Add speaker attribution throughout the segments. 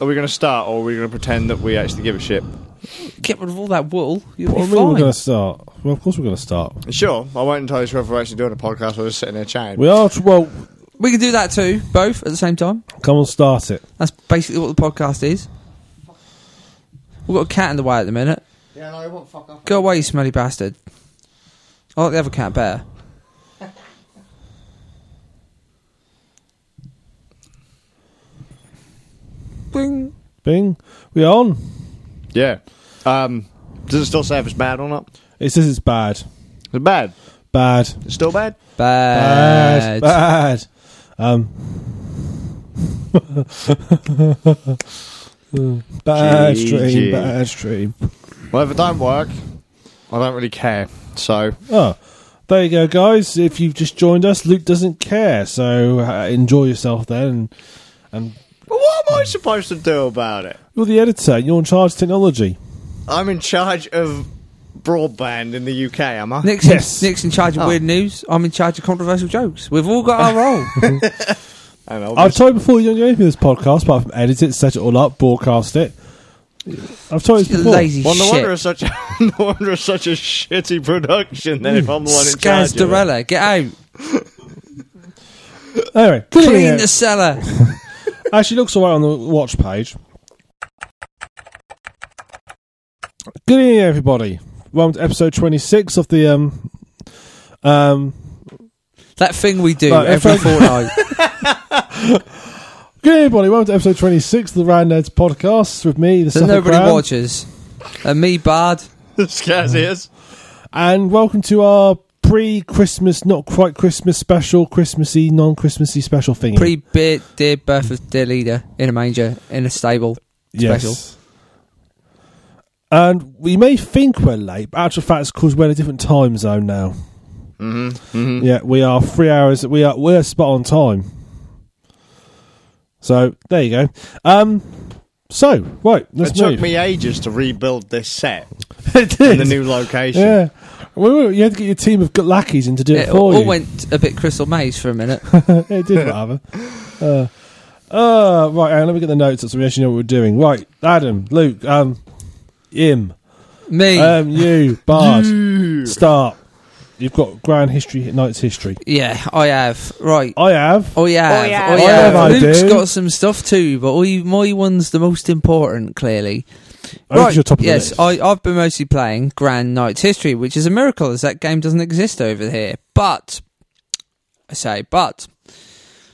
Speaker 1: Are we going to start, or are we going to pretend that we actually give a shit?
Speaker 2: Get rid of all that wool. You'll
Speaker 3: What
Speaker 2: be
Speaker 3: do you mean we're
Speaker 2: fine.
Speaker 3: going to start? Well, of course we're going to start.
Speaker 1: Sure, I won't entirely sure if we're actually doing a podcast or just sitting there chatting.
Speaker 3: We are. tr- Well,
Speaker 2: We can do that too, both at the same time.
Speaker 3: come on, start it.
Speaker 2: That's basically what the podcast is. We've got a cat in the way at the minute.
Speaker 1: yeah, no, what fuck up?
Speaker 2: Go away, you smelly bastard. I like the other cat better. Bling.
Speaker 3: Bing. We're on.
Speaker 1: Yeah. Um, does it still say if it's bad or not?
Speaker 3: It says it's bad.
Speaker 1: Is it bad?
Speaker 3: Bad.
Speaker 1: It's still bad?
Speaker 2: Bad.
Speaker 3: Bad. Um. bad
Speaker 1: Gee,
Speaker 3: stream.
Speaker 1: gee.
Speaker 3: Bad stream.
Speaker 1: Well, if it don't work, I don't really care. So,
Speaker 3: Oh, there you go, guys. If you've just joined us, Luke doesn't care. So uh, enjoy yourself then. And
Speaker 1: but what am I supposed to do about it?
Speaker 3: you're the editor. You're in charge of technology.
Speaker 1: I'm in charge of broadband in the UK, am I?
Speaker 2: Nick's, in-
Speaker 3: Yes.
Speaker 2: Nick's in charge of
Speaker 1: Oh.
Speaker 2: weird news. I'm in charge of controversial jokes. We've all got our role.
Speaker 1: I know.
Speaker 3: I've told you before you don't do anything with this podcast apart from edit it, set it all up, broadcast it. I've told you this before.
Speaker 2: lazy
Speaker 1: well, no wonder
Speaker 2: shit.
Speaker 1: it's such a, no wonder it's such a shitty production. Then if I'm the one in charge, of it.
Speaker 2: Scasdarella, get out.
Speaker 3: Anyway, good
Speaker 2: Clean
Speaker 3: idea.
Speaker 2: the cellar.
Speaker 3: Actually, looks alright on the watch page. Good evening, everybody. Welcome to episode twenty-six of the um um.
Speaker 2: That thing we do
Speaker 3: Right,
Speaker 2: every
Speaker 3: if I-
Speaker 2: fortnight.
Speaker 3: Good evening, everybody. Welcome to episode twenty-six of the Roundheads podcast with me, the
Speaker 2: that
Speaker 3: Suffolk
Speaker 2: nobody
Speaker 3: Round,
Speaker 2: watches. And me, Bard.
Speaker 1: Scaz is.
Speaker 3: and welcome to our pre-Christmas, not quite Christmas special, Christmassy, non-Christmassy special thingy.
Speaker 2: Pre bit dear birth of dear leader in a manger in a stable. special.
Speaker 3: And we may think we're late, but actual fact is because we're in a different time zone now.
Speaker 1: hmm
Speaker 3: Yeah, we are three hours. We are we're spot on time. So there you go. Um, so right, let's
Speaker 1: It took
Speaker 3: move.
Speaker 1: me ages to rebuild this set
Speaker 3: it
Speaker 1: in
Speaker 3: did.
Speaker 1: the new location.
Speaker 3: yeah, we were, you had to get your team of good lackeys in to do
Speaker 2: It
Speaker 3: it, for
Speaker 2: all
Speaker 3: you.
Speaker 2: went a bit crystal maze for a minute.
Speaker 3: it did rather. Uh, uh, right, hang on, let me get the notes up so we actually know what we're doing. Right, Adam, Luke, um, Im,
Speaker 2: Me.
Speaker 3: um, you, Bard, start. You've got grand history, night's history.
Speaker 2: yeah, I have. Right.
Speaker 3: I have.
Speaker 2: Oh yeah,
Speaker 1: Oh, yeah.
Speaker 2: oh
Speaker 1: I
Speaker 2: yeah.
Speaker 3: have, I
Speaker 2: Luke's
Speaker 3: do.
Speaker 2: got some stuff too, but all you, my one's the most important, clearly.
Speaker 3: I think you're top of the
Speaker 2: yes,
Speaker 3: list.
Speaker 2: I, I've been mostly playing Grand Knight's History, which is a miracle as that game doesn't exist over here. But, I say, but,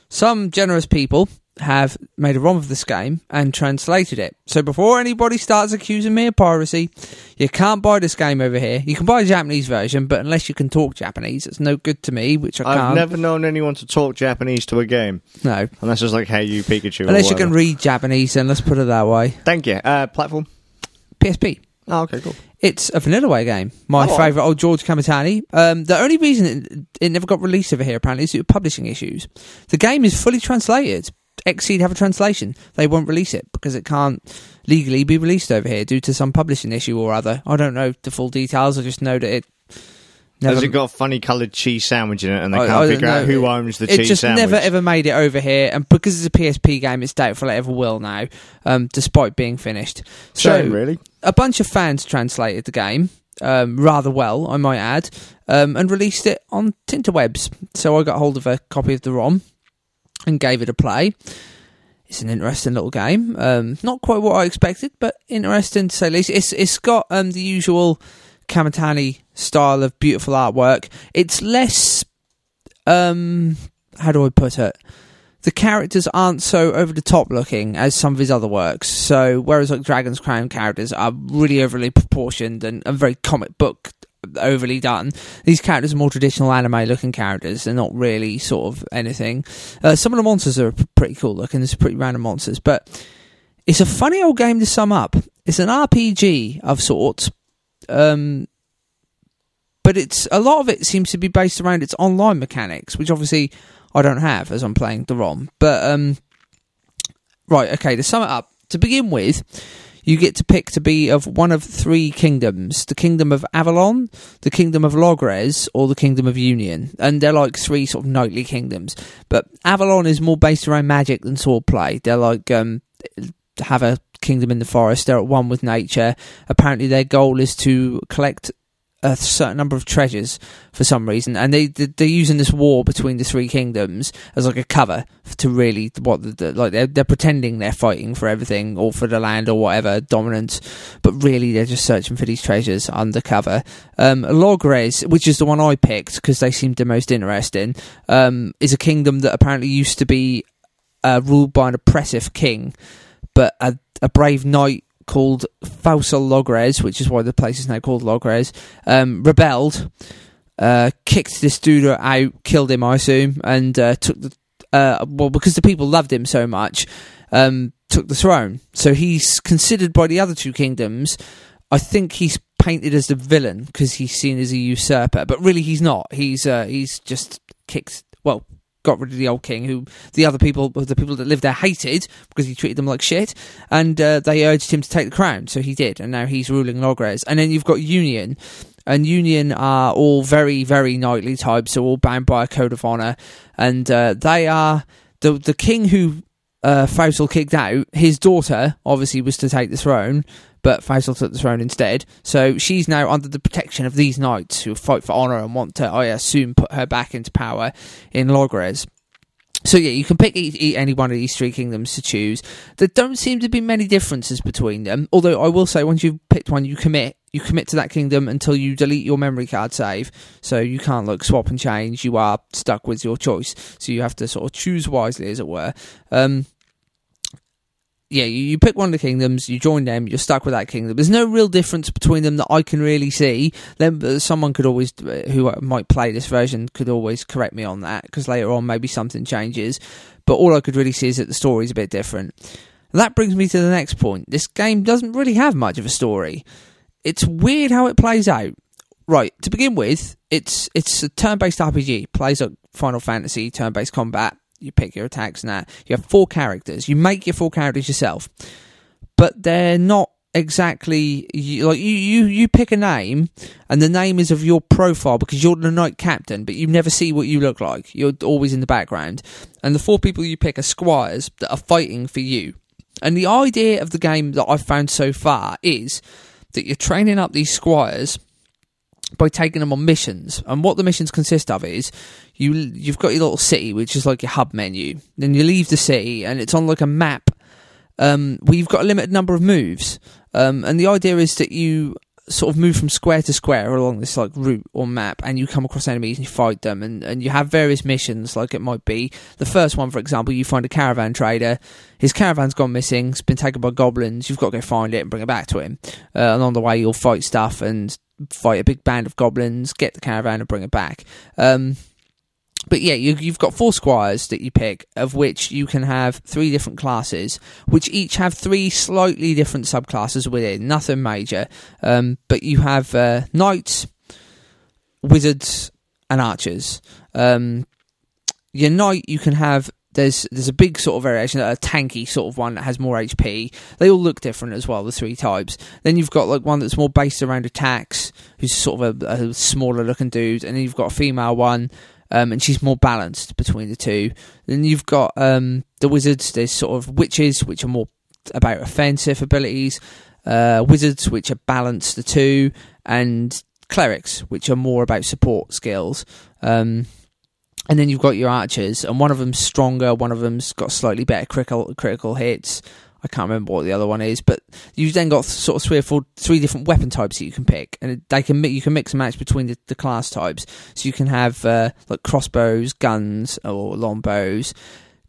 Speaker 2: some generous people have made a ROM of this game and translated it. So before anybody starts accusing me of piracy, you can't buy this game over here. You can buy a Japanese version, but unless you can talk Japanese, it's no good to me, which I
Speaker 1: I've
Speaker 2: can't.
Speaker 1: never known anyone to talk Japanese to a game,
Speaker 2: no.
Speaker 1: unless it's like, "Hey, you Pikachu." or
Speaker 2: Unless you can
Speaker 1: whatever.
Speaker 2: read Japanese, then let's put it that way.
Speaker 1: Thank you. Uh, platform.
Speaker 2: PSP.
Speaker 1: Oh, okay, cool.
Speaker 2: It's a Vanilla Way game. My
Speaker 1: Oh.
Speaker 2: favourite old George Camatani. Um, the only reason it, it never got released over here apparently is due to publishing issues. The game is fully translated. Exceed have a translation. They won't release it because it can't legally be released over here due to some publishing issue or other. I don't know the full details. I just know that it never.
Speaker 1: Has it got a funny coloured cheese sandwich in it, and they
Speaker 2: I-
Speaker 1: can't
Speaker 2: I don't
Speaker 1: figure out
Speaker 2: know.
Speaker 1: who owns the
Speaker 2: it
Speaker 1: cheese
Speaker 2: just
Speaker 1: sandwich?
Speaker 2: never ever made it over here, and because it's a PSP game, it's doubtful it ever will now, um, despite being finished. So,
Speaker 1: Shame, really.
Speaker 2: a bunch of fans translated the game um, rather well, I might add, um, and released it on Tinterwebs. So I got hold of a copy of the ROM and gave it a play. It's an interesting little game. Um, not quite what I expected, but interesting to say the least. It's it's got um, the usual Kamatani style of beautiful artwork. It's less, um, how do I put it? the characters aren't so over the top looking as some of his other works. So whereas like Dragon's Crown characters are really overly proportioned and, and very comic book overly done, these characters are more traditional anime looking characters. They're not really sort of anything. Uh, some of the monsters are p- pretty cool looking. There's pretty random monsters, but it's a funny old game to sum up. It's an RPG of sorts. Um, but it's a lot of it seems to be based around its online mechanics, which obviously I don't have as I'm playing the ROM. But um, right, okay. To sum it up, to begin with, you get to pick to be of one of three kingdoms: the kingdom of Avalon, the kingdom of Logres, or the kingdom of Union. And they're like three sort of knightly kingdoms. But Avalon is more based around magic than swordplay. They're like um, have a kingdom in the forest. They're at one with nature. Apparently, their goal is to collect a certain number of treasures for some reason, and they they- they're using this war between the three kingdoms as like a cover f- to really what the, the, like they're they're pretending they're fighting for everything or for the land or whatever dominance, but really they're just searching for these treasures undercover. Um, Logres, which is the one I picked because they seemed the most interesting, um, is a kingdom that apparently used to be uh, ruled by an oppressive king, but a, a brave knight called Fausa Logres, which is why the place is now called Logres, um, rebelled, uh, kicked this dude out, killed him, I assume, and uh, took the uh, well because the people loved him so much, um, took the throne. So he's considered by the other two kingdoms. I think he's painted as the villain because he's seen as a usurper, but really he's not. He's uh, he's just kicked well. Got rid of the old king, who the other people, the people that lived there, hated because he treated them like shit and uh, they urged him to take the crown, so he did, and now he's ruling Logres. And then you've got Union, and Union are all very, very knightly types, so all bound by a code of honour, and uh, they are the the king who uh, Faisal kicked out. His daughter obviously was to take the throne. But Faisal took the throne instead, so she's now under the protection of these knights who fight for honour and want to, I assume, put her back into power in Logres. So yeah, you can pick e- e- any one of these three kingdoms to choose. There don't seem to be many differences between them. Although I will say, once you've picked one, you commit. You commit to that kingdom until you delete your memory card save. So you can't like swap and change. You are stuck with your choice. So you have to sort of choose wisely, as it were. Um, yeah, you, you pick one of the kingdoms, you join them, you're stuck with that kingdom. There's no real difference between them that I can really see. Then uh, someone could always, who might play this version, could always correct me on that because later on maybe something changes. But all I could really see is that the story's a bit different. That brings me to the next point. This game doesn't really have much of a story. It's weird how it plays out. Right to begin with, it's it's a turn-based RPG. Plays like Final Fantasy, turn-based combat. You pick your attacks and that. You have four characters. You make your four characters yourself, but they're not exactly you, like you, you. You pick a name, and the name is of your profile because you're the knight captain, but you never see what you look like. You're always in the background, and the four people you pick are squires that are fighting for you. And the idea of the game that I've found so far is that you're training up these squires by taking them on missions. And what the missions consist of is you you've got your little city, which is like your hub menu. Then you leave the city, and it's on like a map. Um, where you've got a limited number of moves, um, and the idea is that you sort of move from square to square along this like route or map and you come across enemies and you fight them and, and you have various missions like it might be the first one for example you find a caravan trader his caravan's gone missing it's been taken by goblins you've got to go find it and bring it back to him uh, along the way you'll fight stuff and fight a big band of goblins get the caravan and bring it back um, but yeah, you, you've got four squires that you pick, of which you can have three different classes, which each have three slightly different subclasses within. Nothing major, um, but you have uh, knights, wizards, and archers. Um, your knight, you can have. There's there's a big sort of variation, a tanky sort of one that has more HP. They all look different as well, the three types. Then you've got like one that's more based around attacks, who's sort of a, a smaller looking dude, and then you've got a female one um, and she's more balanced between the two. Then you've got um, the wizards. There's sort of witches, which are more about offensive abilities. Uh, wizards, which are balanced the two, and clerics, which are more about support skills. Um, and then you've got your archers, and one of them's stronger, one of them's got slightly better critical critical hits. I can't remember what the other one is, but you've then got sort of three or four, three different weapon types that you can pick, and they can mi- you can mix and match between the, the class types. So you can have uh, like crossbows, guns, or longbows,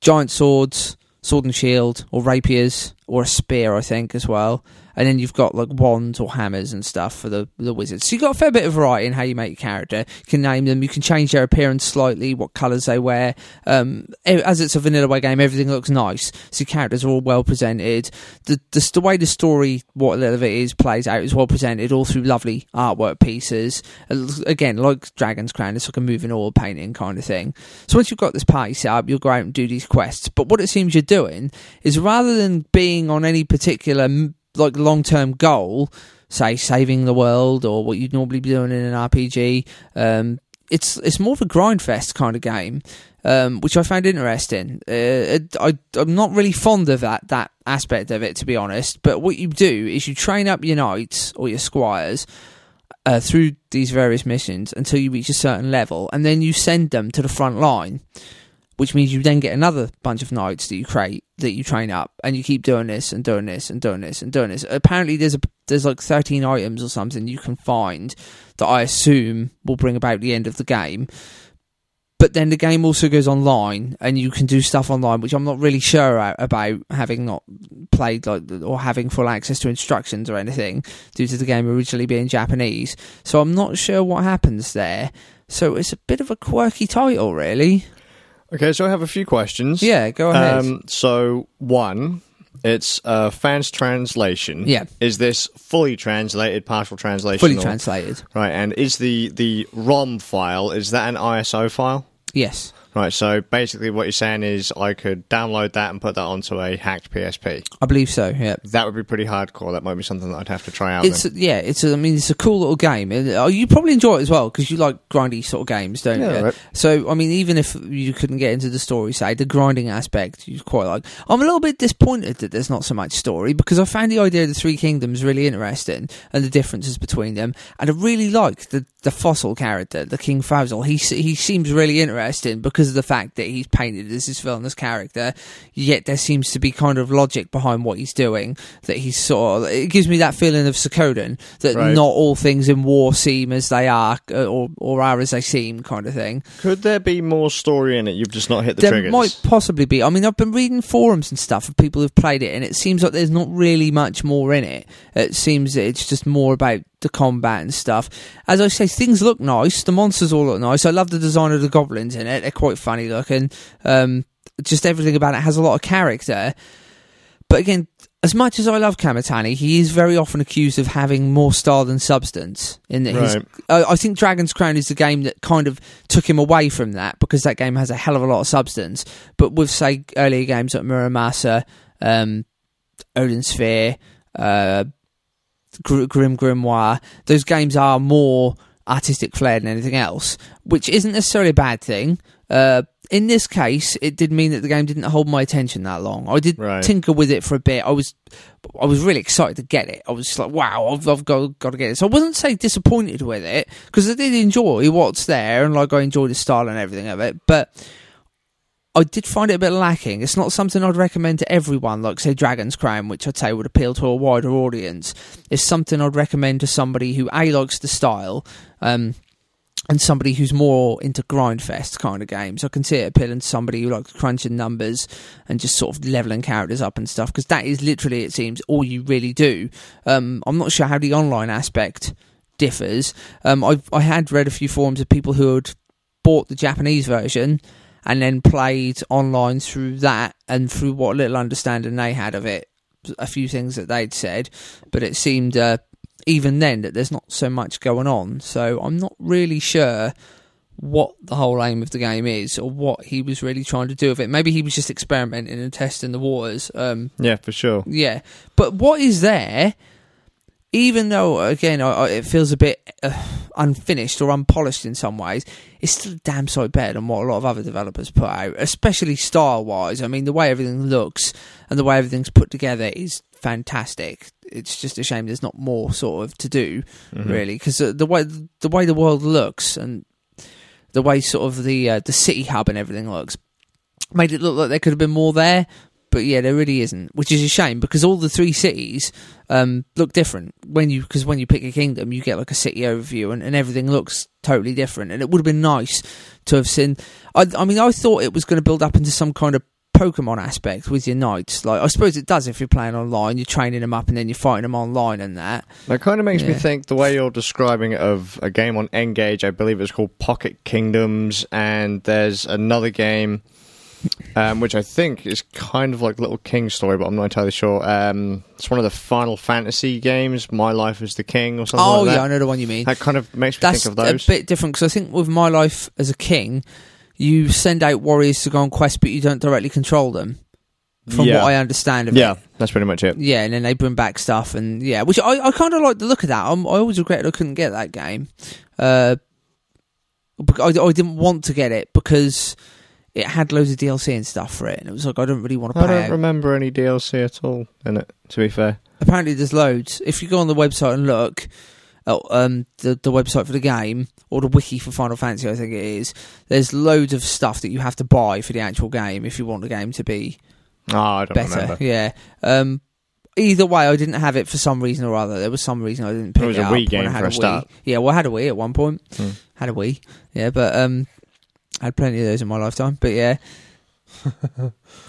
Speaker 2: giant swords, sword and shield, or rapiers, or a spear, I think, as well. And then you've got like wands or hammers and stuff for the the wizards. So you've got a fair bit of variety in how you make your character. You can name them. You can change their appearance slightly, what colours they wear. Um, e- as it's a vanilla way game, everything looks nice. So your characters are all well presented. The, the the way the story, what a little of it is, plays out is well presented, all through lovely artwork pieces. It looks- Again, like Dragon's Crown, it's like a moving oil painting kind of thing. So once you've got this party set up, you'll go out and do these quests. But what it seems you're doing is rather than being on any particular m- like long term goal, say saving the world or what you'd normally be doing in an RPG, um, it's it's more of a grind fest kind of game, um, which I found interesting. Uh, it- I I'm not really fond of that that aspect of it to be honest. But what you do is you train up your knights or your squires. Uh, through these various missions until you reach a certain level, and then you send them to the front line, which means you then get another bunch of knights that you create that you train up and you keep doing this and doing this and doing this and doing this apparently there's a there's like 13 items or something you can find that i assume will bring about the end of the game but then the game also goes online and you can do stuff online which i'm not really sure a- about having not played like or having full access to instructions or anything due to the game originally being japanese so i'm not sure what happens there so it's a bit of a quirky title really
Speaker 1: Okay, so I have a few questions.
Speaker 2: yeah go ahead
Speaker 1: Um, so one, it's uh, fans translation.
Speaker 2: Yeah.
Speaker 1: Is this fully translated, partial translation?
Speaker 2: fully
Speaker 1: or-
Speaker 2: translated.
Speaker 1: Right, and is the the ROM file is that an ISO file?
Speaker 2: Yes,
Speaker 1: Right, so basically what you're saying is I could download that and put that onto a hacked PSP.
Speaker 2: I believe so. Yeah.
Speaker 1: That would be pretty hardcore. That might be something that I'd have to try out.
Speaker 2: It's
Speaker 1: then.
Speaker 2: yeah, it's a, I mean it's a cool little game. And, uh, you probably enjoy it as well because you like grindy sort of games, don't
Speaker 1: Yeah,
Speaker 2: you?
Speaker 1: right.
Speaker 2: So I mean, even if you couldn't get into the story side, the grinding aspect you quite like. I'm a little bit disappointed that there's not so much story because I found the idea of the Three Kingdoms really interesting and the differences between them, and I really like the the fossil character, the King Faisal. He se- he seems really interesting because of the fact that he's painted as this villainous character, yet there seems to be kind of logic behind what he's doing. That he's sort of it gives me that feeling of Sokoden that
Speaker 1: Right.
Speaker 2: not all things in war seem as they are uh, or or are as they seem kind of thing
Speaker 1: Could there be more story in it? You've just not hit the
Speaker 2: there
Speaker 1: triggers.
Speaker 2: might possibly be. I mean, I've been reading forums and stuff of people who've played it, and it seems like there's not really much more in it. It seems that it's just more about the combat and stuff. As I say, things look nice. The monsters all look nice. I love the design of the goblins in it. They're quite funny looking. Um, just everything about it has a lot of character. But again, as much as I love Kamatani, he is very often accused of having more style than substance. In that his,
Speaker 1: Right.
Speaker 2: uh, I think Dragon's Crown is the game that kind of took him away from that because that game has a hell of a lot of substance. But with say earlier games like Muramasa, um, Odin Sphere, uh, Gr- Grim Grimoire, those games are more artistic flair than anything else, which isn't necessarily a bad thing. Uh, in this case, it did mean that the game didn't hold my attention that long. I did
Speaker 1: Right.
Speaker 2: tinker with it for a bit. I was, I was really excited to get it. I was just like, wow, I've, I've got, got to get it. So I wasn't say disappointed with it because I did enjoy what's there and like I enjoyed the style and everything of it, but. I did find it a bit lacking. It's not something I'd recommend to everyone, like say Dragon's Crown, which I'd say would appeal to a wider audience. It's something I'd recommend to somebody who a likes the style, um, and somebody who's more into grindfest kind of games. I can see it appealing to somebody who likes crunching numbers and just sort of leveling characters up and stuff, because that is literally, it seems, all you really do. Um, I'm not sure how the online aspect differs. Um, I I had read a few forums of people who had bought the Japanese version and then played online through that and through what little understanding they had of it, a few things that they'd said, but it seemed uh, even then that there's not so much going on. So I'm not really sure what the whole aim of the game is or what he was really trying to do with it. Maybe he was just experimenting and testing the waters. Um,
Speaker 1: yeah, for sure.
Speaker 2: yeah, but what is there? Even though again, I, I, it feels a bit uh, unfinished or unpolished in some ways, it's still a damn sight better than what a lot of other developers put out, especially style-wise. I mean, the way everything looks and the way everything's put together is fantastic. It's just a shame there's not more sort of to do
Speaker 1: Mhm.
Speaker 2: really because uh, the way the way the world looks and the way sort of the uh, the city hub and everything looks made it look like there could have been more there but yeah there really isn't which is a shame because all the three cities um, look different when you because when you pick a kingdom you get like a city overview and, and everything looks totally different and it would have been nice to have seen I, I mean I thought it was going to build up into some kind of Pokemon aspect with your knights like I suppose it does if you're playing online you're training them up and then you're fighting them online and that
Speaker 1: That kind of makes me
Speaker 2: Yeah.
Speaker 1: think the way you're describing it of a game on N-Gage, I believe it's called Pocket Kingdoms, and there's another game um, which I think is kind of like Little King Story, but I'm not entirely sure. Um, it's one of the Final Fantasy games, My Life as the King or something
Speaker 2: oh
Speaker 1: like
Speaker 2: yeah
Speaker 1: that.
Speaker 2: I know the one you mean
Speaker 1: That kind of makes me
Speaker 2: that's
Speaker 1: think of those.
Speaker 2: a bit different because I think with my life as a king, you send out warriors to go on quests, but you don't directly control them. From
Speaker 1: Yeah.
Speaker 2: what I understand of
Speaker 1: yeah,
Speaker 2: it,
Speaker 1: that's pretty much it.
Speaker 2: yeah, and then they bring back stuff, and yeah, which I, I kind of like the look of that. i I always regretted I couldn't get that game. Uh, bec- I, I didn't want to get it because it had loads of DLC and stuff for it, and it was like I don't really want to
Speaker 1: I
Speaker 2: pay.
Speaker 1: don't
Speaker 2: out.
Speaker 1: remember any DLC at all in it. To be fair,
Speaker 2: Apparently, there's loads. If you go on the website and look, at, um, the the website for the game or the wiki for Final Fantasy, I think it is. There's loads of stuff that you have to buy for the actual game if you want the game to be
Speaker 1: oh, I don't
Speaker 2: better.
Speaker 1: remember.
Speaker 2: Yeah. Um, either way, I didn't have it for some reason or other. There was some reason I didn't pick
Speaker 1: It was a
Speaker 2: up
Speaker 1: Wii
Speaker 2: when I
Speaker 1: game
Speaker 2: had
Speaker 1: for a
Speaker 2: Wii.
Speaker 1: start.
Speaker 2: Yeah, well, I had a Wii at one point.
Speaker 1: Hmm.
Speaker 2: Had a Wii. Yeah, but um, I had plenty of those in my lifetime. But yeah.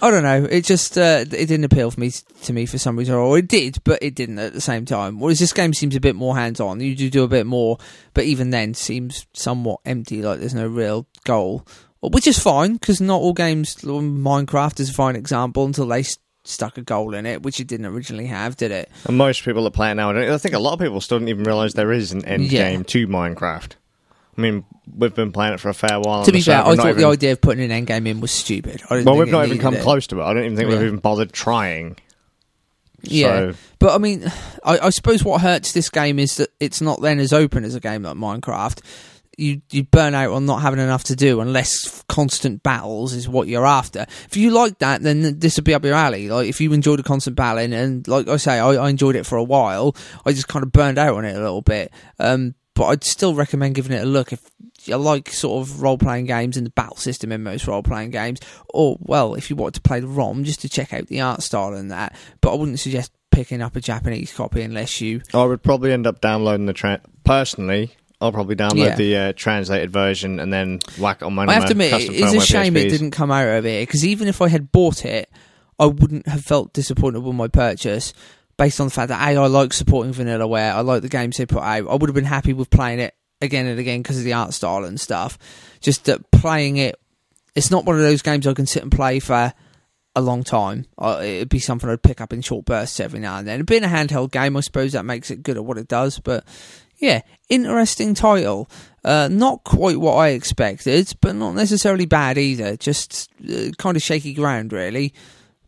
Speaker 2: I don't know. It just uh, it didn't appeal for me to me for some reason, or it did, but it didn't at the same time. Whereas this game seems a bit more hands on. You do do a bit more, but even then seems somewhat empty. Like there's no real goal, which is fine because not all games. Minecraft is a fine example until they s- stuck a goal in it, which it didn't originally have, did it?
Speaker 1: And most people that play it now, I, don't, I think a lot of people still don't even realise there is an end
Speaker 2: Yeah.
Speaker 1: game to Minecraft. I mean, we've been playing it for a fair while.
Speaker 2: to
Speaker 1: on
Speaker 2: be
Speaker 1: Oh, the
Speaker 2: fair,
Speaker 1: server,
Speaker 2: I
Speaker 1: not
Speaker 2: thought
Speaker 1: even-
Speaker 2: the idea of putting an endgame in was stupid. I didn't
Speaker 1: Well,
Speaker 2: think
Speaker 1: we've
Speaker 2: it
Speaker 1: not even come
Speaker 2: needed it.
Speaker 1: close to it. I don't even think
Speaker 2: Yeah.
Speaker 1: we've even bothered trying.
Speaker 2: Yeah,
Speaker 1: So,
Speaker 2: but I mean, I, I suppose what hurts this game is that it's not then as open as a game like Minecraft. You you burn out on not having enough to do unless constant battles is what you're after. If you like that, then this would be up your alley. Like if you enjoy the constant battling, and like I say, I, I enjoyed it for a while. I just kind of burned out on it a little bit. Um, but I'd still recommend giving it a look if you like sort of role playing games and the battle system in most role playing games, or well, if you want to play the ROM just to check out the art style and that. But I wouldn't suggest picking up a Japanese copy unless you.
Speaker 1: I would probably end up downloading the tra- personally. I'll probably download
Speaker 2: Yeah.
Speaker 1: the uh, translated version and then whack it on my.
Speaker 2: I have
Speaker 1: my
Speaker 2: to admit, it
Speaker 1: custom
Speaker 2: is a
Speaker 1: firmware
Speaker 2: shame it
Speaker 1: PSPs.
Speaker 2: didn't come out over here because even if I had bought it, I wouldn't have felt disappointed with my purchase. Based on the fact that a I like supporting VanillaWare, I like the games they put out. I would have been happy with playing it again and again because of the art style and stuff. Just that playing it, it's not one of those games I can sit and play for a long time. I, it'd be something I'd pick up in short bursts every now and then. Being a handheld game, I suppose that makes it good at what it does. But yeah, interesting title. Uh, not quite what I expected, but not necessarily bad either. Just uh, kind of shaky ground, really.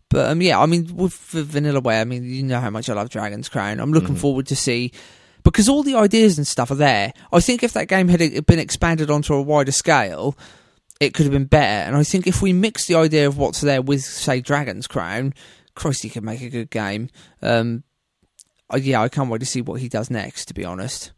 Speaker 2: But um, yeah, I mean, with, with Vanilla Way, I mean, you know how much I love Dragon's Crown. I'm looking
Speaker 1: Mhm.
Speaker 2: forward to see because all the ideas and stuff are there. I think if that game had uh, been expanded onto a wider scale, it could have been better. And I think if we mix the idea of what's there with, say, Dragon's Crown, Christ, he could make a good game. Um, I- yeah, I can't wait to see what he does next. To be honest,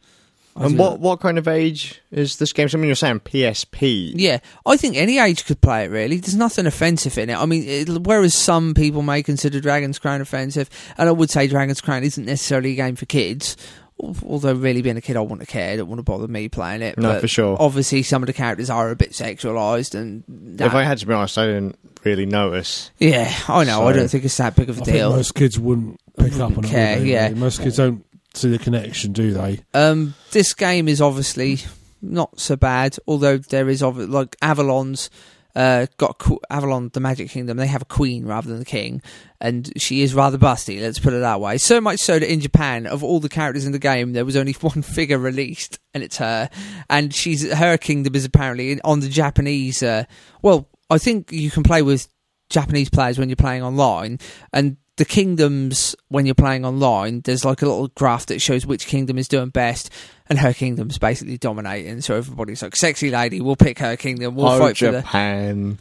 Speaker 2: I
Speaker 1: And
Speaker 2: do-
Speaker 1: what what kind of age is this game? So, I mean, you're saying PSP.
Speaker 2: Yeah, I think any age could play it. Really, there's nothing offensive in it. I mean, it, whereas some people may consider Dragon's Crown offensive, and I would say Dragon's Crown isn't necessarily a game for kids. al- Although, really, being a kid, I wouldn't have cared. It wouldn't have bothered me playing it.
Speaker 1: no,
Speaker 2: but
Speaker 1: for sure.
Speaker 2: obviously, some of the characters are a bit sexualized, and that-
Speaker 1: If I had to be honest, I didn't really notice.
Speaker 2: yeah, I know. I
Speaker 1: So-
Speaker 2: don't think it's that big of a
Speaker 3: I think
Speaker 2: deal.
Speaker 3: most kids wouldn't pick up on
Speaker 2: Wouldn't
Speaker 3: it.
Speaker 2: care,
Speaker 3: would they,
Speaker 2: yeah.
Speaker 3: really? Most kids don't see the connection, do they?
Speaker 2: Um, this game is obviously not so bad, although there is obvi- like Avalon's uh, got a qu- Avalon, the Magic Kingdom. They have a queen rather than a king, and she is rather busty. Let's put it that way. So much so that in Japan, of all the characters in the game, there was only one figure released, and it's her. And she's her kingdom is apparently in- on the Japanese. Uh, well, I think you can play with Japanese players when you're playing online, and the kingdoms when you're playing online, there's like a little graph that shows which kingdom is doing best, and her kingdom's basically dominating. So everybody's like, "Sexy lady, we'll pick her kingdom, we'll
Speaker 1: oh,
Speaker 2: fight for the."
Speaker 1: Japan.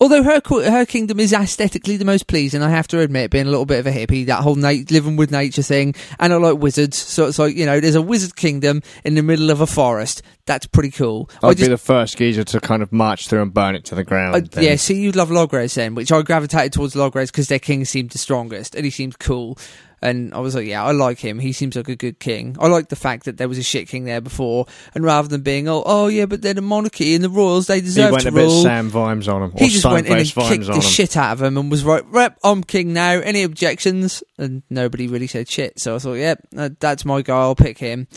Speaker 2: Although her qu- her kingdom is aesthetically the most pleasing, I have to admit, being a little bit of a hippie, that whole na- living with nature thing, and I like wizards, so it's like you know, there's a wizard kingdom in the middle of a forest. That's pretty cool. I
Speaker 1: I'd
Speaker 2: just-
Speaker 1: be the first geezer to kind of march through and burn it to the ground.
Speaker 2: I,
Speaker 1: then.
Speaker 2: yeah, see, you love Logres then, which I gravitated towards Logres because their king seemed the strongest and he seemed cool. And I was like, yeah, I like him. He seems like a good king. I like the fact that there was a shit king there before, and rather than being, oh, oh yeah, but they're the monarchy and the royals, they
Speaker 1: He
Speaker 2: deserve
Speaker 1: went
Speaker 2: to
Speaker 1: a bit
Speaker 2: rule.
Speaker 1: Sam Vimes on him. Or
Speaker 2: he just went in and
Speaker 1: Stone-faced Vimes
Speaker 2: kicked the
Speaker 1: on him.
Speaker 2: shit out of him and was right, rep, I'm king now. Any objections? And nobody really said shit. So I thought, yep, yeah, that- that's my guy. I'll pick him.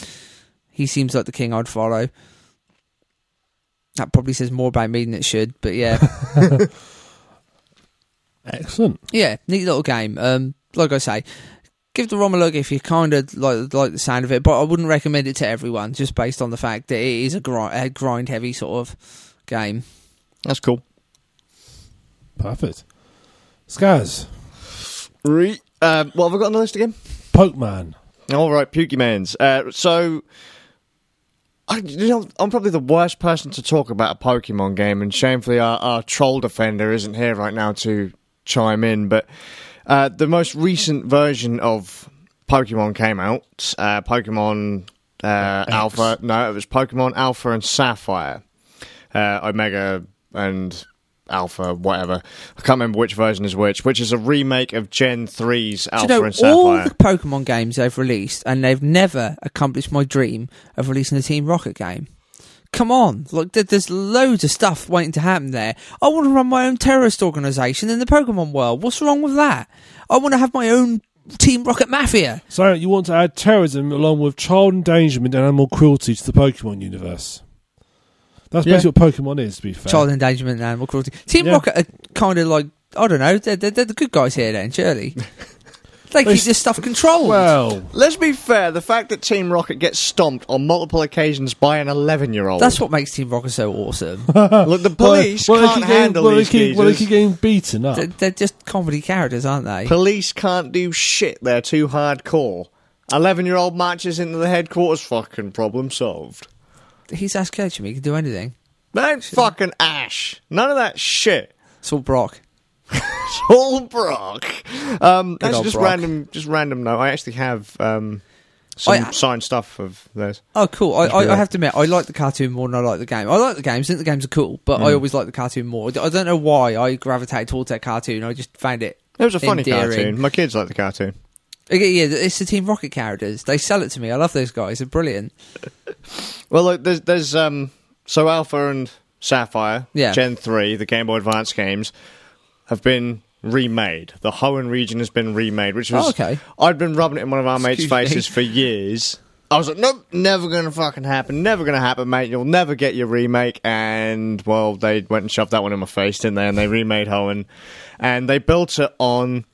Speaker 2: He seems like the king I'd follow. That probably says more about me than it should, but yeah.
Speaker 3: Excellent.
Speaker 2: Yeah, neat little game. Um, like I say, give the ROM a look if you kind of like like the sound of it, but I wouldn't recommend it to everyone just based on the fact that it is a grind, a grind heavy sort of game.
Speaker 1: That's cool.
Speaker 3: Perfect. Skaz,
Speaker 1: Re- um, what have I got on the list again?
Speaker 3: Pokemon.
Speaker 1: All right, Pokemans. Uh, so I, you know, I'm probably the worst person to talk about a Pokemon game, and shamefully, our, our troll defender isn't here right now to chime in. But uh, the most recent version of Pokemon came out uh, Pokemon uh, Alpha. No, it was Pokemon Alpha and Sapphire, uh, Omega and Alpha, whatever. I can't remember which version is which, which is a remake of Gen 3's
Speaker 2: Do
Speaker 1: Alpha
Speaker 2: you know
Speaker 1: and Sapphire.
Speaker 2: all the Pokemon games they've released, and they've never accomplished my dream of releasing a Team Rocket game? Come on, look, there- there's loads of stuff waiting to happen there. I want to run my own terrorist organization in the Pokemon world. What's wrong with that? I want to have my own Team Rocket Mafia.
Speaker 3: So you want to add terrorism along with child endangerment and animal cruelty to the Pokemon universe. That's
Speaker 1: Yeah.
Speaker 3: basically what Pokemon is, to be fair.
Speaker 2: Child endangerment and animal cruelty. Team
Speaker 3: Yeah.
Speaker 2: Rocket are kind of like I don't know. They're, they're, they're the good guys here, then surely. they keep
Speaker 3: s-
Speaker 2: this stuff controlled.
Speaker 3: well,
Speaker 1: Let's be fair. The fact that Team Rocket gets stomped on multiple occasions by an 11-year-old.
Speaker 2: That's what makes Team Rocket so awesome.
Speaker 1: Look, the police
Speaker 3: well, they
Speaker 1: can't
Speaker 3: keep getting-
Speaker 1: handle
Speaker 3: well,
Speaker 1: these
Speaker 3: they keep, well, they
Speaker 1: geezers.
Speaker 3: keep getting beaten up.
Speaker 2: they're, they're just comedy characters, aren't they?
Speaker 1: Police can't do shit. They're too hardcore. 11-year-old marches into the headquarters. Fucking problem solved.
Speaker 2: He's Ash Ketchum. He can do anything.
Speaker 1: That ain't fucking Ash. None of that shit.
Speaker 2: It's all Brock.
Speaker 1: It's all Brock. Um, that's
Speaker 2: old
Speaker 1: just
Speaker 2: Brock.
Speaker 1: random. Just random. No, I actually have um, some
Speaker 2: I-
Speaker 1: signed stuff of theirs.
Speaker 2: Oh, cool. I,
Speaker 1: That's pretty
Speaker 2: I, I
Speaker 1: right.
Speaker 2: have to admit, I like the cartoon more than I like the game. I like the games. I think the games are cool, but I always like the cartoon more. I don't know why I gravitated towards that cartoon. I just found it.
Speaker 1: It was a funny
Speaker 2: Endearing.
Speaker 1: cartoon. My kids like the cartoon.
Speaker 2: Okay, yeah, it's the Team Rocket characters. They sell it to me. I love those guys. They're brilliant.
Speaker 1: Well, look, there's there's um so Alpha and Sapphire,
Speaker 2: Yeah.
Speaker 1: Gen three, the Game Boy Advance games have been remade. The Hoenn region has been remade, which was
Speaker 2: Oh, okay.
Speaker 1: I'd been rubbing it in one of our mates'
Speaker 2: Excuse me.
Speaker 1: faces for years. I was like, nope, never gonna fucking happen, never gonna happen, mate. You'll never get your remake. And well, they went and shoved that one in my face, didn't they? And they remade Hoenn, and they built it on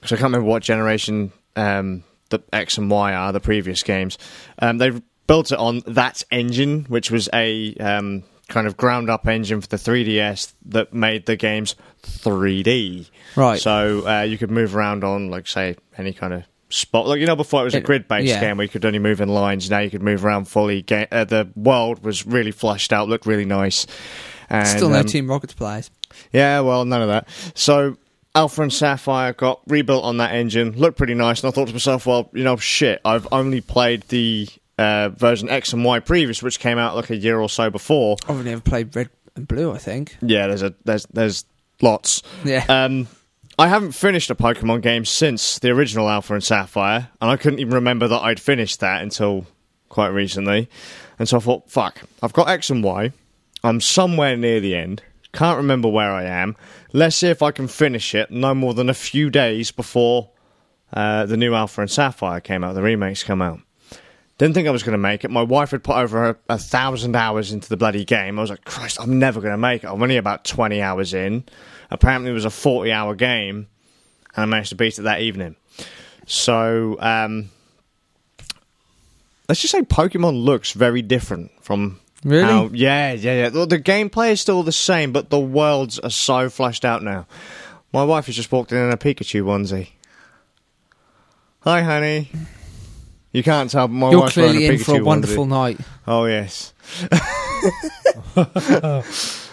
Speaker 1: because I can't remember what generation um, the X and Y are, the previous games. Um, they built it on that engine, which was a um, kind of ground up engine for the 3DS that made the games 3D.
Speaker 2: Right.
Speaker 1: So uh, you could move around on, like, say, any kind of spot. Like, you know, before it was a
Speaker 2: It-
Speaker 1: grid based
Speaker 2: yeah.
Speaker 1: game where you could only move in lines. Now you could move around fully. Ga- uh, the world was really flushed out, looked really nice. And,
Speaker 2: Still no
Speaker 1: um,
Speaker 2: Team Rocket players.
Speaker 1: yeah, well, none of that. So Alpha and Sapphire got rebuilt on that engine, looked pretty nice, and I thought to myself, well, you know, shit, I've only played the uh, version X and Y previous, which came out like a year or so before.
Speaker 2: I've never played Red and Blue. I think.
Speaker 1: Yeah, there's a there's there's lots.
Speaker 2: Yeah.
Speaker 1: Um, I haven't finished a Pokemon game since the original Alpha and Sapphire, and I couldn't even remember that I'd finished that until quite recently. And so I thought, fuck, I've got X and Y. I'm somewhere near the end. Can't remember where I am. Let's see if I can finish it no more than a few days before uh, the new Alpha and Sapphire came out, the remakes come out. Didn't think I was going to make it. My wife had put over a, a thousand hours into the bloody game. I was like, Christ, I'm never going to make it. I'm only about 20 hours in. Apparently, it was a 40 hour game, and I managed to beat it that evening. So, um, let's just say Pokemon looks very different from.
Speaker 2: Really?
Speaker 1: how- yeah, yeah, yeah. The, the gameplay is still the same, but the worlds are so fleshed out now. My wife has just walked in in a Pikachu onesie. Hi, honey. You can't tell, but my
Speaker 2: You're
Speaker 1: wife's wearing
Speaker 2: clearly
Speaker 1: a Pikachu
Speaker 2: in for a
Speaker 1: onesie.
Speaker 2: wonderful night.
Speaker 1: Oh yes.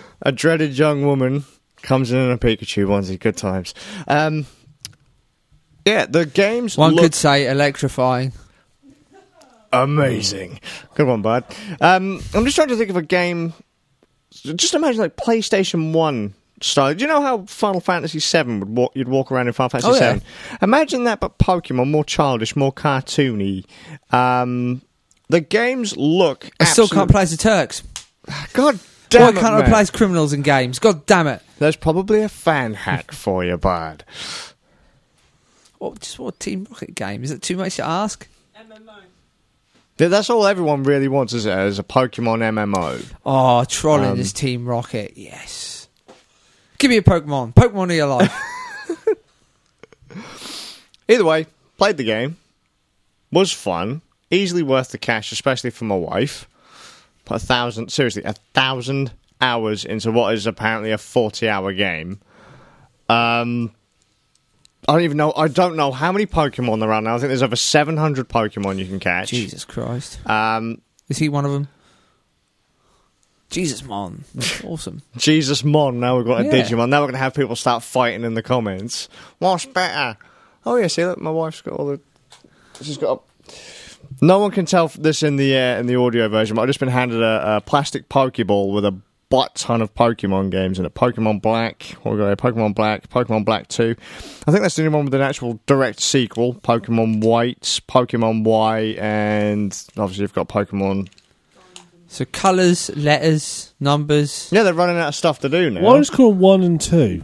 Speaker 1: a dreaded young woman comes in in a Pikachu onesie. Good times. Um, yeah, the games
Speaker 2: One
Speaker 1: look
Speaker 2: could say electrifying.
Speaker 1: amazing. Good one, bud. Um, I'm just trying to think of a game. Just imagine like PlayStation One style. Do you know how Final Fantasy Seven would walk? You'd walk around in Final Fantasy
Speaker 2: Oh, yeah.
Speaker 1: Seven. Imagine that, but Pokemon more childish, more cartoony. Um, the games look.
Speaker 2: I still can't
Speaker 1: absolute-
Speaker 2: play as the Turks.
Speaker 1: God damn
Speaker 2: Why
Speaker 1: it,
Speaker 2: can't I
Speaker 1: man.
Speaker 2: play as criminals in games? God damn it!
Speaker 1: There's probably a fan hack for you, bud.
Speaker 2: What, just what Team Rocket game? Is it too much to ask?
Speaker 1: Th- That's all everyone really wants, is, it, is a Pokemon MMO.
Speaker 2: Oh, trolling
Speaker 1: Um,
Speaker 2: is Team Rocket. Yes. Give me a Pokemon. Pokemon of your life.
Speaker 1: Either way, played the game. Was fun. Easily worth the cash, especially for my wife. Put a thousand, seriously, a thousand hours into what is apparently a 40 hour game. Um. I don't even know. I don't know how many Pokemon there are now. I think there's over 700 Pokemon you can catch.
Speaker 2: Jesus Christ.
Speaker 1: Um,
Speaker 2: Is he one of them? Jesus, man, that's awesome.
Speaker 1: Jesus Mon, now we've got a
Speaker 2: Yeah.
Speaker 1: Digimon. Now we're going to have people start fighting in the comments. What's better? Oh, yeah, see, look, my wife's got all the. She's got a. No one can tell f- this in the uh, in the audio version, but I've just been handed a, a plastic Pokeball with a butt ton of Pokemon games in it. Pokemon Black, what we got here? Pokemon Black, Pokemon Black 2. I think that's the only one with an actual direct sequel. Pokemon White, Pokemon Y, and obviously you've got Pokemon.
Speaker 2: So colours, letters, numbers.
Speaker 1: Yeah, they're running out of stuff to do now.
Speaker 3: Why is called one and two?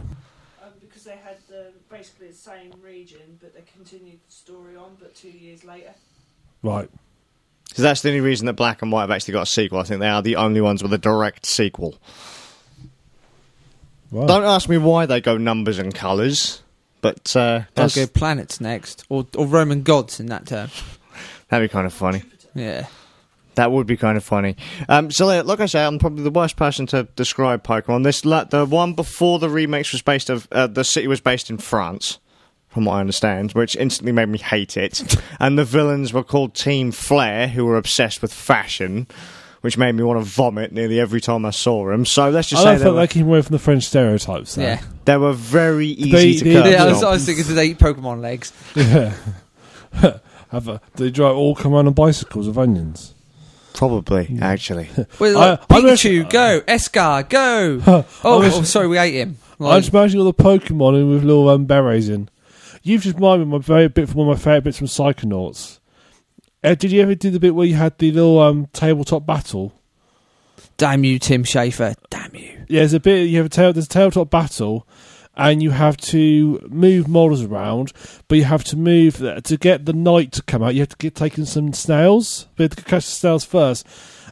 Speaker 4: um, because they had um, basically the same region, but they continued the story on, but two years later.
Speaker 3: Right.
Speaker 1: So that's the only reason that Black and White have actually got a sequel. I think they are the only ones with a direct sequel.
Speaker 3: Wow.
Speaker 1: Don't ask me why they go numbers and colours, but uh,
Speaker 2: They'll
Speaker 1: that's,
Speaker 2: go planets next, or or Roman gods in that term.
Speaker 1: that'd be kind of funny.
Speaker 2: Yeah.
Speaker 1: That would be kind of funny. Um, so, yeah, like I say, I'm probably the worst person to describe Pokemon. This la- the one before the remakes was based of uh, the city was based in France, from what I understand, which instantly made me hate it. and the villains were called Team Flair, who were obsessed with fashion, which made me want to vomit nearly every time I saw them. So let's just
Speaker 3: I
Speaker 1: say
Speaker 3: don't
Speaker 1: they
Speaker 3: think
Speaker 1: were,
Speaker 3: they came away from the French stereotypes. Though.
Speaker 2: Yeah.
Speaker 1: they were very easy to
Speaker 3: they-
Speaker 1: curb.
Speaker 2: Yeah, I was,
Speaker 1: Tom.
Speaker 2: I was thinking, do they eat Pokemon legs?
Speaker 3: Yeah. Have a, they drive all come around on bicycles with onions.
Speaker 1: Probably, actually.
Speaker 2: Well,
Speaker 3: I-
Speaker 2: like,
Speaker 3: I'm
Speaker 2: Pikachu,
Speaker 3: actually-
Speaker 2: go. Escar, go. oh,
Speaker 3: was-
Speaker 2: oh, sorry, we ate him.
Speaker 3: I'm
Speaker 2: Like,
Speaker 3: just imagining all the Pokemon in with little um, berets in. You've just mimed my very bit from one of my favourite bits from Psychonauts. Uh, did you ever do the bit where you had the little um, tabletop battle?
Speaker 2: damn you, Tim Schafer. Damn you.
Speaker 3: Yeah, there's a bit. You have a tail. There's a tabletop battle, and you have to move models around. But you have to move uh, to get the knight to come out. You have to get taken some snails. We have to catch the snails first.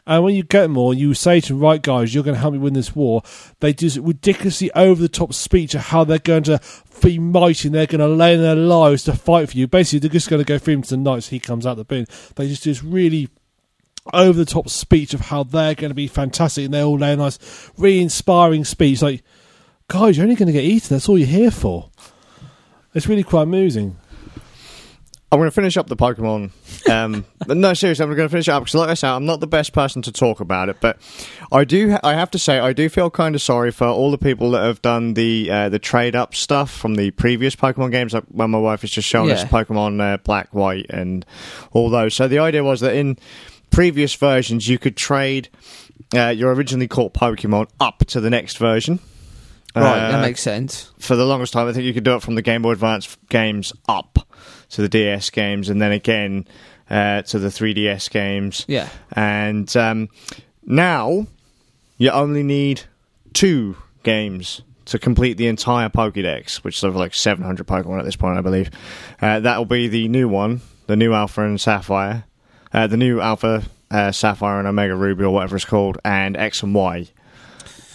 Speaker 3: And when you get them all, you say to them, right, guys, you're going to help me win this war. They do this ridiculously over the top speech of how they're going to be mighty and they're going to lay their lives to fight for you. Basically, they're just going to go through him to the knight as he comes out the bin. They just do this really over the top speech of how they're going to be fantastic and they're all laying nice, re inspiring speech. Like, guys, you're only going to get eaten. That's all you're here for. It's really quite amusing.
Speaker 1: I'm going to finish up the Pokemon. Um, but no, seriously, I'm going to finish it up because, like I said, I'm not the best person to talk about it, but I do. Ha- I have to say, I do feel kind of sorry for all the people that have done the uh, the trade up stuff from the previous Pokemon games. Like when my wife has just shown us
Speaker 2: Yeah.
Speaker 1: Pokemon uh, Black, White, and all those. So the idea was that in previous versions, you could trade uh, your originally caught Pokemon up to the next version.
Speaker 2: Right,
Speaker 1: Uh,
Speaker 2: that makes sense.
Speaker 1: for the longest time, I think you could do it from the Game Boy Advance games up to the DS games, and then again uh, to the 3DS games.
Speaker 2: Yeah.
Speaker 1: And um, now you only need two games to complete the entire Pokédex, which is over like 700 Pokemon at this point, I believe. Uh, that will be the new one, the new Alpha and Sapphire, uh, the new Alpha uh, Sapphire and Omega Ruby, or whatever it's called, and X and Y.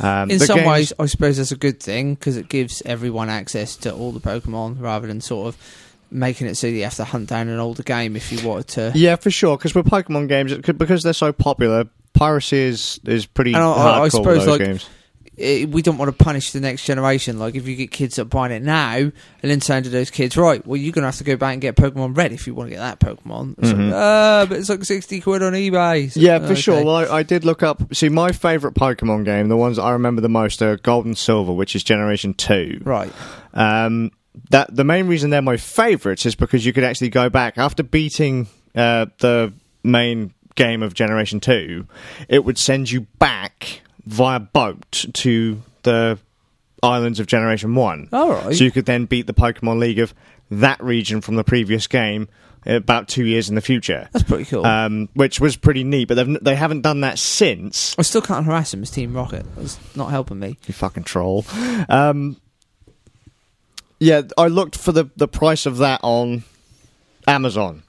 Speaker 1: Um,
Speaker 2: In
Speaker 1: the
Speaker 2: some
Speaker 1: games-
Speaker 2: ways, I suppose that's a good thing because it gives everyone access to all the Pokemon rather than sort of making it so you have to hunt down an older game if you wanted to.
Speaker 1: Yeah, for sure. Because with Pokemon games, it could, because they're so popular, piracy is is pretty
Speaker 2: And I-
Speaker 1: hardcore.
Speaker 2: I- I
Speaker 1: with
Speaker 2: suppose,
Speaker 1: those
Speaker 2: like,
Speaker 1: games.
Speaker 2: it, we don't want to punish the next generation. Like, if you get kids that are buying it now and then saying to those kids, right, well, you're going to have to go back and get Pokemon Red if you want to get that Pokemon. It's like, "Ah, but it's like 60 quid on eBay. So,
Speaker 1: Mm-hmm. Yeah, for
Speaker 2: okay.
Speaker 1: sure. Well, I, I did look up. See, my favorite Pokemon game, the ones that I remember the most, are Gold and Silver, which is Generation Two.
Speaker 2: right.
Speaker 1: Um, that the main reason they're my favourites is because you could actually go back after beating uh, the main game of Generation Two, it would send you back via boat to the islands of Generation One.
Speaker 2: All right.
Speaker 1: So you could then beat the Pokemon League of that region from the previous game about two years in the future.
Speaker 2: That's pretty cool.
Speaker 1: Um, which was pretty neat, but they've, they haven't done that since.
Speaker 2: I still can't harass him as Team Rocket. That's not helping me.
Speaker 1: You fucking troll. Um, yeah, I looked for the, the price of that on Amazon.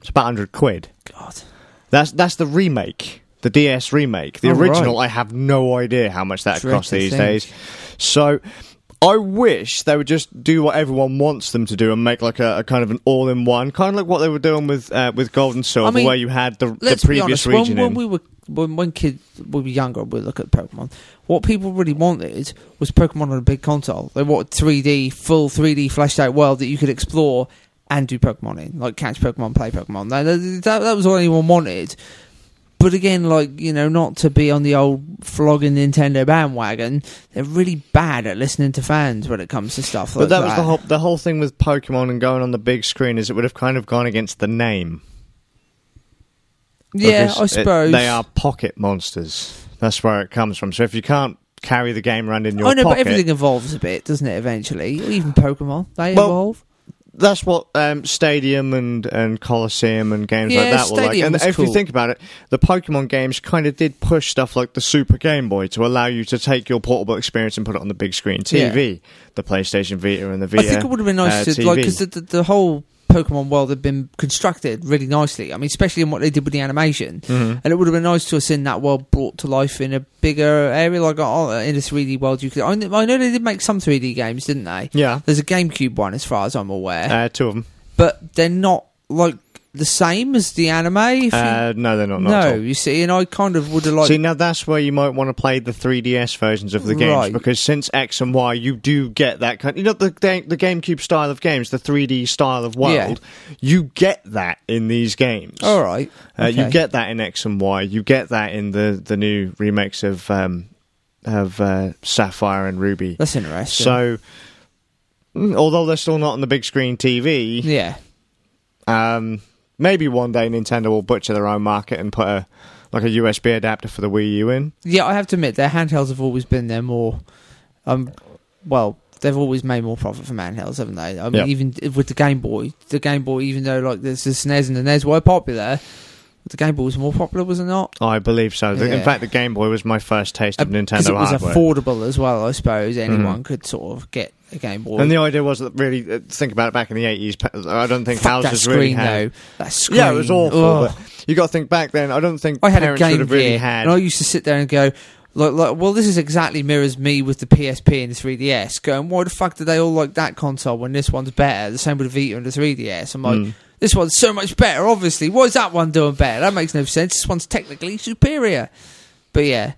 Speaker 1: It's about hundred quid.
Speaker 2: God.
Speaker 1: That's that's the remake, the DS remake. The
Speaker 2: Oh,
Speaker 1: original, I have no idea how much that
Speaker 2: Dread
Speaker 1: costs
Speaker 2: to
Speaker 1: these
Speaker 2: think.
Speaker 1: days. So. I wish they would just do what everyone wants them to do and make like a, a kind of an all-in-one, kind of like what they were doing with uh, with Gold and Silver,
Speaker 2: I mean,
Speaker 1: where you had the, the
Speaker 2: Let's be
Speaker 1: previous
Speaker 2: honest.
Speaker 1: region.
Speaker 2: When, when
Speaker 1: in.
Speaker 2: we were when, when kids we were younger, we look at Pokemon. What people really wanted was Pokemon on a big console. They wanted 3D, full 3D fleshed out world that you could explore and do Pokemon in, like catch Pokemon, play Pokemon. That, that, that was all anyone wanted. But again, like, you know, not to be on the old flogging Nintendo bandwagon, they're really bad at listening to fans when it comes to stuff like
Speaker 1: But that
Speaker 2: that.
Speaker 1: was the whole the whole thing with Pokemon and going on the big screen is it would have kind of gone against the name.
Speaker 2: yeah,
Speaker 1: because
Speaker 2: I
Speaker 1: it-
Speaker 2: suppose.
Speaker 1: they are pocket monsters. That's where it comes from. So if you can't carry the game around in your
Speaker 2: I know, but
Speaker 1: pocket,
Speaker 2: everything evolves a bit, doesn't it, eventually? Even Pokemon, they
Speaker 1: Well,
Speaker 2: evolve.
Speaker 1: that's what um, Stadium and, and Coliseum and games
Speaker 2: Yeah,
Speaker 1: like that were like.
Speaker 2: Stadium
Speaker 1: And
Speaker 2: was
Speaker 1: if
Speaker 2: cool.
Speaker 1: you think about it, the Pokemon games kind of did push stuff like the Super Game Boy to allow you to take your portable experience and put it on the big screen TV, the PlayStation Vita and the Vita.
Speaker 2: I think it would have been nice
Speaker 1: uh,
Speaker 2: to, like,
Speaker 1: TV.
Speaker 2: because the, the, the whole Pokemon world had been constructed really nicely. I mean, especially in what they did with the animation.
Speaker 1: Mhm.
Speaker 2: And it would have been nice to have seen that world brought to life in a bigger area, like oh, in a 3D world. You could. I kn- I know they did make some 3D games, didn't they?
Speaker 1: Yeah,
Speaker 2: There's a GameCube one, as far as I'm aware,
Speaker 1: uh, two of them.
Speaker 2: but they're not like the same as the anime. If you-
Speaker 1: Uh, no, they're not. not at
Speaker 2: no,
Speaker 1: all.
Speaker 2: you see, and I kind of would have liked.
Speaker 1: See, now that's where you might want to play the 3DS versions of the games
Speaker 2: Right.
Speaker 1: because since X and Y, you do get that kind. You know the ga- the GameCube style of games, the 3D style of
Speaker 2: Yeah.
Speaker 1: world. You get that in these games.
Speaker 2: all right,
Speaker 1: Uh, you
Speaker 2: okay.
Speaker 1: get that in X and Y. You get that in the the new remakes of um, of uh, Sapphire and Ruby.
Speaker 2: that's interesting.
Speaker 1: So, mm, although they're still not on the big screen TV,
Speaker 2: yeah,
Speaker 1: um, maybe one day Nintendo will butcher their own market and put a like a USB adapter for the Wii U in.
Speaker 2: yeah, I have to admit, their handhelds have always been their more, um, well, they've always made more profit from handhelds, haven't they? I mean,
Speaker 1: Yeah.
Speaker 2: even with the Game Boy, the Game Boy, even though like there's the SNES and the NES were popular, the Game Boy was more popular, was it not?
Speaker 1: I believe so. The-
Speaker 2: Yeah.
Speaker 1: In fact, the Game Boy was my first taste of
Speaker 2: Because
Speaker 1: Nintendo
Speaker 2: it was
Speaker 1: hardware. Mm.
Speaker 2: affordable as well, I suppose. Anyone could sort of get a Game Boy.
Speaker 1: and the idea was that really uh, think about it back in the eighties. I don't think
Speaker 2: Fuck that
Speaker 1: houses
Speaker 2: screen
Speaker 1: really had.
Speaker 2: though. That screen.
Speaker 1: Yeah, it was awful.
Speaker 2: Ugh.
Speaker 1: But you got to think back then. I don't think
Speaker 2: I had a
Speaker 1: parents
Speaker 2: Game
Speaker 1: would have really
Speaker 2: Gear,
Speaker 1: had.
Speaker 2: and I used to sit there and go, like, like, well, this is exactly mirrors me with the PSP and the 3DS. Going, why the fuck did they all like that console when this one's better? The same with the Vita and the 3DS. I'm like,
Speaker 1: Mm.
Speaker 2: this one's so much better. Obviously, why is that one doing better? That makes no sense. This one's technically superior. But yeah,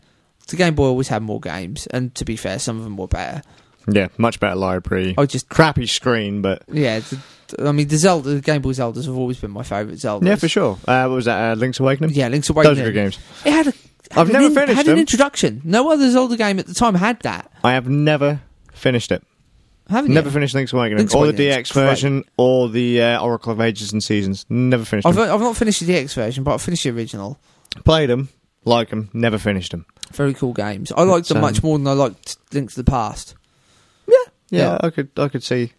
Speaker 2: the Game Boy always had more games, and to be fair, some of them were better.
Speaker 1: Yeah, much better library.
Speaker 2: I just,
Speaker 1: Crappy screen, but
Speaker 2: yeah, the, I mean, the Zelda, the Game Boy Zeldas have always been my favourite Zeldas.
Speaker 1: yeah, for sure. Uh, what was that? Uh, Link's Awakening.
Speaker 2: Yeah, Link's
Speaker 1: Those
Speaker 2: Awakening.
Speaker 1: are good games.
Speaker 2: It had a. had
Speaker 1: I've
Speaker 2: an
Speaker 1: never
Speaker 2: in-
Speaker 1: finished
Speaker 2: Had an
Speaker 1: them.
Speaker 2: introduction. No other Zelda game at the time had that.
Speaker 1: I have never finished it.
Speaker 2: Haven't
Speaker 1: Never
Speaker 2: you?
Speaker 1: finished Link's Awakening,
Speaker 2: Link's
Speaker 1: or the
Speaker 2: Awakening is
Speaker 1: DX
Speaker 2: great.
Speaker 1: version, or the uh, Oracle of Ages and Seasons. Never finished
Speaker 2: I've,
Speaker 1: them.
Speaker 2: I've not finished the DX version, but I finished the original.
Speaker 1: Played them, like them, never finished them.
Speaker 2: Very cool games. I liked
Speaker 1: It's,
Speaker 2: them much
Speaker 1: um,
Speaker 2: more than I liked Link to the Past.
Speaker 1: Yeah,
Speaker 2: Yeah.
Speaker 1: I could, I could see,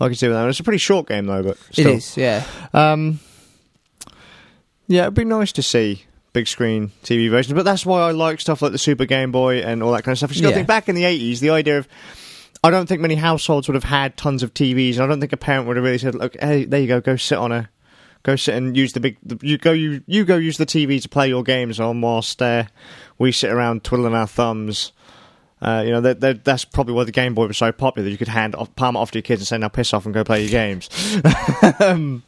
Speaker 1: I could see that. It's a pretty short game though, but still.
Speaker 2: It is, yeah.
Speaker 1: Um, yeah, it'd be nice to see big screen TV versions, but that's why I like stuff like the Super Game Boy and all that kind of stuff. Because I
Speaker 2: Yeah.
Speaker 1: think back in the eighties, the idea of I don't think many households would have had tons of TVs, and I don't think a parent would have really said, "Look, hey, there you go, go sit on a." Go sit and use the big. The, you go. You you go use the TV to play your games on whilst uh, we sit around twiddling our thumbs. Uh, you know that, that that's probably why the Game Boy was so popular. You could hand off, palm it off to your kids and say, "Now piss off and go play your games." um,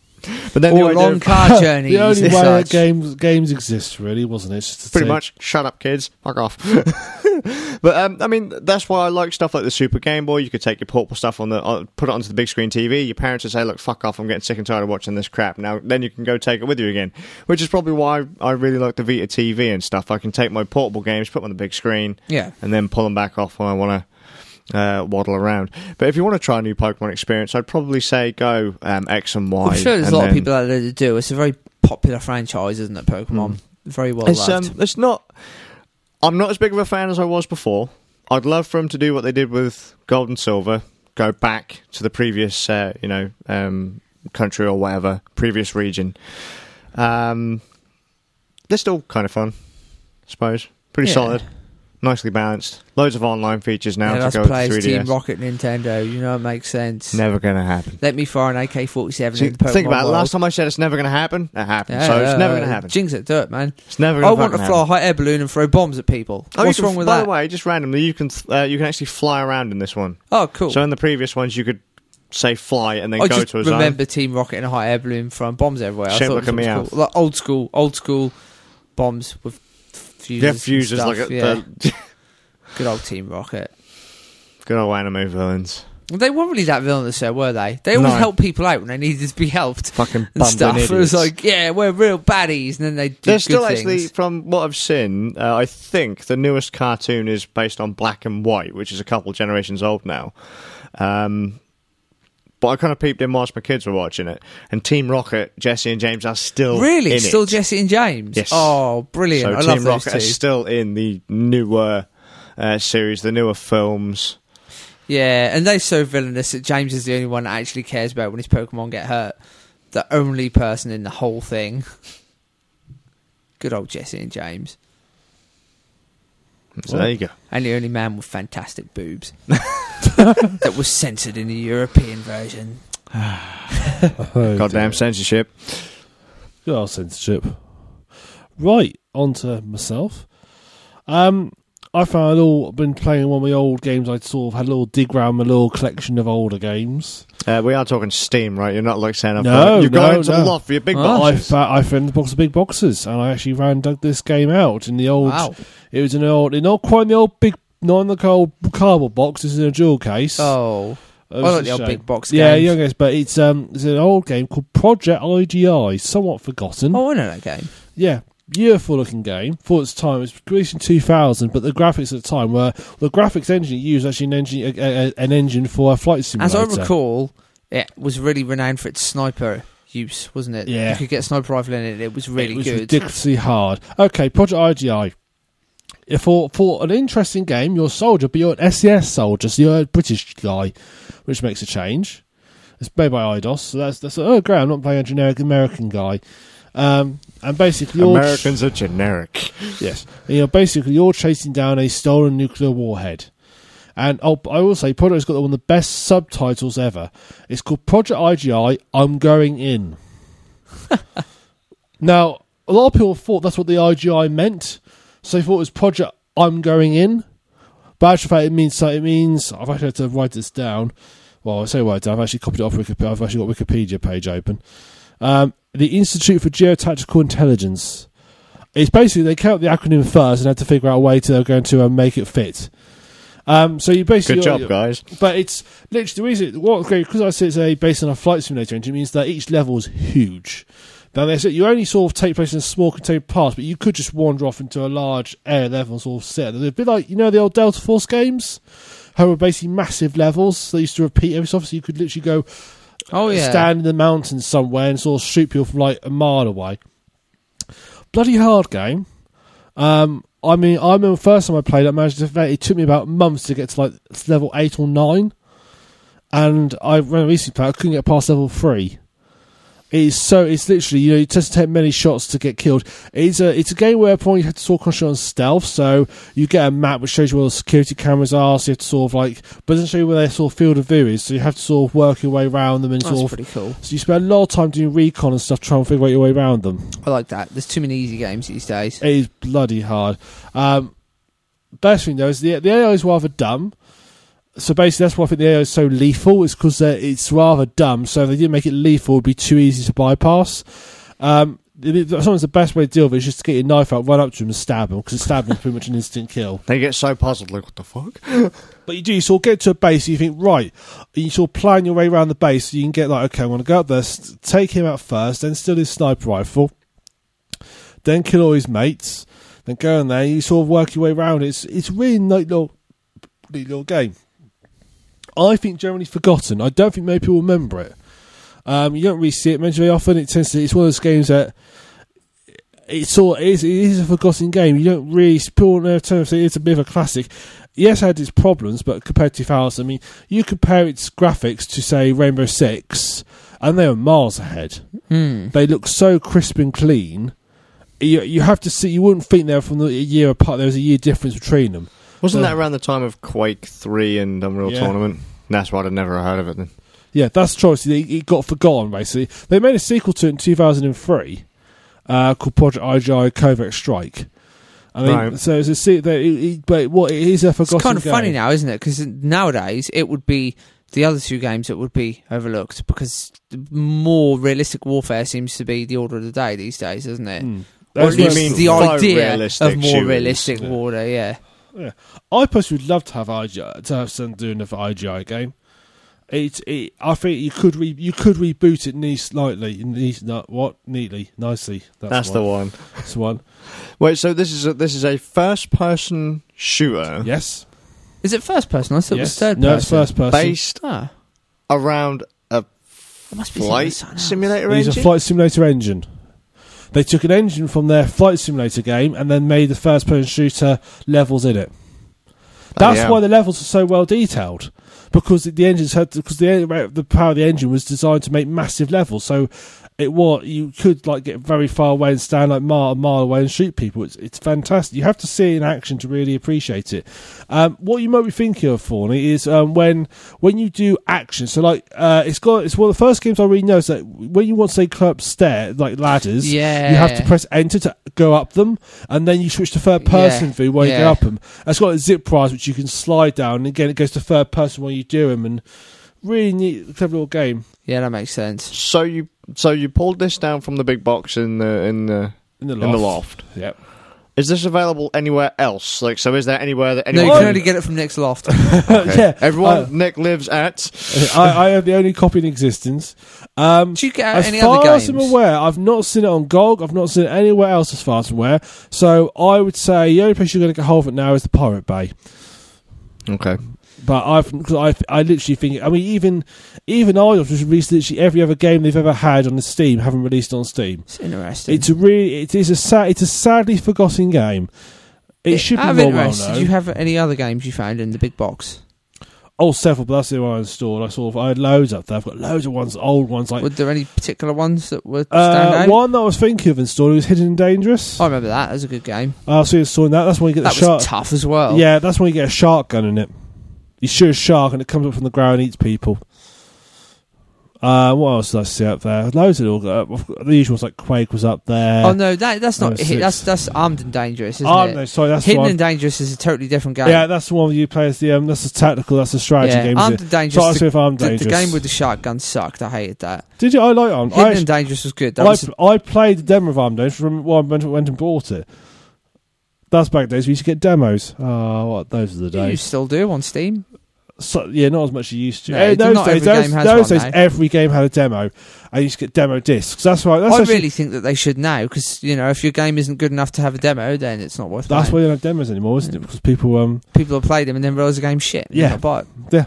Speaker 1: but then the
Speaker 2: Or
Speaker 1: idea
Speaker 2: long
Speaker 1: of-
Speaker 2: car journeys.
Speaker 3: the only way
Speaker 2: and
Speaker 3: that
Speaker 2: such.
Speaker 3: games games exist really wasn't it? It's just to
Speaker 1: pretty
Speaker 3: take-
Speaker 1: much shut up kids fuck off but um, i mean that's why i like stuff like the super game boy you could take your portable stuff on the uh, put it onto the big screen tv your parents would say look fuck off i'm getting sick and tired of watching this crap now then you can go take it with you again which is probably why i really like the vita tv and stuff i can take my portable games put them on the big screen
Speaker 2: Yeah.
Speaker 1: and then pull them back off when i want to uh, waddle around, but if you want to try a new Pokemon experience, I'd probably say go um, X and Y.
Speaker 2: I'm sure there's
Speaker 1: and
Speaker 2: a lot
Speaker 1: then-
Speaker 2: of people out there that do. It's a very popular franchise, isn't it, Pokemon? Very well
Speaker 1: It's
Speaker 2: loved.
Speaker 1: um, it's not. I'm not as big of a fan as I was before. I'd love for them to do what they did with Gold and Silver, go back to the previous, uh, you know, um, country or whatever, previous region. Um, they're still kind of fun, I suppose. Pretty
Speaker 2: Yeah.
Speaker 1: solid, nicely balanced. Loads of online features now
Speaker 2: Yeah,
Speaker 1: to
Speaker 2: that's
Speaker 1: go with the
Speaker 2: players, Team
Speaker 1: 3DS.
Speaker 2: Rocket, Nintendo. You know, it makes sense.
Speaker 1: Never gonna happen.
Speaker 2: Let me fire an AK-47
Speaker 1: See,
Speaker 2: in the Pokemon
Speaker 1: think about it.
Speaker 2: world.
Speaker 1: Last time I said it's never gonna happen, it happened.
Speaker 2: Yeah,
Speaker 1: so it's never
Speaker 2: uh,
Speaker 1: gonna happen.
Speaker 2: Jinx it, do it, man.
Speaker 1: It's never
Speaker 2: I
Speaker 1: gonna
Speaker 2: want to
Speaker 1: fucking
Speaker 2: fly
Speaker 1: happen.
Speaker 2: a hot air balloon and throw bombs at people.
Speaker 1: Oh, you
Speaker 2: What's
Speaker 1: can-
Speaker 2: wrong with
Speaker 1: by
Speaker 2: that?
Speaker 1: the way, just randomly, you can th- uh, you can actually fly around in this one.
Speaker 2: oh, cool.
Speaker 1: So in the previous ones, you could say fly and then
Speaker 2: I
Speaker 1: go
Speaker 2: just
Speaker 1: to a zone.
Speaker 2: remember Team Rocket and a hot air balloon throwing bombs everywhere. I
Speaker 1: Shaped
Speaker 2: thought
Speaker 1: like
Speaker 2: it
Speaker 1: a
Speaker 2: was
Speaker 1: meow.
Speaker 2: cool. Like old school, old school bombs with f- fuses.
Speaker 1: Yeah,
Speaker 2: and
Speaker 1: fuses
Speaker 2: stuff.
Speaker 1: like a,
Speaker 2: yeah.
Speaker 1: the
Speaker 2: good old Team Rocket.
Speaker 1: good old anime villains.
Speaker 2: They weren't really that villainous, though, were they? They always
Speaker 1: No.
Speaker 2: helped people out when they needed to be helped
Speaker 1: Fucking
Speaker 2: and
Speaker 1: bumbling
Speaker 2: stuff. It
Speaker 1: idiots.
Speaker 2: was like, yeah, we're real baddies, and then they do
Speaker 1: They're
Speaker 2: good
Speaker 1: still
Speaker 2: things.
Speaker 1: actually, from what I've seen, uh, I think the newest cartoon is based on black and white, which is a couple generations old now. Um, but I kind of peeped in whilst my kids were watching it, and Team Rocket, Jesse and James are still
Speaker 2: really
Speaker 1: in
Speaker 2: still
Speaker 1: it.
Speaker 2: Jesse and James.
Speaker 1: Yes.
Speaker 2: Oh, brilliant!
Speaker 1: So
Speaker 2: I
Speaker 1: Team
Speaker 2: love those
Speaker 1: Rocket
Speaker 2: two.
Speaker 1: is still in the newer uh, series, the newer films.
Speaker 2: Yeah, and they're so villainous that James is the only one that actually cares about when his Pokemon get hurt. The only person in the whole thing. Good old Jesse and James.
Speaker 1: So there you go.
Speaker 2: And the only man with fantastic boobs that was censored in the European version.
Speaker 3: Oh,
Speaker 1: Goddamn censorship.
Speaker 3: Good old censorship. Right, on to myself. Um, I found I'd all been playing one of my old games. I'd sort of had a little dig round my little collection of older games.
Speaker 1: Uh, we are talking Steam, right? You're not like saying I've
Speaker 3: No,
Speaker 1: got- you've got
Speaker 3: no,
Speaker 1: into
Speaker 3: no. Oh,
Speaker 1: love for your big
Speaker 2: Ah.
Speaker 1: box.
Speaker 3: I found, I found the box of big boxes, and I actually ran dug this game out in the old.
Speaker 2: Wow.
Speaker 3: It was an old, not quite in the old big, not in the old cardboard box. It's in a jewel case.
Speaker 2: Oh.
Speaker 3: It was
Speaker 2: I like
Speaker 3: a
Speaker 2: the old
Speaker 3: shame.
Speaker 2: big box
Speaker 3: Yeah,
Speaker 2: games.
Speaker 3: young guys, but it's um, it's an old game called Project IGI, somewhat forgotten.
Speaker 2: Oh, I know that game.
Speaker 3: Yeah, beautiful looking game for its time. It was released in 2000, but the graphics at the time were the graphics engine it used actually an engine a, a, an engine for a flight
Speaker 2: As
Speaker 3: simulator.
Speaker 2: I recall, it was really renowned for its sniper use, wasn't it?
Speaker 3: Yeah.
Speaker 2: You could get a sniper rifle in it, it was really
Speaker 3: it was
Speaker 2: good.
Speaker 3: ridiculously hard. Okay, Project IGI. If For for an interesting game, you're a soldier, but you're an SES E soldier, so you're a British guy, which makes a change. It's made by IDOS, so that's that's oh great. I'm not playing a generic American guy. Um, and basically, you're
Speaker 1: Americans are generic.
Speaker 3: Yes. You know, basically, you're chasing down a stolen nuclear warhead. And I'll, I will say, Project's got one of the best subtitles ever. It's called Project IGI I'm Going In. now, a lot of people thought that's what the IGI meant. So they thought it was Project I'm Going In. But actually, fact, it means so it means I've actually had to write this down. Well, I say write it down. I've actually copied it off Wikipedia. I've actually got Wikipedia page open. Um, the Institute for Geotactical Intelligence. It's basically they came up with the acronym first and had to figure out a way to they're going to uh, make it fit. Um, so you basically
Speaker 1: Good job,
Speaker 3: you're-
Speaker 1: guys.
Speaker 3: but it's literally the reason what because I say it's a based on a flight simulator engine it means that each level is huge. Now they said you only sort of take place in a small contained parts, but you could just wander off into a large air level and sort of set. They're A bit like you know the old Delta Force games, how were basically massive levels. They used to repeat every so often. So you could literally go
Speaker 2: oh, yeah.
Speaker 3: stand in the mountains somewhere and sort of shoot people from like a mile away. Bloody hard game. Um, I mean, I remember the first time I played it, I managed to, it took me about months to get to like level 8 or 9. And I when I recently played, I couldn't get past level 3. It's so it's literally you know you just take many shots to get killed. It's a it's a game where at point you have to sort of concentrate on stealth. So you get a map which shows you where the security cameras are. So you have to sort of like, but it doesn't show you where their sort of field of view is. So you have to sort of work your way around them and
Speaker 2: That's
Speaker 3: sort of.
Speaker 2: pretty cool.
Speaker 3: So you spend a lot of time doing recon and stuff trying to figure out your way around them.
Speaker 2: I like that. There's too many easy games these days.
Speaker 3: It is bloody hard. Um, best thing though is the the AI is rather dumb. So basically, that's why I think the AI is so lethal. Is because it's rather dumb. So if they didn't make it lethal, it'd be too easy to bypass. Um, it- it- sometimes the best way to deal with it is just to get your knife out, run up to him, and stab him because stabbing is pretty much an instant kill.
Speaker 1: They get so puzzled, like, what the fuck?
Speaker 3: But you do, you sort of get to a base, you think, right, and you sort of plan your way around the base, so you can get like, okay, I'm going to go up there, s- take him out first, then steal his sniper rifle, then kill all his mates, then go in there, you sort of work your way around. It's it's really neat little, neat little game. I think generally forgotten. I don't think many people remember it. Um, you don't really see it mentioned very often. It tends to, it's one of those games that it's all it is, it is a forgotten game. You don't really spill no terms. so It's a bit of a classic. Yes, it had its problems, but compared to ours, I mean, you compare its graphics to say Rainbow Six, and they were miles ahead.
Speaker 2: Hmm.
Speaker 3: They look so crisp and clean. You you have to see. You wouldn't think they're from the, a year apart. There was a year difference between them.
Speaker 1: Wasn't
Speaker 3: Yeah.
Speaker 1: that around the time of Quake 3 and Unreal
Speaker 3: Yeah.
Speaker 1: Tournament? That's why I'd never heard of it then.
Speaker 3: Yeah, that's choice. It, it got forgotten basically. They made a sequel to it in 2003 uh, called Project IGI Covert Strike. I mean,
Speaker 1: Right.
Speaker 3: so it's a se- they, it, it- but what it is a forgotten.
Speaker 2: It's kind of
Speaker 3: game.
Speaker 2: funny now, isn't it? Because nowadays it would be the other two games that would be overlooked because more realistic warfare seems to be the order of the day these days, doesn't it?
Speaker 3: Mm.
Speaker 2: Or
Speaker 3: That's
Speaker 2: at
Speaker 1: You
Speaker 2: least
Speaker 3: what-
Speaker 1: mean
Speaker 2: the
Speaker 1: faux
Speaker 2: idea
Speaker 1: realistic
Speaker 2: of more
Speaker 1: shooters.
Speaker 2: realistic
Speaker 3: Yeah.
Speaker 2: water, yeah.
Speaker 3: I personally would love to have IGI to have some doing the IGI game. It, it, I think you could re, you could reboot it nice, lightly, nice, no, what neatly, nicely. That's,
Speaker 1: That's the
Speaker 3: one.
Speaker 1: one.
Speaker 3: That's the one.
Speaker 1: Wait, so this is a, this is a first person shooter
Speaker 3: Yes.
Speaker 2: Is it first person? I thought it was
Speaker 3: yes.
Speaker 2: third
Speaker 3: no,
Speaker 2: person.
Speaker 3: it's first person.
Speaker 1: based
Speaker 2: Ah,
Speaker 1: around a
Speaker 2: it must be
Speaker 1: flight
Speaker 2: something else.
Speaker 1: simulator
Speaker 3: They used
Speaker 1: engine.
Speaker 3: a flight simulator engine. They took an engine from their flight simulator game and then made the first person shooter levels in it.
Speaker 1: Bloody
Speaker 3: That's
Speaker 1: hell.
Speaker 3: why the levels are so well detailed because the engines had because the the power of the engine was designed to make massive levels. So it was you could like get very far away and stand like mile a mile away and shoot people. It's it's fantastic. You have to see it in action to really appreciate it. Um, what you might be thinking of, Fawny, is um, when when you do action. So like uh, it's got it's one of the first games I really noticed that when you want to say climb stair like ladders,
Speaker 2: Yeah.
Speaker 3: you have to press enter to go up them, and then you switch to third person
Speaker 2: Eh. Yeah,
Speaker 3: view where you
Speaker 2: yeah.
Speaker 3: go up them. It's got a zip rise which you can slide down. And again, it goes to third person when you do them, and really neat, clever little game.
Speaker 2: Yeah, that makes sense.
Speaker 1: So you so you pulled this down from the big box in the in the
Speaker 3: In the loft.
Speaker 1: in the loft.
Speaker 3: Yep.
Speaker 1: Is this available anywhere else? Like, so is there anywhere that
Speaker 2: No,
Speaker 1: anyone?
Speaker 2: you can
Speaker 1: can-
Speaker 2: only get it from next loft.
Speaker 1: Okay.
Speaker 3: yeah.
Speaker 1: Everyone,
Speaker 3: Uh,
Speaker 1: Nick lives at.
Speaker 3: I, I have the only copy in existence. Um,
Speaker 2: Do you get out
Speaker 3: as
Speaker 2: Uh, any
Speaker 3: far
Speaker 2: other games?
Speaker 3: as I'm aware, I've not seen it on GOG. I've not seen it anywhere else as far as I'm aware. So I would say the only place you're going to get hold of it now is the Pirate Bay.
Speaker 1: Okay.
Speaker 3: But I've, cause I've, I literally think, I mean, even even Idols, which released literally every other game they've ever had on the Steam, haven't released it on Steam.
Speaker 2: It's interesting.
Speaker 3: It's a really, it is a sad, it's a sadly forgotten game. It, should be
Speaker 2: Out of
Speaker 3: more well
Speaker 2: interest, Did
Speaker 3: known.
Speaker 2: you have any other games you found in the big box?
Speaker 3: oh, several, but that's the one I installed. I saw, I had loads up there. I've got loads of ones, old ones like.
Speaker 2: Were there any particular ones that were stand
Speaker 3: Uh,
Speaker 2: out?
Speaker 3: one that I was thinking of installing was Hidden and Dangerous.
Speaker 2: I
Speaker 3: I
Speaker 2: remember that. That was a good game.
Speaker 3: so you installing that. That's when you get
Speaker 2: Oh. That
Speaker 3: the
Speaker 2: was
Speaker 3: shark.
Speaker 2: tough as well.
Speaker 3: Yeah, that's when you get a shark gun in it. You shoot a shark and it comes up from the ground and eats people. Uh, what else did I see up there? Loads of little. Uh, I've got- the usual ones like Quake was up there.
Speaker 2: Oh no, that that's not
Speaker 3: Number
Speaker 2: hit. that's
Speaker 3: six.
Speaker 2: that's armed and dangerous, isn't
Speaker 3: Oh,
Speaker 2: it?
Speaker 3: no, sorry, that's the
Speaker 2: Hidden
Speaker 3: one.
Speaker 2: and dangerous is a totally different game.
Speaker 3: yeah, that's the one where you play as the. Um, that's the tactical. That's the strategy
Speaker 2: Yeah,
Speaker 3: game. is
Speaker 2: armed
Speaker 3: it?
Speaker 2: and
Speaker 3: So I
Speaker 2: dangerous.
Speaker 3: was with Armed
Speaker 2: the, the, the
Speaker 3: Dangerous.
Speaker 2: game with the shotgun sucked. I hated that.
Speaker 3: Did you? I like Armed.
Speaker 2: Hidden
Speaker 3: I,
Speaker 2: and
Speaker 3: actually-
Speaker 2: dangerous was good. That
Speaker 3: I,
Speaker 2: was
Speaker 3: I played the demo of Armed Dangerous from when I went, went and bought it. That's back days. We used to get demos. Oh, what those are the
Speaker 2: you
Speaker 3: days.
Speaker 2: still do on Steam.
Speaker 3: so, yeah, not as much as you used to.
Speaker 2: No,
Speaker 3: Eh,
Speaker 2: it's
Speaker 3: those
Speaker 2: not
Speaker 3: days,
Speaker 2: every
Speaker 3: those,
Speaker 2: game has one
Speaker 3: those days,
Speaker 2: now.
Speaker 3: every game had a demo. I used to get demo discs. That's right. That's
Speaker 2: I
Speaker 3: actually-
Speaker 2: really think that they should now because you know if your game isn't good enough to have a demo, then it's not worth.
Speaker 3: that's
Speaker 2: playing.
Speaker 3: why you don't have demos anymore, isn't it?
Speaker 2: Mm.
Speaker 3: Because people um
Speaker 2: people have played them and then realise the game's shit. and
Speaker 3: Yeah.
Speaker 2: not buy it.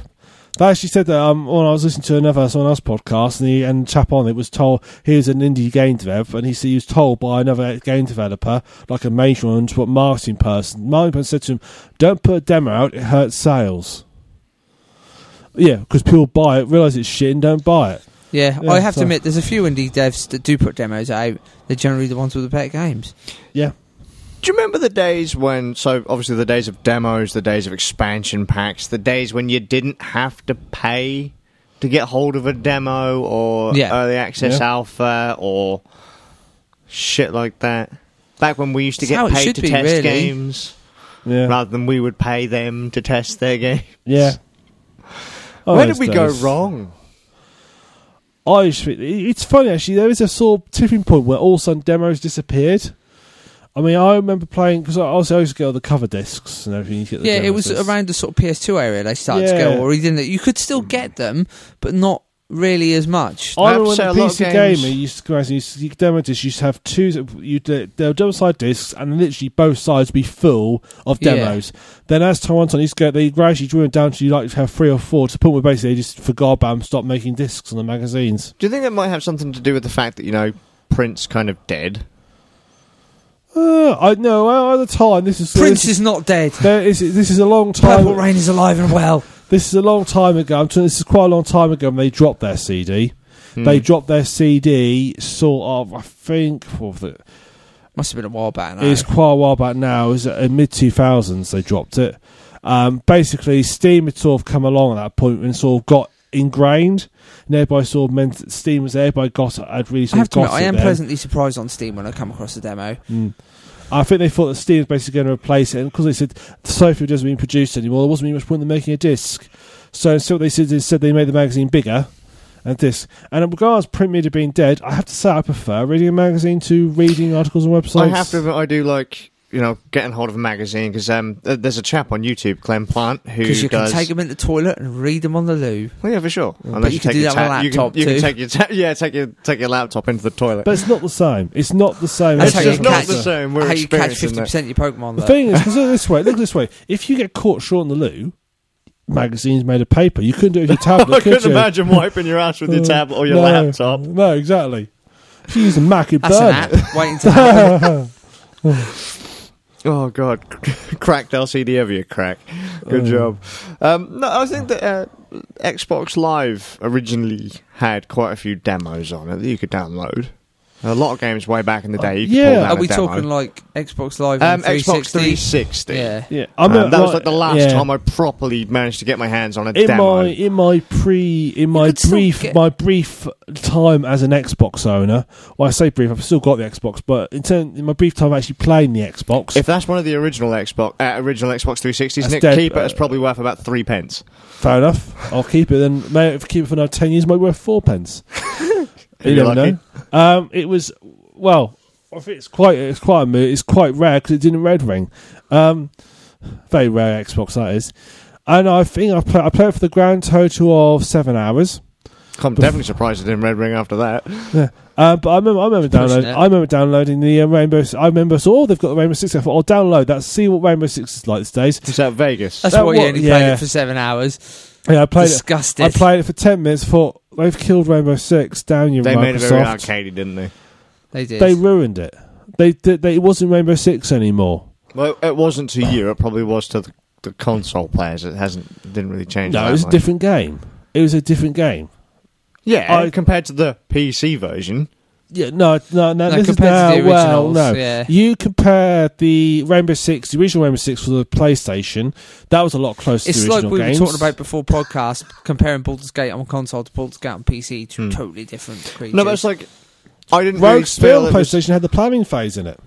Speaker 3: they actually said that um when I was listening to another someone else podcast and the and chap on it was told he was an indie game developer and he, said he was told by another game developer like a major one to what marketing person marketing person said to him don't put a demo out it hurts sales. Yeah, because people buy it, realize it's shit, and don't buy it.
Speaker 2: Yeah,
Speaker 3: Yeah,
Speaker 2: I have
Speaker 3: so-
Speaker 2: to admit, there's a few indie devs that do put demos out. They're generally the ones with the better games.
Speaker 1: Do you remember the days when? So obviously the days of demos, the days of expansion packs, the days when you didn't have to pay to get hold of a demo or
Speaker 2: Yeah.
Speaker 1: early access
Speaker 3: Yeah.
Speaker 1: alpha or shit like that. Back when we used to
Speaker 2: That's how it
Speaker 1: get paid
Speaker 2: should
Speaker 1: to
Speaker 2: be,
Speaker 1: test
Speaker 2: really.
Speaker 1: games,
Speaker 3: Yeah,
Speaker 1: rather than we would pay them to test their game.
Speaker 3: yeah. Oh,
Speaker 1: Where did
Speaker 3: those
Speaker 1: we go
Speaker 3: days.
Speaker 1: wrong?
Speaker 3: I just think it's funny actually. There is a sort of tipping point where all of a sudden demos disappeared. I mean, I remember playing because I also used to get all the cover discs and everything. You get the
Speaker 2: Yeah,
Speaker 3: demo
Speaker 2: it was
Speaker 3: discs.
Speaker 2: around the sort of PS2 area they started to
Speaker 3: Yeah.
Speaker 2: go, or even that you could still get them, but not really as much.
Speaker 1: I
Speaker 3: I
Speaker 1: have to
Speaker 3: remember
Speaker 1: say a
Speaker 3: when
Speaker 1: lot of
Speaker 3: PC
Speaker 1: games-
Speaker 3: Gamer used to come out and used to, demo discs. Used to have two, you there were uh, double side discs, and literally both sides would be full of
Speaker 2: Yeah.
Speaker 3: demos. Then as time went on, used to go, they gradually drew it down to you like to have three or four. To the point where basically they just forgot about and stopped making discs on the magazines.
Speaker 1: Do you think that might have something to do with the fact that you know Prince kind of dead?
Speaker 3: Uh, I know at the time this is
Speaker 2: Prince
Speaker 3: this,
Speaker 2: is not dead.
Speaker 3: there is this is a long time.
Speaker 2: Purple Rain is alive and well.
Speaker 3: This is a long time ago. I'm telling- this is quite a long time ago when they dropped their CD.
Speaker 2: Hmm.
Speaker 3: They dropped their CD sort of, I think, for the,
Speaker 2: Must have been a while back. Now.
Speaker 3: it's quite a while back now. It was in mid 2000s they dropped it. Um, basically, Steam had sort of come along at that point and sort of got ingrained. And everybody sort of meant that Steam was there, but got I'd really
Speaker 2: I
Speaker 3: sort
Speaker 2: have
Speaker 3: of
Speaker 2: to
Speaker 3: got
Speaker 2: admit, I
Speaker 3: it
Speaker 2: am
Speaker 3: then.
Speaker 2: pleasantly surprised on Steam when I come across a demo.
Speaker 3: Mm. I think they thought that Steam was basically going to replace it, and because they said Sophie doesn't being produced anymore, there wasn't really much point in making a disc. So instead, what they said instead they made the magazine bigger and disc. And in regards to print media being dead, I have to say I prefer reading a magazine to reading articles on websites.
Speaker 1: I have to admit, I do like you know, getting hold of a magazine because um, th- there's a chap on YouTube, Clem Plant, who
Speaker 2: Because you
Speaker 1: does.
Speaker 2: can take them in the toilet and read them on the loo.
Speaker 1: well, yeah, for sure.
Speaker 2: but you
Speaker 1: you take
Speaker 2: can do
Speaker 1: your
Speaker 2: that with a
Speaker 1: ta- you can-
Speaker 2: laptop
Speaker 1: you can
Speaker 2: too.
Speaker 1: take your ta- yeah, take your take your laptop into the toilet.
Speaker 3: But it's not the same. It's not the same.
Speaker 2: That's
Speaker 1: it's
Speaker 2: how
Speaker 3: as
Speaker 2: you
Speaker 1: just
Speaker 3: Pokemon
Speaker 1: not
Speaker 2: catch-
Speaker 1: the
Speaker 3: Center.
Speaker 1: same. We're
Speaker 2: How you catch
Speaker 1: experiencing
Speaker 2: fifty
Speaker 1: that.
Speaker 2: percent of your Pokemon?
Speaker 3: The
Speaker 2: though.
Speaker 3: thing is, 'cause look this way. Look this way. If you get caught short in the loo, magazines made of paper. You couldn't do it with your tablet.
Speaker 1: I couldn't
Speaker 3: you?
Speaker 1: imagine wiping your ass with your
Speaker 2: Mm.
Speaker 3: Uh,
Speaker 1: tablet or your
Speaker 3: no.
Speaker 1: laptop.
Speaker 3: No, exactly. If you use a Mac, it
Speaker 2: That's
Speaker 3: burn.
Speaker 2: an app waiting to happen.
Speaker 1: Oh God, cracked LCD over your crack.
Speaker 3: Mm.
Speaker 1: Good job. Um, no, I think that uh, Xbox Live originally had quite a few demos on it that you could download. A lot of games way back in the day. You could
Speaker 3: Uh, Yeah.
Speaker 1: pull down a
Speaker 2: Are we
Speaker 1: demo.
Speaker 2: talking like Xbox Live
Speaker 1: um,
Speaker 2: and
Speaker 1: Xbox 360?
Speaker 2: 360? Yeah.
Speaker 3: Yeah, I
Speaker 1: Um,
Speaker 3: mean,
Speaker 1: that was like the last
Speaker 3: yeah.
Speaker 1: time I properly managed to get my hands on a
Speaker 3: in
Speaker 1: demo.
Speaker 3: my in my pre in my
Speaker 2: could still
Speaker 3: brief
Speaker 2: get-
Speaker 3: my brief time as an Xbox owner. Well, I say brief. I've still got the Xbox, but in, turn, in my brief time actually playing the Xbox,
Speaker 1: If that's one of the original Xbox uh, original Xbox 360s,
Speaker 3: That's
Speaker 1: Nick,
Speaker 3: dead,
Speaker 1: keep it.
Speaker 3: uh,
Speaker 1: It's probably worth about three pence.
Speaker 3: fair enough. I'll keep it. Then may if I keep it for another ten years, it might be worth four pence. you
Speaker 1: You're
Speaker 3: never
Speaker 1: lucky.
Speaker 3: know. Um, it was well. I think it's quite it's quite a move. It's quite rare because it didn't red ring. Um, very rare Xbox that is. And I think I play, I played for the grand total of seven hours.
Speaker 1: I'm definitely surprised it didn't red ring after that.
Speaker 3: Uh, but I remember, I remember
Speaker 2: Pushing
Speaker 3: downloading.
Speaker 2: it.
Speaker 3: I remember downloading the uh, Rainbow. S- I remember, so oh, they've got the Rainbow Six. I thought, I'll download that. See what Rainbow Six is like these days.
Speaker 1: It's out Vegas.
Speaker 2: That's
Speaker 3: That
Speaker 2: why you
Speaker 3: wa-
Speaker 2: only played
Speaker 3: Uh, yeah.
Speaker 2: it for seven hours.
Speaker 3: Yeah, I played it.
Speaker 2: Disgusted.
Speaker 3: I played it for ten minutes. Thought they've killed Rainbow Six. Down you,
Speaker 1: They
Speaker 3: Microsoft.
Speaker 1: made it very arcadey, didn't they?
Speaker 2: They did.
Speaker 3: They ruined it. They, they, they it wasn't Rainbow Six anymore.
Speaker 1: Well, it wasn't to you. It probably was to the, the console players. It hasn't didn't really change.
Speaker 3: No,
Speaker 1: that
Speaker 3: it was a
Speaker 1: much.
Speaker 3: different game. It was a different game.
Speaker 1: Yeah,
Speaker 3: I-
Speaker 1: compared to the PC version.
Speaker 3: Yeah, no, no, no.
Speaker 2: No,
Speaker 3: this is
Speaker 2: compared to
Speaker 3: now,
Speaker 2: the
Speaker 3: well,
Speaker 2: originals,
Speaker 3: no.
Speaker 2: yeah.
Speaker 3: You compare the Rainbow Six, the original Rainbow Six, with the PlayStation. That was a lot closer.
Speaker 2: It's
Speaker 3: to the
Speaker 2: like
Speaker 3: original
Speaker 2: we
Speaker 3: games.
Speaker 2: were talking about before podcast, comparing Baldur's Gate on console to Baldur's Gate on PC, two
Speaker 1: Hmm.
Speaker 2: totally different creatures.
Speaker 1: No, but it's like I didn't really
Speaker 3: Rogue
Speaker 1: feel
Speaker 3: Spill
Speaker 1: it was,
Speaker 3: PlayStation had the planning phase in it.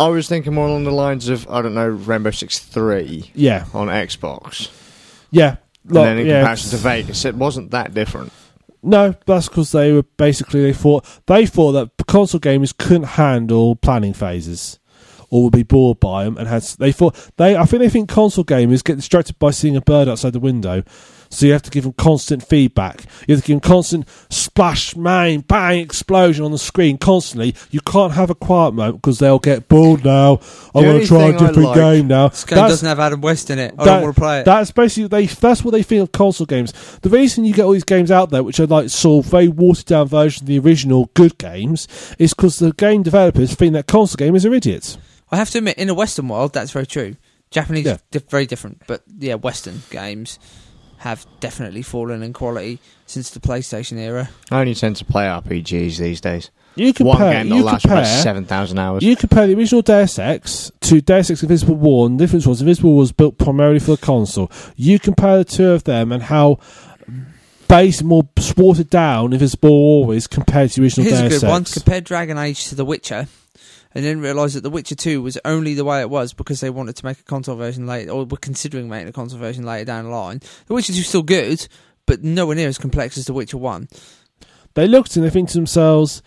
Speaker 1: I was thinking more along the lines of I don't know Rainbow Six Three
Speaker 3: Yeah,
Speaker 1: on Xbox,
Speaker 3: yeah. Like,
Speaker 1: and then in
Speaker 3: yeah.
Speaker 1: comparison to Vegas, it wasn't that different.
Speaker 3: No, that's because they were basically they thought they thought that console gamers couldn't handle planning phases, or would be bored by them, and had they thought they I think they think console gamers get distracted by seeing a bird outside the window, so you have to give them constant feedback. You have to give them constant splash, main, bang, explosion on the screen constantly. You can't have a quiet moment because they'll get bored now. I
Speaker 1: The
Speaker 3: want
Speaker 1: only
Speaker 3: to try a
Speaker 1: thing I
Speaker 3: different
Speaker 1: like-
Speaker 3: game now.
Speaker 2: this game doesn't have Adam West in it. I
Speaker 3: That-
Speaker 2: don't want to play it.
Speaker 3: That's basically they. That's what they think of console games. The reason you get all these games out there, which are like sort of very watered down versions of the original good games, is because the game developers think that console gamers are idiots.
Speaker 2: I have to admit, in the Western world, that's very true. Japanese
Speaker 3: Yeah.
Speaker 2: are di- very different, but yeah, Western games have definitely fallen in quality since the PlayStation era.
Speaker 1: I only tend to play RPGs these days.
Speaker 3: You
Speaker 1: One
Speaker 3: compare.
Speaker 1: game that
Speaker 3: you
Speaker 1: lasts about
Speaker 3: compare.
Speaker 1: seven thousand hours.
Speaker 3: You compare the original Deus Ex to Deus Ex Invisible War, and the difference was Invisible War was built primarily for the console. You compare the two of them and how base more watered down Invisible War is compared to the original
Speaker 2: Here's a
Speaker 3: Deus
Speaker 2: good one:
Speaker 3: Ex.
Speaker 2: compare Dragon Age to The Witcher, and then realise that The Witcher Two was only the way it was because they wanted to make a console version later, or were considering making a console version later down the line. The Witcher Two is still good, but nowhere near as complex as The Witcher One.
Speaker 3: they looked and they think to themselves,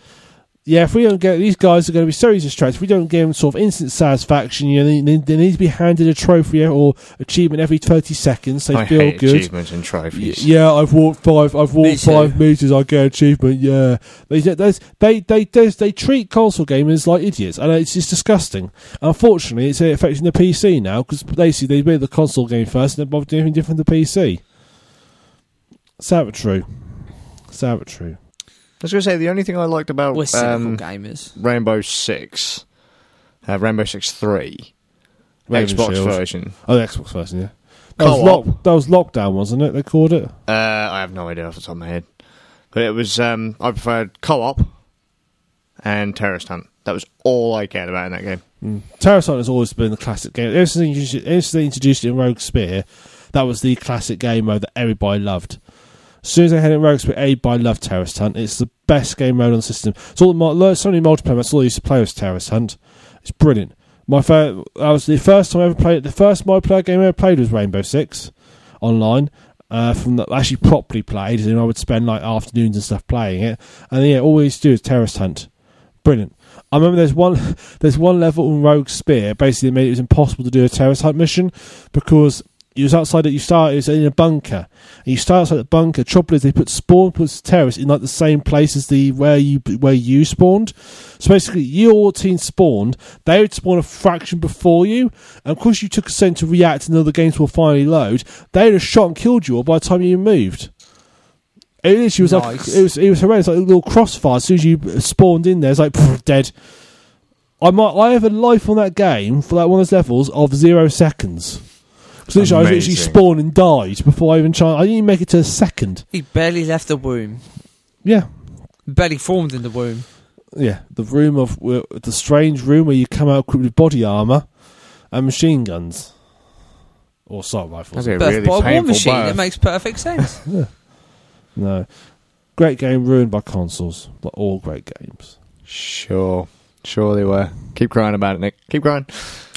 Speaker 3: yeah, if we don't get these guys are going to be so distracted, if we don't give them sort of instant satisfaction, you know, they, they, they need to be handed a trophy or achievement every 30 seconds. They
Speaker 1: I
Speaker 3: feel
Speaker 1: hate
Speaker 3: good.
Speaker 1: achievements and
Speaker 3: Y-
Speaker 1: trophies.
Speaker 3: Yeah, I've walked five. I've
Speaker 2: Me
Speaker 3: walked
Speaker 2: too.
Speaker 3: five meters. I get achievement. Yeah, they they they they, they, they treat console gamers like idiots, and it's just disgusting. Unfortunately, it's affecting the PC now because basically they made the console game first, and they bothered doing anything different to PC. Sad but true. Sad but true.
Speaker 1: I was going to say the only thing I liked about
Speaker 2: We're cynical
Speaker 1: um,
Speaker 2: gamers.
Speaker 1: Rainbow Six, uh, Rainbow Six Three,
Speaker 3: Raven
Speaker 1: Xbox
Speaker 3: Shield.
Speaker 1: version.
Speaker 3: Oh, the Xbox version, yeah. That was,
Speaker 1: Co-op.
Speaker 3: lock, that was lockdown, wasn't it? They called it.
Speaker 1: Uh, I have no idea off the top of my head, but it was. Um, I preferred co-op and Terrorist Hunt. That was all I cared about in that game.
Speaker 3: Terrasite has always been the classic game. Ever since they introduced it- ever since they introduced it in Rogue Spear, that was the classic game mode that everybody loved. As soon as they had it in Rogue Spear, everybody loved Terrorist Hunt. It's the best game mode on the system. It's all the mul- lo- so many multiplayer. That's all I used to play was Terrorist Hunt. It's brilliant. My fir- that was the first time I ever played. The first multiplayer game I ever played was Rainbow Six online. Uh, from the, actually properly played, and I would spend like afternoons and stuff playing it. And yeah, all we used to do is Terrorist Hunt. Brilliant. I remember there's one there's one level in Rogue Spear. Basically, they made it was impossible to do a terrorist type mission because you was outside it. You start it was in a bunker, and you start outside the bunker. Trouble is, they put spawn puts terrorists in like the same place as the where you where you spawned. So basically, your team spawned. They would spawn a fraction before you, and of course, you took a second to react, and the other games will finally load. They would have shot and killed you all by the time you moved. It literally was
Speaker 2: Nice.
Speaker 3: like it was it was horrendous. Like a little crossfire as soon as you spawned in there, it's like pff, dead. I might I have a life on that game for that one of those levels of zero seconds. So literally, I was literally
Speaker 1: Amazing.
Speaker 3: spawned and died before I even tried. I didn't even make it to a second.
Speaker 2: He barely left the womb.
Speaker 3: Yeah,
Speaker 2: Barely formed in the womb.
Speaker 3: yeah. The room of where- the strange room where you come out equipped with body armor and machine guns or assault rifles.
Speaker 1: That's a
Speaker 2: Birth
Speaker 1: really
Speaker 2: by a war
Speaker 1: painful
Speaker 2: machine.
Speaker 1: birth.
Speaker 2: It makes perfect sense.
Speaker 3: No, great game ruined by consoles, like all great games.
Speaker 1: Sure. Sure they were. Keep crying about it, Nick. Keep crying.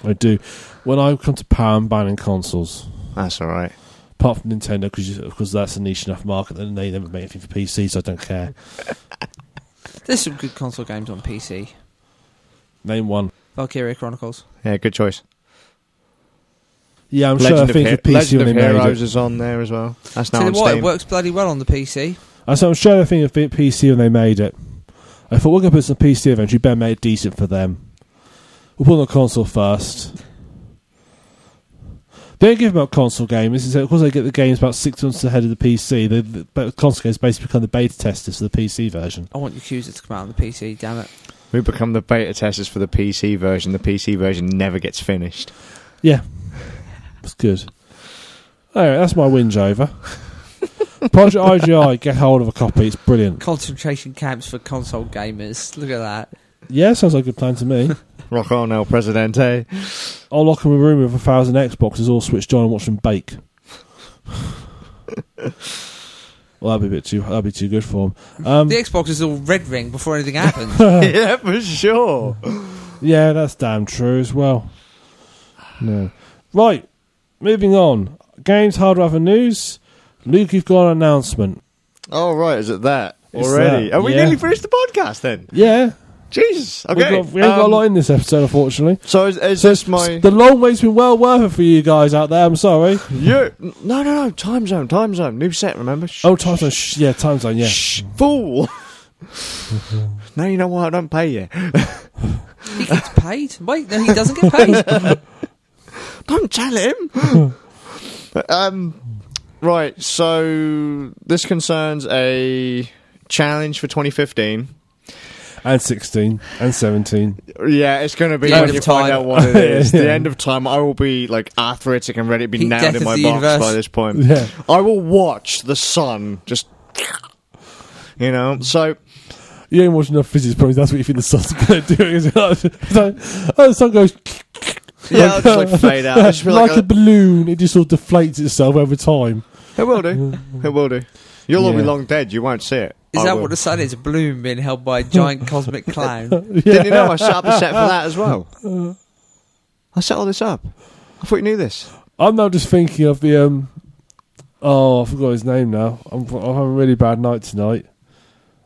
Speaker 3: I do. When I come to power and banning consoles,
Speaker 1: That's all right.
Speaker 3: apart from Nintendo, because that's a niche enough market, and they never make anything for PC, so I don't care.
Speaker 2: There's some good console games on PC.
Speaker 3: Name one.
Speaker 2: Valkyria Chronicles.
Speaker 1: Yeah, good choice.
Speaker 3: Yeah, I'm
Speaker 1: Legend
Speaker 3: sure I think
Speaker 1: of,
Speaker 3: for
Speaker 1: He-
Speaker 3: PC
Speaker 1: Legend
Speaker 3: when
Speaker 1: of
Speaker 3: they made
Speaker 1: Heroes
Speaker 3: it.
Speaker 1: is on there as well. That's now
Speaker 2: Tell you
Speaker 1: on
Speaker 2: what, it
Speaker 1: Steam.
Speaker 2: works bloody well on the PC.
Speaker 3: I said, I'm sure I think of PC when they made it. I thought we're going to put some PC eventually. Better make it decent for them. We'll put it on console first. They don't give them out console games. Is that, of course, they get the games about six months ahead of the PC. The, the but console games basically become the beta testers for the PC version.
Speaker 2: I want Yakuza to come out on the PC, damn it.
Speaker 1: We become the beta testers for the PC version. The PC version never gets finished.
Speaker 3: Yeah. That's good. Anyway, that's my whinge over. Project IGI, get hold of a copy. It's brilliant.
Speaker 2: Concentration camps for console gamers. Look at that.
Speaker 3: Yeah, sounds like a good plan to me.
Speaker 1: Rock on, El Presidente.
Speaker 3: I'll lock in a room with a thousand Xboxes all switched on and watch them bake. well, that'd be a bit too. That'd be too good for them. Um,
Speaker 2: The Xbox is all red ring before anything happens.
Speaker 1: yeah, for sure.
Speaker 3: yeah, that's damn true as well. No. Right, moving on. Games, hardware, other news. Luke, you've got an announcement.
Speaker 1: Oh, right, is it that?
Speaker 3: It's
Speaker 1: Already?
Speaker 3: that,
Speaker 1: Have we
Speaker 3: yeah.
Speaker 1: nearly finished the podcast then?
Speaker 3: Yeah,
Speaker 1: Jesus.
Speaker 3: we've
Speaker 1: Okay.
Speaker 3: got- we ain't got
Speaker 1: um,
Speaker 3: a lot in this episode, unfortunately.
Speaker 1: So is, is
Speaker 3: So
Speaker 1: this my.
Speaker 3: the long wait's been well worth it for you guys out there. I'm sorry.
Speaker 1: yeah. No, no, no. Time zone, time zone. New set, remember? Shh,
Speaker 3: Oh, time zone. Shh, yeah, time zone. Yeah.
Speaker 1: Shh, fool. now you know why I don't pay you.
Speaker 2: he gets paid. Wait, no, he doesn't get paid.
Speaker 1: Don't tell him. um, right. So this concerns a challenge for 2015.
Speaker 3: And 16 and 17.
Speaker 1: Yeah, it's going to be
Speaker 2: The
Speaker 1: when
Speaker 2: end of
Speaker 1: you find
Speaker 2: time.
Speaker 1: out what it is.
Speaker 3: Yeah.
Speaker 1: the end of time. I will be like arthritic and ready to be
Speaker 2: Heat
Speaker 1: nailed
Speaker 2: death
Speaker 1: in
Speaker 2: of
Speaker 1: my box
Speaker 2: the universe.
Speaker 1: by this point.
Speaker 3: Yeah.
Speaker 1: I will watch the sun just. You know, so
Speaker 3: You ain't watching enough physics problems. That's what you think the sun's going to do. Is it? oh, the sun goes
Speaker 1: yeah, I'll just like fade out. It's really
Speaker 3: like
Speaker 1: like
Speaker 3: a balloon. It just sort of deflates itself over time.
Speaker 1: it will do. It will do. You'll all be
Speaker 3: Yeah.
Speaker 1: long dead. You won't see it.
Speaker 2: Is
Speaker 1: I
Speaker 2: that
Speaker 1: will.
Speaker 2: what the sun is? A balloon being held by a giant cosmic clown.
Speaker 1: Didn't you know I set up the set for that as well? I set all this up. I thought you knew this.
Speaker 3: I'm now just thinking of the um. Oh, I forgot his name now. I'm, I'm having a really bad night tonight.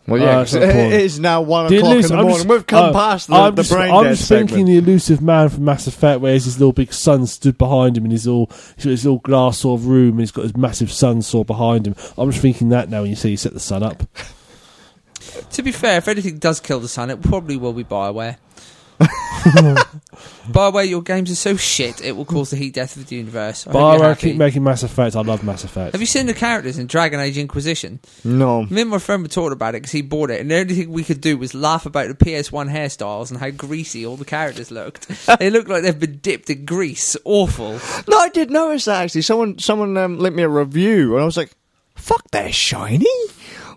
Speaker 1: Well,
Speaker 3: yeah,
Speaker 1: yeah,
Speaker 3: 'cause it-
Speaker 1: Uh, it is now one o'clock
Speaker 3: elusive-
Speaker 1: in the
Speaker 3: I'm
Speaker 1: morning.
Speaker 3: just-
Speaker 1: We've come
Speaker 3: uh,
Speaker 1: past the,
Speaker 3: I'm
Speaker 1: the
Speaker 3: just,
Speaker 1: brain
Speaker 3: I'm
Speaker 1: dead
Speaker 3: just thinking
Speaker 1: segment.
Speaker 3: the elusive man from Mass Effect, where his little big son stood behind him in his little his little glass sort of room, and he's got his massive sun sort of behind him. I'm just thinking that now when you say you set the sun up.
Speaker 2: to be fair, if anything does kill the sun, it probably will be Bioware. Bioware, your games are so shit, it will cause the heat death of the universe. I hope you're
Speaker 3: But I
Speaker 2: happy.
Speaker 3: keep making Mass Effect. I love Mass Effect.
Speaker 2: Have you seen the characters in Dragon Age Inquisition?
Speaker 1: no.
Speaker 2: Me and my friend were talking about it because he bought it, and the only thing we could do was laugh about the PS1 hairstyles and how greasy all the characters looked. they look like they've been dipped in grease. Awful.
Speaker 1: No, I did notice that actually. Someone someone um, lent me a review, and I was like, "Fuck, they're shiny.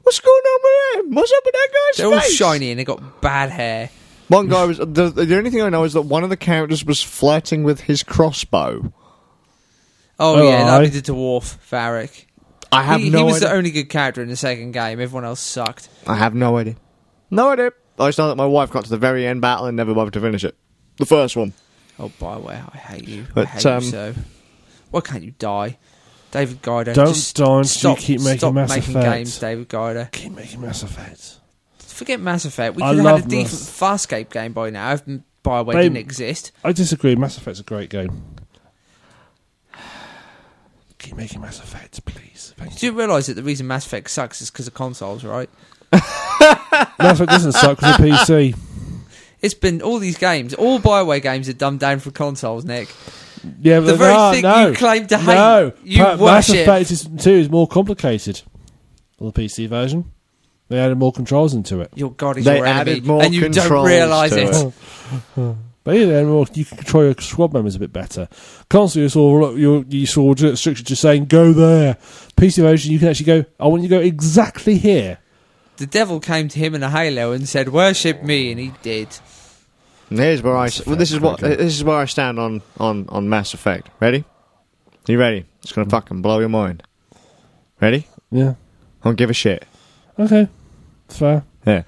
Speaker 1: What's going on with him? What's up with that guy's
Speaker 2: They're all
Speaker 1: face?"
Speaker 2: shiny and they got bad hair.
Speaker 1: One guy was the, the only thing I know is that one of the characters was flirting with his crossbow.
Speaker 2: Oh,
Speaker 3: Oh,
Speaker 2: yeah, that
Speaker 3: aye.
Speaker 2: was the dwarf Varric.
Speaker 1: I have
Speaker 2: He,
Speaker 1: no.
Speaker 2: he was
Speaker 1: idea.
Speaker 2: the only good character in the second game. Everyone else sucked.
Speaker 1: I have no idea. No idea. I just know that my wife got to the very end battle and never bothered to finish it. The first one.
Speaker 2: Oh, Bioware, I hate you.
Speaker 1: But,
Speaker 2: I hate
Speaker 1: um,
Speaker 2: you so. Why can't you die, David Guider?
Speaker 3: Don't
Speaker 2: just
Speaker 3: die until you
Speaker 2: stop,
Speaker 3: keep making
Speaker 2: stop
Speaker 3: Mass
Speaker 2: making
Speaker 3: Effect.
Speaker 2: games, David Guider.
Speaker 3: keep making Mass Effect.
Speaker 2: forget Mass Effect. We
Speaker 3: I
Speaker 2: could have had a
Speaker 3: love
Speaker 2: decent
Speaker 3: Mass-
Speaker 2: Farscape game by now if Bioware
Speaker 3: They-
Speaker 2: didn't exist.
Speaker 3: I disagree. Mass Effect's a great game. Keep making Mass Effect, please. Thank
Speaker 2: Do
Speaker 3: you.
Speaker 2: you realise that the reason Mass Effect sucks is because of consoles, right?
Speaker 3: Mass Effect doesn't suck because of PC.
Speaker 2: It's been all these games, all Bioware games are dumbed down for consoles, Nick.
Speaker 3: Yeah, but
Speaker 2: The
Speaker 3: they
Speaker 2: very
Speaker 3: are-
Speaker 2: thing
Speaker 3: no,
Speaker 2: you claim to hate,
Speaker 3: no.
Speaker 2: you
Speaker 3: Pa- Mass
Speaker 2: worship.
Speaker 3: Effect is, Two is more complicated. On the PC version, they added more controls into it.
Speaker 2: Your god is
Speaker 1: They
Speaker 2: your
Speaker 1: added
Speaker 2: enemy,
Speaker 1: more
Speaker 2: and you don't
Speaker 1: controls
Speaker 2: realise
Speaker 1: to
Speaker 2: it.
Speaker 1: it.
Speaker 3: But yeah, they're more, you can control your squad members a bit better. Constantly, you saw you, you saw restrictions just saying go there. PC version, you can actually go. I want you to go exactly here.
Speaker 2: The devil came to him in a halo and said, "Worship me," and he did.
Speaker 1: And here's where I.
Speaker 3: Mass
Speaker 1: s- Well, this is what
Speaker 3: Effect, okay.
Speaker 1: this is where I stand on on on Mass Effect. Ready? You ready? It's gonna fucking blow your mind. Ready?
Speaker 3: Yeah.
Speaker 1: I don't give a shit.
Speaker 3: Okay. Fair.
Speaker 1: Yeah.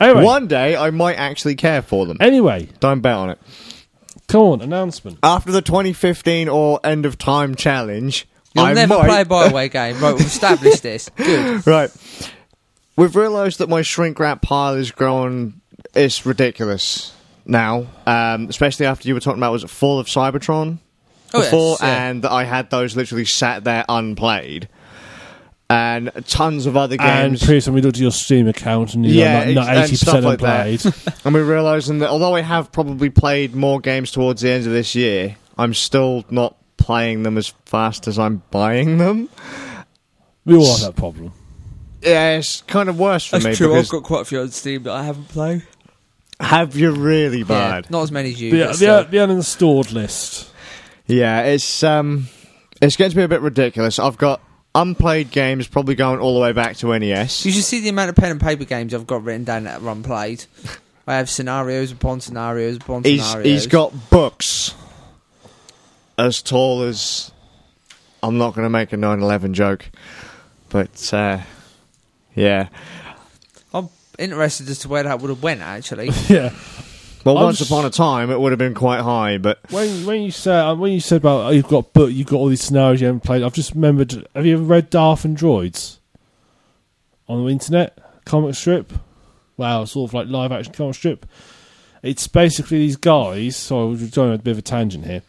Speaker 3: Anyway.
Speaker 1: One day I might actually care for them.
Speaker 3: Anyway,
Speaker 1: Don't bet on it.
Speaker 3: come on. Announcement.
Speaker 1: After the 2015 or end of time challenge,
Speaker 2: You'll
Speaker 1: I
Speaker 2: never
Speaker 1: might-
Speaker 2: play a Bioware game. Right, we've established this. Good.
Speaker 1: Right. We've realised that my shrink wrap pile is growing. It's ridiculous now, um, especially after you were talking about was it Fall of Cybertron
Speaker 2: Oh, yes,
Speaker 1: before,
Speaker 2: yeah.
Speaker 1: and that I had those literally sat there unplayed, and tons of other
Speaker 3: And
Speaker 1: games.
Speaker 3: previously we looked at your Steam account and you're
Speaker 1: Yeah,
Speaker 3: like, not
Speaker 1: ex-
Speaker 3: eighty
Speaker 1: and stuff like
Speaker 3: percent unplayed.
Speaker 1: and we're realising that although I have probably played more games towards the end of this year, I'm still not playing them as fast as I'm buying them.
Speaker 3: we all have that problem.
Speaker 1: Yeah, it's kind of worse for
Speaker 2: That's
Speaker 1: me
Speaker 2: true. I've
Speaker 1: because
Speaker 2: got quite a few on Steam that I haven't played.
Speaker 1: have you really bad?
Speaker 2: Yeah, not as many as you.
Speaker 3: The,
Speaker 2: but
Speaker 3: the,
Speaker 1: uh,
Speaker 2: still.
Speaker 3: the uninstalled list.
Speaker 1: Yeah, it's um, it's getting to be a bit ridiculous. I've got unplayed games probably going all the way back to E NES.
Speaker 2: You should see the amount of pen and paper games I've got written down that are unplayed. I have scenarios upon scenarios upon
Speaker 1: He's
Speaker 2: scenarios.
Speaker 1: he's got books as tall as. I'm not going to make a 9/11 joke, but uh, yeah.
Speaker 2: I'm interested as to where that would have went. Actually,
Speaker 3: Yeah.
Speaker 1: Well,
Speaker 3: I'm
Speaker 1: once
Speaker 3: s-
Speaker 1: upon a time, it would have been quite high, but
Speaker 3: When when you said uh, when you said about oh, you've got but you've got all these scenarios you haven't played, I've just remembered. Have you ever read Darth and Droids on the internet comic strip? Wow, sort of like live action comic strip. It's basically these guys. Sorry, we're going on a bit of a tangent here.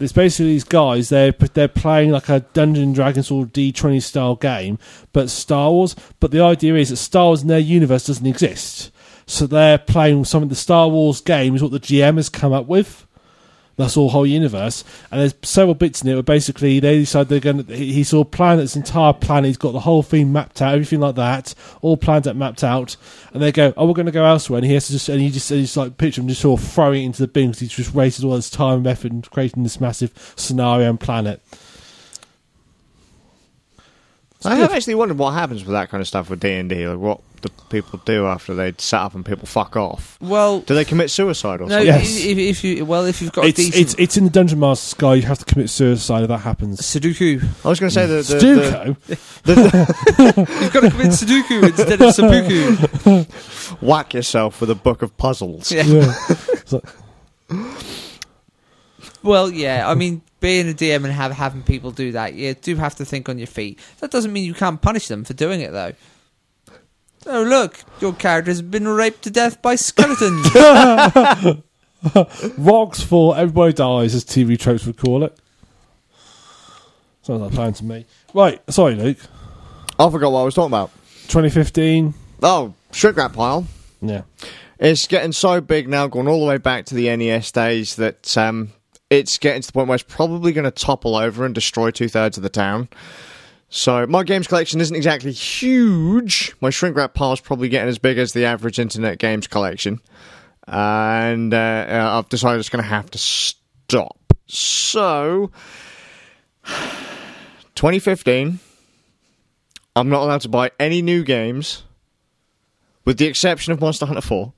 Speaker 3: It's basically these guys. They're they're playing like a Dungeon and Dragons or D twenty style game, but Star Wars. But the idea is that Star Wars in their universe doesn't exist, so they're playing some of the Star Wars games. What the GM has come up with. That's all whole universe. And there's several bits in it where basically they decide they're going to. He he saw planets, entire planet. He's got the whole thing mapped out, everything like that, all planned out, mapped out. And they go, "Oh, we're going to go elsewhere." And he has to just, and he just, and he's like, picture him just sort of throwing it into the bin because he's just wasted all his time and effort in creating this massive scenario and planet.
Speaker 1: I have actually wondered what happens with that kind of stuff with D and D. Like, what do people do after they set up and people fuck off?
Speaker 2: well,
Speaker 1: Do they commit suicide or
Speaker 2: no.
Speaker 1: something?
Speaker 3: Yes.
Speaker 2: If, if you well, if you've got
Speaker 3: It's,
Speaker 2: a decent
Speaker 3: it's it's in the Dungeon Master's Guide. You have to commit suicide if that happens.
Speaker 2: Sudoku,
Speaker 1: I was going to say the the, the,
Speaker 3: Stuco,
Speaker 1: the, the
Speaker 2: you've got to commit Sudoku instead of Sabuku.
Speaker 1: whack yourself with a book of puzzles.
Speaker 2: Yeah.
Speaker 3: yeah.
Speaker 2: Well, yeah, I mean, being a DM and have having people do that, you do have to think on your feet. That doesn't mean you can't punish them for doing it, though. Oh, look, your character's been raped to death by skeletons.
Speaker 3: rocks fall, everybody dies, as TV tropes would call it. Sounds like a plan to me. Right, sorry, Luke.
Speaker 1: I forgot what I was talking about.
Speaker 3: 2015.
Speaker 1: Oh, shrink wrap pile.
Speaker 3: Yeah.
Speaker 1: It's getting so big now, going all the way back to the NES days, that um, it's getting to the point where it's probably going to topple over and destroy two thirds of the town. So my games collection isn't exactly huge. My shrink wrap pile's probably getting as big as the average internet games collection, and uh, uh, I've decided it's going to have to stop. So, 2015, I'm not allowed to buy any new games, with the exception of Monster Hunter 4,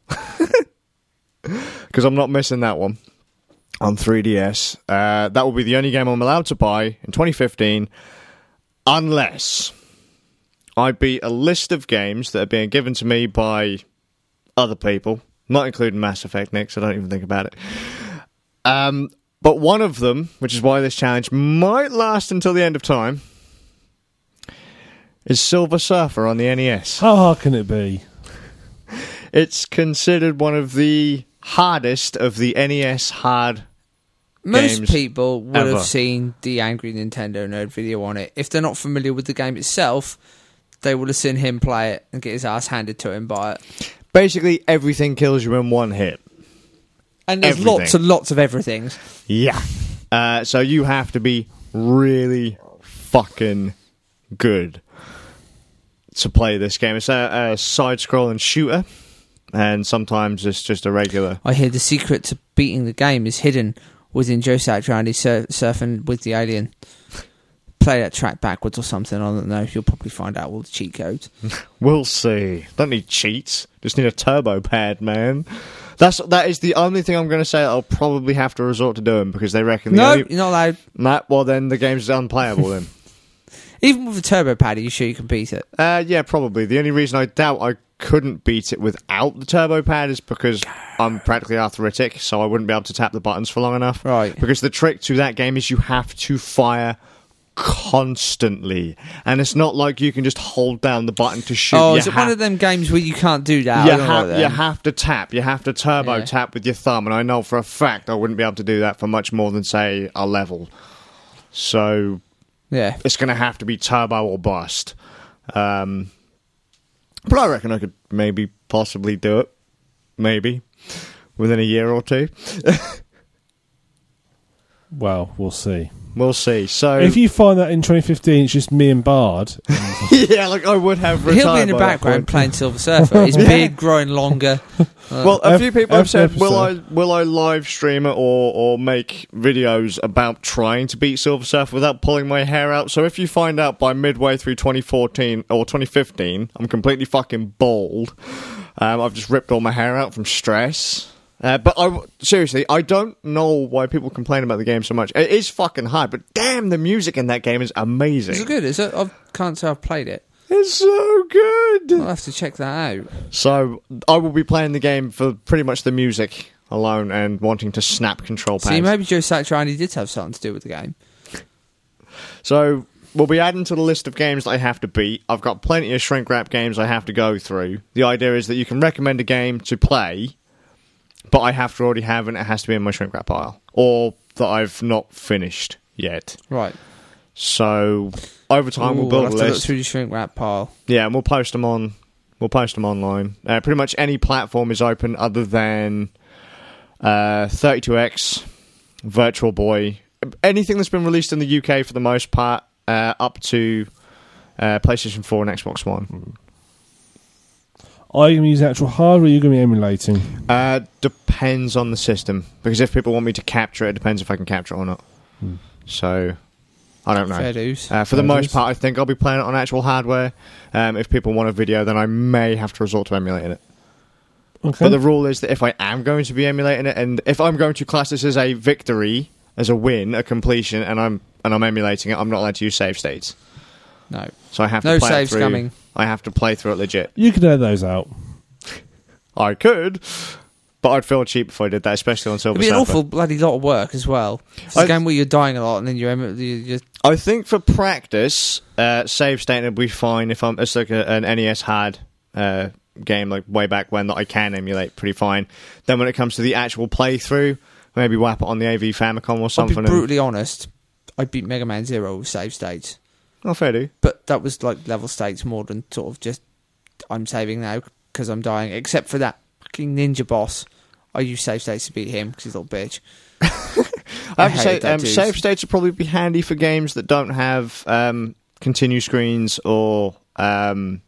Speaker 1: because I'm not missing that one on 3DS. Uh, that will be the only game I'm allowed to buy in 2015, unless I beat a list of games that are being given to me by other people, not including Mass Effect next. I don't even think about it. Um, but one of them, which is why this challenge might last until the end of time, is Silver Surfer on the E NES.
Speaker 3: How hard can it be?
Speaker 1: It's considered one of the hardest of the NES hard.
Speaker 2: Most
Speaker 1: games
Speaker 2: people would
Speaker 1: ever.
Speaker 2: have seen the Angry Nintendo Nerd video on it. If they're not familiar with the game itself, they will have seen him play it and get his ass handed to him by it.
Speaker 1: Basically, everything kills you in one hit.
Speaker 2: And there's
Speaker 1: Everything.
Speaker 2: lots and lots of everything.
Speaker 1: Yeah. Uh, so you have to be really fucking good to play this game. It's a, a side-scrolling shooter, and sometimes it's just a regular.
Speaker 2: I hear the secret to beating the game is hidden within Joe Satriani sur- surfing with the alien. Play that track backwards or something. I don't know. You'll probably find out all the cheat codes.
Speaker 1: We'll see. Don't need cheats. Just need a turbo pad, man. That's that is the only thing I'm going to say. I'll probably have to resort to doing because they reckon the
Speaker 2: No,
Speaker 1: only-
Speaker 2: you're not allowed.
Speaker 1: Nah, well then the game's unplayable then.
Speaker 2: Even with a turbo pad, are you sure you can beat it?
Speaker 1: Uh, yeah, probably. The only reason I doubt I couldn't beat it without the turbo pad is because I'm practically arthritic, so I wouldn't be able to tap the buttons for long enough.
Speaker 2: Right.
Speaker 1: Because the trick to that game is you have to fire constantly, and it's not like you can just hold down the button to shoot.
Speaker 2: Oh,
Speaker 1: You
Speaker 2: is it
Speaker 1: have-
Speaker 2: one of them games where you can't do that?
Speaker 1: you,
Speaker 2: I don't
Speaker 1: ha-
Speaker 2: like them.
Speaker 1: you have to tap. You have to turbo
Speaker 2: Yeah.
Speaker 1: tap with your thumb, and I know for a fact I wouldn't be able to do that for much more than say a level. So
Speaker 2: yeah.
Speaker 1: it's going to have to be turbo or bust. Um, but I reckon I could maybe possibly do it, maybe within a year or two.
Speaker 3: Well, we'll see.
Speaker 1: We'll see. So
Speaker 3: If you find that in 2015, it's just me and Bard.
Speaker 1: yeah, like I would have. Retired
Speaker 2: He'll be in the
Speaker 1: by that
Speaker 2: background
Speaker 1: point.
Speaker 2: playing Silver Surfer. His
Speaker 1: Yeah.
Speaker 2: beard growing longer.
Speaker 1: Well, a
Speaker 3: Ev-
Speaker 1: few people have
Speaker 3: every
Speaker 1: said, "Will I
Speaker 3: episode.
Speaker 1: will I live stream it or or make videos about trying to beat Silver Surfer without pulling my hair out?" So if you find out by midway through 2014 or 2015, I'm completely fucking bald. Um, I've just ripped all my hair out from stress. Uh, but I w- seriously, I don't know why people complain about the game so much. It is fucking hard, but damn, the music in that game is amazing.
Speaker 2: Is it good? Is it? I can't say I've played it.
Speaker 1: It's so good.
Speaker 2: I'll have to check that out.
Speaker 1: So I will be playing the game for pretty much the music alone and wanting to snap control
Speaker 2: See,
Speaker 1: pads.
Speaker 2: maybe Joe Satriani did have something to do with the game.
Speaker 1: So we'll be adding to the list of games that I have to beat. I've got plenty of shrink wrap games I have to go through. The idea is that you can recommend a game to play, but I have to already have it and it has to be in my shrink wrap pile. Or that I've not finished yet.
Speaker 2: Right.
Speaker 1: So over time
Speaker 2: Ooh,
Speaker 1: we'll build
Speaker 2: I'll have
Speaker 1: a
Speaker 2: to look
Speaker 1: list.
Speaker 2: through the shrink wrap pile.
Speaker 1: Yeah, and we'll post them on. We'll post them online. Uh, pretty much any platform is open other than uh, 32x, Virtual Boy, anything that's been released in the UK for the most part, uh, up to uh, PlayStation 4 and Xbox One.
Speaker 3: Are you going to use actual hardware or are you going to be emulating?
Speaker 1: Uh, depends on the system because if people want me to capture it, it depends if I can capture it or not. So I don't know.
Speaker 2: Fair dues.
Speaker 1: Uh, for the
Speaker 3: Fair
Speaker 1: most
Speaker 3: dues.
Speaker 1: part, I think I'll be playing it on actual hardware. Um, if people want a video, then I may have to resort to emulating it.
Speaker 3: Okay.
Speaker 1: But the rule is that if I am going to be emulating it, and if I'm going to class this as a victory, as a win, a completion, and I'm and I'm emulating it, I'm not allowed to use save states.
Speaker 2: No.
Speaker 1: So I have
Speaker 2: No
Speaker 1: to play
Speaker 2: saves
Speaker 1: it through.
Speaker 2: coming.
Speaker 1: I have to play through it legit.
Speaker 3: you can edit those out.
Speaker 1: I could, but I'd feel cheap if I did that, especially on Silver
Speaker 2: It'd be an
Speaker 1: Surfer.
Speaker 2: awful bloody lot of work as well. It's a
Speaker 1: I-
Speaker 2: game where you're dying a lot and then you're, em- you you're
Speaker 1: I think for practice, uh, save state will be fine if I'm. It's like a, an NES hard uh, game, like way back when that I can emulate pretty fine. Then when it comes to the actual playthrough, maybe whap it on the AV Famicom or
Speaker 2: I'll be
Speaker 1: something. and-
Speaker 2: brutally honest. I beat Mega Man Zero with save states,
Speaker 1: oh, fair do.
Speaker 2: but that was like level states more than sort of just I'm saving now because I'm dying. Except for that fucking ninja boss, I used save states to beat him because he's a little bitch.
Speaker 1: I
Speaker 2: I
Speaker 1: have to say,
Speaker 2: hated that
Speaker 1: um,
Speaker 2: dude.
Speaker 1: save states would probably be handy for games that don't have um, continue screens or um,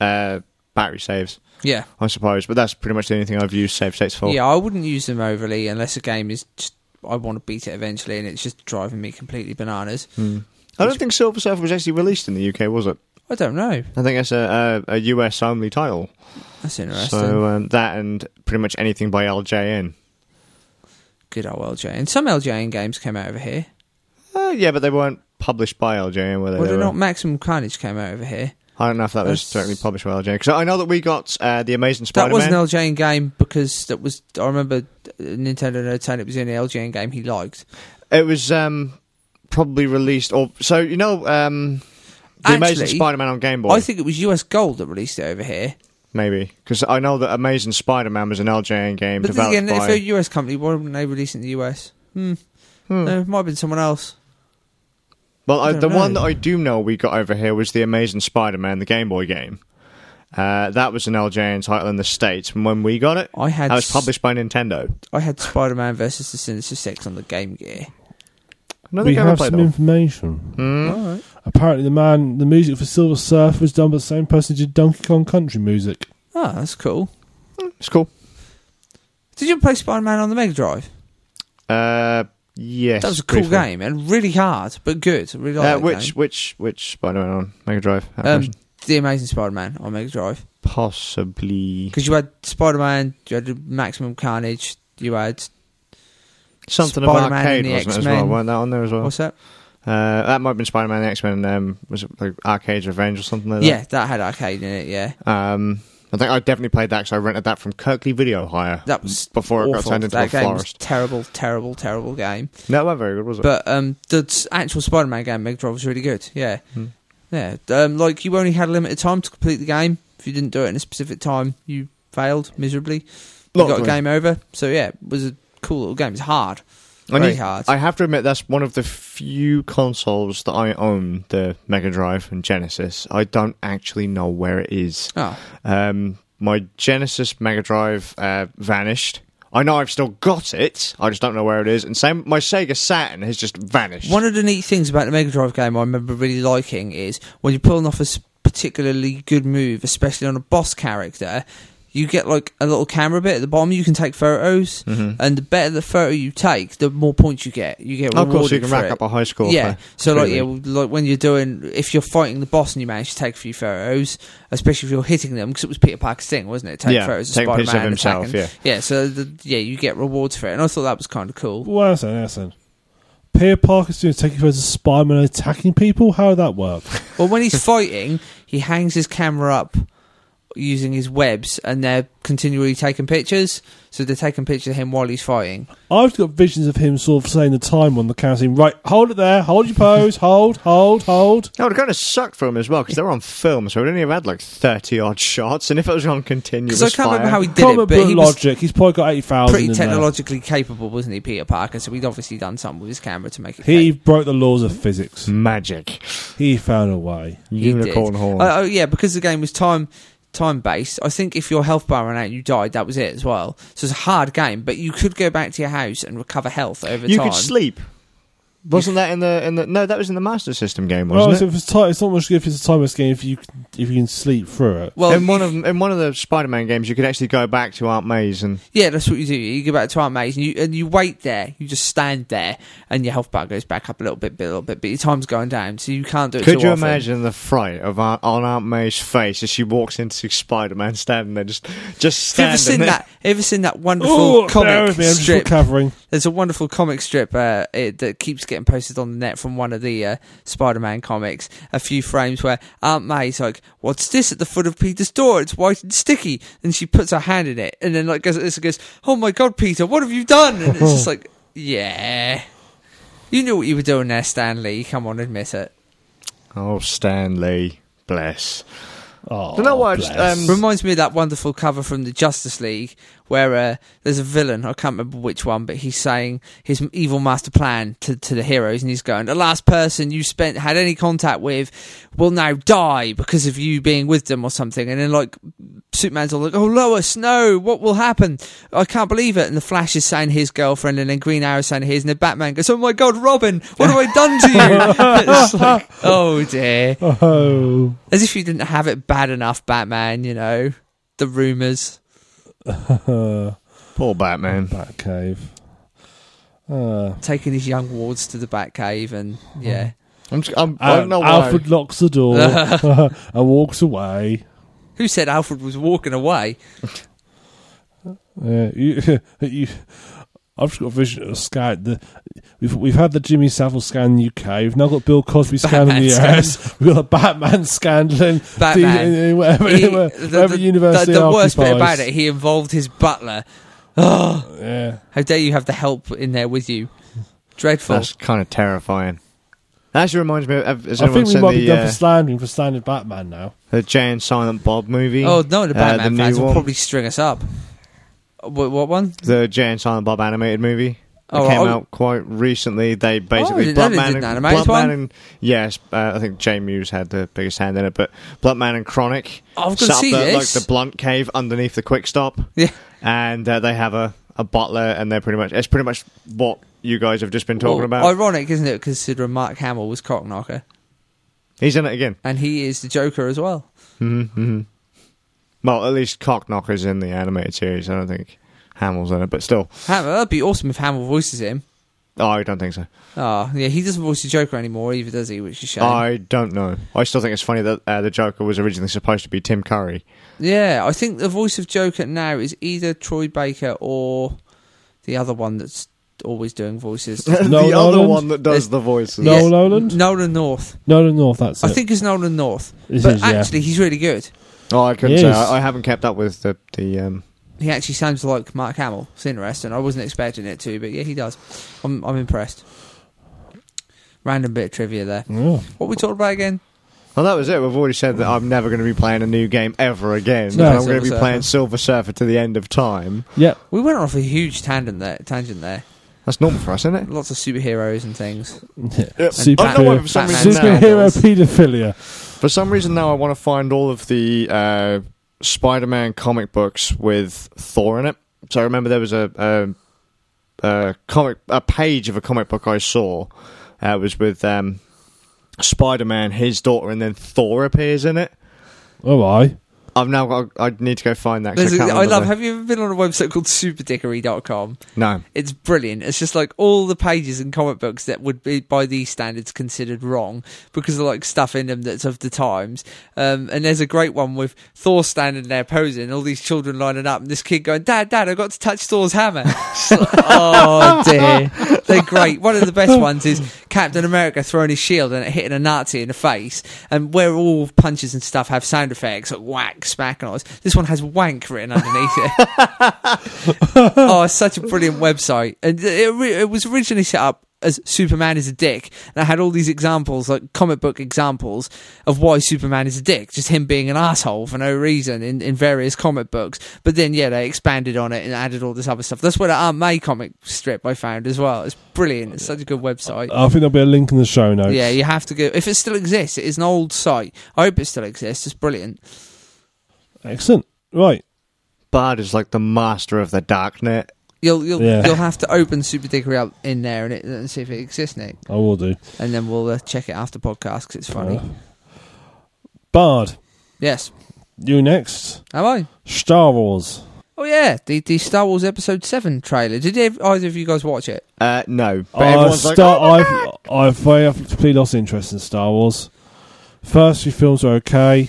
Speaker 1: uh, battery saves,
Speaker 2: Yeah,
Speaker 1: I suppose. But that's pretty much the only thing I've used save states for.
Speaker 2: yeah. I wouldn't use them overly unless a game is just I want to beat it eventually, and it's just driving me completely bananas.
Speaker 1: Hmm. I don't think Silver Surfer was actually released in the UK, was it?
Speaker 2: I don't know.
Speaker 1: I think that's a, a, a US only title.
Speaker 2: That's interesting.
Speaker 1: So um, that and pretty much anything by LJN.
Speaker 2: Good old LJ. And some LJN games came out over here.
Speaker 1: Uh, yeah, but they weren't published by LJN, were they?
Speaker 2: Well,
Speaker 1: They
Speaker 2: they're
Speaker 1: were-
Speaker 2: not Maximum Carnage came out over here.
Speaker 1: I don't know if that was
Speaker 2: That's-
Speaker 1: certainly published by LJN. Because I know that we got uh, the Amazing
Speaker 2: That
Speaker 1: Spider-Man.
Speaker 2: was an LJN game because that was. I remember uh, Nintendo had saying it was the only LJN game he liked.
Speaker 1: It was um, probably released, or so you know, um, the Amazing
Speaker 2: Actually,
Speaker 1: Spider-Man on Game Boy.
Speaker 2: I think it was US Gold that released it over here.
Speaker 1: maybe because I know that Amazing Spider-Man was an LJN game
Speaker 2: But then
Speaker 1: developed
Speaker 2: again, if
Speaker 1: by.
Speaker 2: they're a US company, why wouldn't they release it in the US? Hmm.
Speaker 1: Hmm.
Speaker 2: No, it might have been someone else.
Speaker 1: Well, I,
Speaker 2: don't
Speaker 1: the one
Speaker 2: know.
Speaker 1: that I do know we got over here was the Amazing Spider-Man, the Game Boy game. Uh, that was an LJN title in the states, and when we got it,
Speaker 2: I had
Speaker 1: that was
Speaker 2: s-
Speaker 1: published by Nintendo.
Speaker 2: I had Spider Man versus the Sinister Six on the Game Gear.
Speaker 1: Another
Speaker 3: we
Speaker 1: game I
Speaker 3: have
Speaker 1: played.
Speaker 3: some
Speaker 1: on.
Speaker 3: information.
Speaker 1: Hmm.
Speaker 2: All right.
Speaker 3: Apparently, the man, the music for Silver Surf was done by the same person who did Donkey Kong Country music.
Speaker 2: Oh, that's cool.
Speaker 1: It's cool.
Speaker 2: Did you play Spider Man on the Mega Drive?
Speaker 1: Uh, yes,
Speaker 2: that was a cool
Speaker 1: briefly.
Speaker 2: game and really hard, but good. I Really like
Speaker 1: Uh,
Speaker 2: that
Speaker 1: which,
Speaker 2: game.
Speaker 1: which which Spider-Man on Mega Drive? That
Speaker 2: Um,
Speaker 1: version?
Speaker 2: the Amazing Spider Man on Mega Drive.
Speaker 1: Possibly
Speaker 2: Because you had Spider Man, you had Maximum Carnage, you had.
Speaker 1: something
Speaker 2: Spider-Man
Speaker 1: about arcade
Speaker 2: and the
Speaker 1: wasn't it, as
Speaker 2: X-Men.
Speaker 1: well? Weren't that on there as well?
Speaker 2: What's that?
Speaker 1: Uh, that might have been Spider-Man and the X-Men. Um, was it like Arcade's Revenge or something like that?
Speaker 2: Yeah, that had arcade in it, yeah.
Speaker 1: Um, I think I definitely played that because I rented that from Kirkley Video Hire.
Speaker 2: That was
Speaker 1: before it got
Speaker 2: awful.
Speaker 1: turned into
Speaker 2: that
Speaker 1: a
Speaker 2: game
Speaker 1: forest.
Speaker 2: Was terrible, terrible, terrible game.
Speaker 1: No, it wasn't very good, was it?
Speaker 2: But um, the s- actual Spider-Man game, Mega Drive, was really good. Yeah,
Speaker 1: Hmm.
Speaker 2: yeah. Um, like you only had a limited time to complete the game. If you didn't do it in a specific time, you failed miserably. You
Speaker 1: Lot
Speaker 2: got a
Speaker 1: of
Speaker 2: game over. So yeah, it was a cool little game. It's hard,
Speaker 1: I
Speaker 2: very
Speaker 1: need-
Speaker 2: hard.
Speaker 1: I have to admit that's one of the few consoles that I own, the Mega Drive and Genesis. I don't actually know where it is.
Speaker 2: oh,
Speaker 1: Um, my Genesis Mega Drive uh, vanished. I know I've still got it. I just don't know where it is. And same, my Sega Saturn has just vanished.
Speaker 2: one of the neat things about the Mega Drive game I remember really liking is when you're pulling off a s- particularly good move, especially on a boss character. You get like a little camera bit at the bottom. You can take photos,
Speaker 1: Mhm.
Speaker 2: and the better the photo you take, the more points you get. You get
Speaker 1: Oh,
Speaker 2: rewarded
Speaker 1: of course, you can
Speaker 2: for
Speaker 1: rack
Speaker 2: it.
Speaker 1: up a high score.
Speaker 2: yeah.
Speaker 1: for-
Speaker 2: So like
Speaker 1: pretty
Speaker 2: yeah,
Speaker 1: good.
Speaker 2: well, like when you're doing, if you're fighting the boss and you manage to take a few photos, especially if you're hitting them, because it was Peter Parker's thing, wasn't it? Take
Speaker 1: yeah,
Speaker 2: photos of
Speaker 1: taking
Speaker 2: Spider-Man
Speaker 1: pictures of himself.
Speaker 2: attacking.
Speaker 1: Yeah,
Speaker 2: Yeah. So the, yeah, you get rewards for it, and I thought that was kind of cool.
Speaker 3: Well, that's listen. Peter Parker's doing taking photos of Spider-Man attacking people. How would that work?
Speaker 2: Well, when he's fighting, he hangs his camera up using his webs, and they're continually taking pictures. So they're taking pictures of him while he's fighting.
Speaker 3: I've got visions of him sort of saying the time on the camera, saying, "Right, hold it there, hold your pose, hold, hold, hold."
Speaker 1: That would have kind of sucked for him as well because they were on film, so we'd only have had like thirty odd shots. And if it was on continuous
Speaker 2: Because I can't
Speaker 1: fire,
Speaker 2: remember how he did
Speaker 3: Comic
Speaker 2: it, but
Speaker 3: book
Speaker 2: he was
Speaker 3: logic. He's probably got eight thousand.
Speaker 2: pretty technologically capable, wasn't he, Peter Parker? So he'd obviously done something with his camera to make it.
Speaker 3: He broke the laws of physics.
Speaker 1: magic
Speaker 3: He found a way.
Speaker 2: He did.
Speaker 1: unicorn horn.
Speaker 2: Oh, oh, yeah, because the game was time time based. I think if your health bar ran out, you died. That was it as well. So it's a hard game, but you could go back to your house and recover health over
Speaker 1: you
Speaker 2: time.
Speaker 1: could sleep. Wasn't that in the in the? No, that was in the Master System game,
Speaker 3: Well,
Speaker 1: wasn't
Speaker 3: it's,
Speaker 1: it?
Speaker 3: Oh, if it's, ti- it's not much good if it's a time game if you can- if you can sleep through it.
Speaker 2: Well,
Speaker 1: in one
Speaker 2: you-
Speaker 1: of in one of the Spider-Man games, you could actually go back to Aunt May's and
Speaker 2: yeah, that's what you do. You go back to our mates and you and you wait there. You just stand there, and your health bar goes back up a little bit, bit a little bit, but your time's going down, so you can't do it.
Speaker 1: Could
Speaker 2: too
Speaker 1: you
Speaker 2: often.
Speaker 1: imagine the fright of Aunt, on Aunt May's face as she walks into Spider-Man standing there, just just
Speaker 2: Have you
Speaker 1: standing
Speaker 2: ever seen
Speaker 1: there?
Speaker 2: that? Ever seen that wonderful
Speaker 3: Oh, bear
Speaker 2: comic
Speaker 3: with me. I'm just
Speaker 2: strip?
Speaker 3: recovering.
Speaker 2: There's a wonderful comic strip uh, it, that keeps getting posted on the net from one of the uh, Spider-Man comics. A few frames where Aunt May's like, "What's this at the foot of Peter's door? It's white and sticky." And she puts her hand in it, and then like goes at this and goes, "Oh my God, Peter, what have you done?" And it's just like, "Yeah, you knew what you were doing there, Stanley. Come on, admit it."
Speaker 1: Oh, Stanley, bless.
Speaker 3: Oh,
Speaker 1: You know what,
Speaker 3: bless.
Speaker 1: um,
Speaker 2: Reminds me of that wonderful cover from the Justice League where uh, there's a villain, I can't remember which one, but he's saying his evil master plan to, to the heroes and he's going, The last person you spent had any contact with will now die because of you being with them or something and then like Superman's all like, Oh Lois, no, what will happen? I can't believe it and the Flash is saying his girlfriend and then Green Arrow's saying his and then Batman goes, Oh my god, Robin, what have I done to you? It's like, oh dear.
Speaker 3: oh,
Speaker 1: um,
Speaker 2: As if you didn't have it bad enough, Batman, you know. The rumours.
Speaker 1: Poor Batman.
Speaker 3: Oh, Batcave. Uh,
Speaker 2: Taking his young wards to the Batcave and yeah.
Speaker 3: Hmm.
Speaker 1: I'm, just, I'm, I don't
Speaker 3: and
Speaker 1: know why.
Speaker 3: Uh, Alfred locks the door and walks away.
Speaker 2: Who said Alfred was walking away?
Speaker 3: Yeah, Uh, you, you, I've just got a vision of scan. The, we've we've had the Jimmy Savile scan in the UK. We've now got Bill Cosby scan in the
Speaker 2: Batman
Speaker 3: US. We've got a Batman scandal in,
Speaker 2: Batman.
Speaker 3: the, in whatever,
Speaker 2: He-
Speaker 3: where-
Speaker 2: the-
Speaker 3: whatever
Speaker 2: the-
Speaker 3: universe
Speaker 2: the,
Speaker 3: he
Speaker 2: the worst bit
Speaker 3: occupies.
Speaker 2: about it, he involved his butler.
Speaker 3: Yeah.
Speaker 2: How dare you have the help in there with you? Dreadful.
Speaker 1: That's kind of terrifying. That actually reminds me of has
Speaker 3: I
Speaker 1: anyone
Speaker 3: think we
Speaker 1: seen
Speaker 3: might be
Speaker 1: the,
Speaker 3: done for
Speaker 1: uh,
Speaker 3: slandering for standing Batman now.
Speaker 1: the Jay and Silent Bob movie?
Speaker 2: Oh no, the
Speaker 1: Uh,
Speaker 2: Batman
Speaker 1: the
Speaker 2: fans
Speaker 1: new
Speaker 2: will
Speaker 1: one.
Speaker 2: probably string us up. What, what one?
Speaker 1: The Jay and Silent Bob animated movie. It
Speaker 2: Oh,
Speaker 1: came
Speaker 2: oh.
Speaker 1: out quite recently. They basically
Speaker 2: didn't know they
Speaker 1: Bloodman
Speaker 2: did an
Speaker 1: and
Speaker 2: animated
Speaker 1: Bloodman
Speaker 2: one.
Speaker 1: and yes, uh, I think Jay Muse had the biggest hand in it. But Bloodman and Chronic
Speaker 2: Oh, I've got to
Speaker 1: set up
Speaker 2: see
Speaker 1: the,
Speaker 2: this.
Speaker 1: like the Blunt Cave underneath the Quick Stop.
Speaker 2: Yeah.
Speaker 1: and uh, they have a, a butler, and they're pretty much it's pretty much what you guys have just been talking
Speaker 2: Well,
Speaker 1: about.
Speaker 2: Ironic, isn't it? Considering Mark Hamill was Cockknocker,
Speaker 1: He's in it again.
Speaker 2: and he is the Joker as well.
Speaker 1: Mm-hmm. Well, at least Cockknocker's in the animated series. I don't think Hamill's in it, but still,
Speaker 2: Hamill, that'd be awesome if Hamill voices him.
Speaker 1: oh, I don't think so.
Speaker 2: Oh, yeah, he doesn't voice the Joker anymore either, does he? Which is a shame.
Speaker 1: I don't know. I still think it's funny that uh, the Joker was originally supposed to be Tim Curry.
Speaker 2: yeah, I think the voice of Joker now is either Troy Baker or the other one that's always doing voices.
Speaker 1: the
Speaker 3: Nolan
Speaker 1: other
Speaker 3: Norland?
Speaker 1: one that does
Speaker 2: There's-
Speaker 1: the voices.
Speaker 3: Noel
Speaker 2: Yeah,
Speaker 3: Noland?
Speaker 2: Nolan North.
Speaker 3: Nolan North, that's
Speaker 2: I
Speaker 3: it.
Speaker 2: think it's Nolan North.
Speaker 3: It
Speaker 2: but
Speaker 3: is, yeah.
Speaker 2: actually, he's really good.
Speaker 1: Oh, I couldn't
Speaker 3: Yes.
Speaker 1: say. I, I haven't kept up with the the. Um,
Speaker 2: He actually sounds like Mark Hamill. It's interesting. I wasn't expecting it to, but yeah, he does. I'm, I'm impressed. Random bit of trivia there.
Speaker 3: Yeah.
Speaker 2: What we talked about again?
Speaker 1: well, that was it. We've already said that I'm never going to be playing a new game ever again.
Speaker 3: No.
Speaker 1: I'm going to
Speaker 2: Silver
Speaker 1: be
Speaker 2: Surfer.
Speaker 1: playing Silver Surfer to the end of time.
Speaker 3: Yep.
Speaker 2: We went off a huge tangent there. Tangent there.
Speaker 1: That's normal for us, isn't it?
Speaker 2: Lots of superheroes and things.
Speaker 3: Super-
Speaker 1: I don't know why for some
Speaker 2: Batman.
Speaker 1: reason now.
Speaker 3: Superhero paedophilia.
Speaker 1: For some reason now, I want to find all of the uh, Spider-Man comic books with Thor in it. So I remember there was a, a, a comic, a page of a comic book I saw. Uh, it was with um, Spider-Man, his daughter, and then Thor appears in it.
Speaker 3: Oh, I.
Speaker 1: I've now got. I need to go find that. 'cause
Speaker 2: There's a-
Speaker 1: I, can't
Speaker 2: I
Speaker 1: remember
Speaker 2: love.
Speaker 1: the-
Speaker 2: Have you ever been on a website called superdickery.com?
Speaker 1: No.
Speaker 2: It's brilliant. It's just like all the pages in comic books that would be, by these standards, considered wrong because of like stuff in them that's of the times. Um, and there's a great one with Thor standing there posing, all these children lining up, and this kid going, "Dad, Dad, I got to touch Thor's hammer." It's like, oh dear, they're great. One of the best ones is Captain America throwing his shield and it hitting a Nazi in the face, and where all punches and stuff have sound effects like whack, smack, and all this. This one has wank written underneath it oh, it's such a brilliant website. And it, ori- it was originally set up as Superman is a dick. And I had all these examples, like comic book examples, of why Superman is a dick. Just him being an asshole for no reason in, in various comic books. But then, yeah, they expanded on it and added all this other stuff. That's where the Aunt May comic strip I found as well. It's brilliant. It's such a good website.
Speaker 3: I think there'll be a link in the show notes.
Speaker 2: Yeah, you have to go. If it still exists, it is an old site. I hope it still exists. It's brilliant.
Speaker 3: Excellent. Right.
Speaker 1: Bard is like the master of the dark net.
Speaker 2: You'll you'll
Speaker 3: Yeah.
Speaker 2: you'll have to open Super Diggery up in there and, it, and see if it exists, Nick.
Speaker 3: I will do.
Speaker 2: and then we'll uh, check it after podcast 'cause it's funny.
Speaker 3: Uh, Bard,
Speaker 2: yes,
Speaker 3: you next.
Speaker 2: am I?
Speaker 3: Star Wars.
Speaker 2: Oh yeah, the the Star Wars Episode Seven trailer. Did ev- either of you guys watch it?
Speaker 1: Uh, no,
Speaker 2: Oh,
Speaker 1: but
Speaker 3: I
Speaker 1: everyone's like,
Speaker 3: Star, I've, I've, I've completely lost interest in Star Wars. First few films were okay.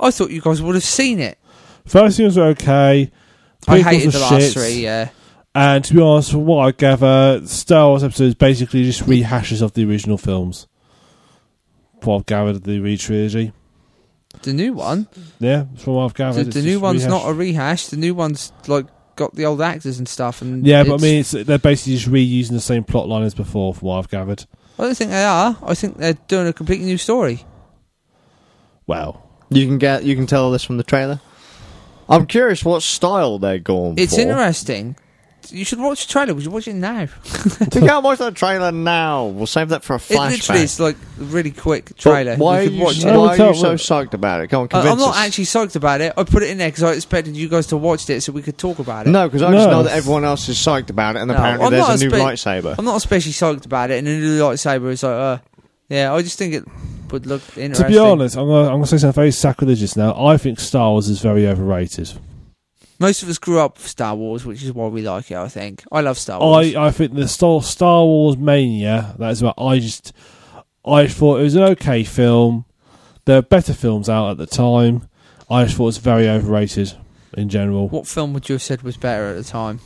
Speaker 2: I thought you guys would have seen it.
Speaker 3: First few films were okay.
Speaker 2: I
Speaker 3: Prequels were
Speaker 2: hated the last
Speaker 3: shit.
Speaker 2: three. uh, Yeah,
Speaker 3: And to be honest, from what I gather, Star Wars episodes basically just rehashes of the original films. What I've gathered of the re trilogy.
Speaker 2: the new one.
Speaker 3: Yeah, that's what I've
Speaker 2: The,
Speaker 3: gathered.
Speaker 2: the new one's not a rehash. The new one's like got the old actors and stuff. And
Speaker 3: yeah, but I
Speaker 2: it's-
Speaker 3: mean, it's, they're basically just reusing the same plot line as before, from what I've gathered.
Speaker 2: I don't think they are. I think they're doing a completely new story.
Speaker 3: Well,
Speaker 1: "Oh, You can get you can tell this from the trailer. I'm curious what style they're going
Speaker 2: It's
Speaker 1: for.
Speaker 2: interesting. You should watch the trailer. We should watch it now.
Speaker 1: We can't watch that trailer now. We'll save that for a
Speaker 2: It
Speaker 1: flashback.
Speaker 2: literally is like a really quick
Speaker 1: But
Speaker 2: trailer.
Speaker 1: Why are
Speaker 2: We could
Speaker 1: you,
Speaker 2: watch
Speaker 1: why
Speaker 2: it.
Speaker 3: No, we
Speaker 1: are you
Speaker 3: can't
Speaker 1: so
Speaker 3: work.
Speaker 1: psyched about it? Go on,
Speaker 2: I-
Speaker 1: convince
Speaker 2: Uh, I'm
Speaker 1: us.
Speaker 2: not actually psyched about it. I put it in there because I expected you guys to watch it so we could talk about it.
Speaker 1: No, because I just
Speaker 3: No.
Speaker 1: know that everyone else is psyched about it, and
Speaker 2: No,
Speaker 1: apparently
Speaker 2: I'm not
Speaker 1: there's a new
Speaker 2: spe-
Speaker 1: lightsaber.
Speaker 2: I'm not especially psyched about it. And the new lightsaber is like, uh, yeah, I just think it would look interesting.
Speaker 3: to be honest, I'm going to I'm gonna say something very sacrilegious now. I think Star Wars is very overrated.
Speaker 2: most of us grew up with Star Wars, which is why we like it. I think I love Star Wars.
Speaker 3: I, I think the Star, Star Wars mania, that is what I just. I thought it was an okay film. There were better films out at the time. I just thought it was very overrated in general.
Speaker 2: what film would you have said was better at the time?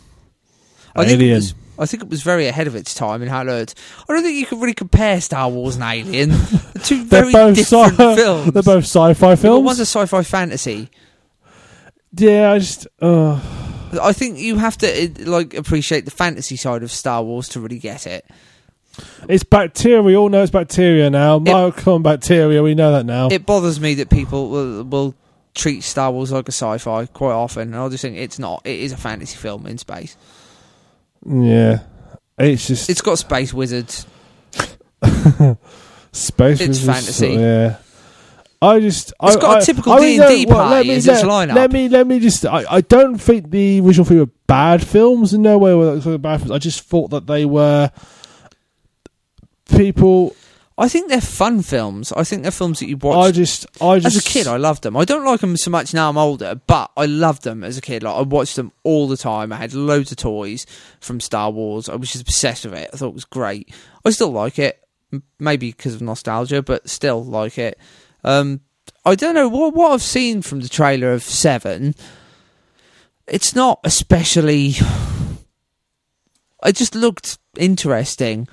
Speaker 2: think it
Speaker 3: Alien.
Speaker 2: was, I think it was very ahead of its time in how it looked. I don't think you can really compare Star Wars and Alien. They're two very different
Speaker 3: sci-
Speaker 2: films.
Speaker 3: They're both sci-fi
Speaker 2: Yeah, but
Speaker 3: films.
Speaker 2: one's a sci-fi fantasy.
Speaker 3: yeah, I just uh,
Speaker 2: I think you have to eh, like appreciate the fantasy side of Star Wars to really get it.
Speaker 3: It's bacteria. We all know it's bacteria now. Myocardium bacteria. We know that now.
Speaker 2: It bothers me that people will, will treat Star Wars like a sci-fi quite often, and I just think it's not. It is a fantasy film in space.
Speaker 3: yeah, it's just
Speaker 2: It's got space wizards.
Speaker 3: space.
Speaker 2: it's
Speaker 3: was just-
Speaker 2: fantasy.
Speaker 3: yeah. I just
Speaker 2: It's
Speaker 3: I,
Speaker 2: got a
Speaker 3: a
Speaker 2: typical D&D party as its
Speaker 3: let,
Speaker 2: lineup.
Speaker 3: Let me let me just. I, I don't think the original three were bad films. In no way were they bad films. I just thought that they were people.
Speaker 2: I think they're fun films. I think they're films that you
Speaker 3: I
Speaker 2: watch
Speaker 3: just I just
Speaker 2: as a kid. I loved them. I don't like them so much now. I'm older, but I loved them as a kid. Like I watched them all the time. I had loads of toys from Star Wars. I was just obsessed with it. I thought it was great. I still like it, m- maybe because of nostalgia, but still like it. Um, I don't know what what I've seen from the trailer of Seven. It's not especially. It just looked interesting.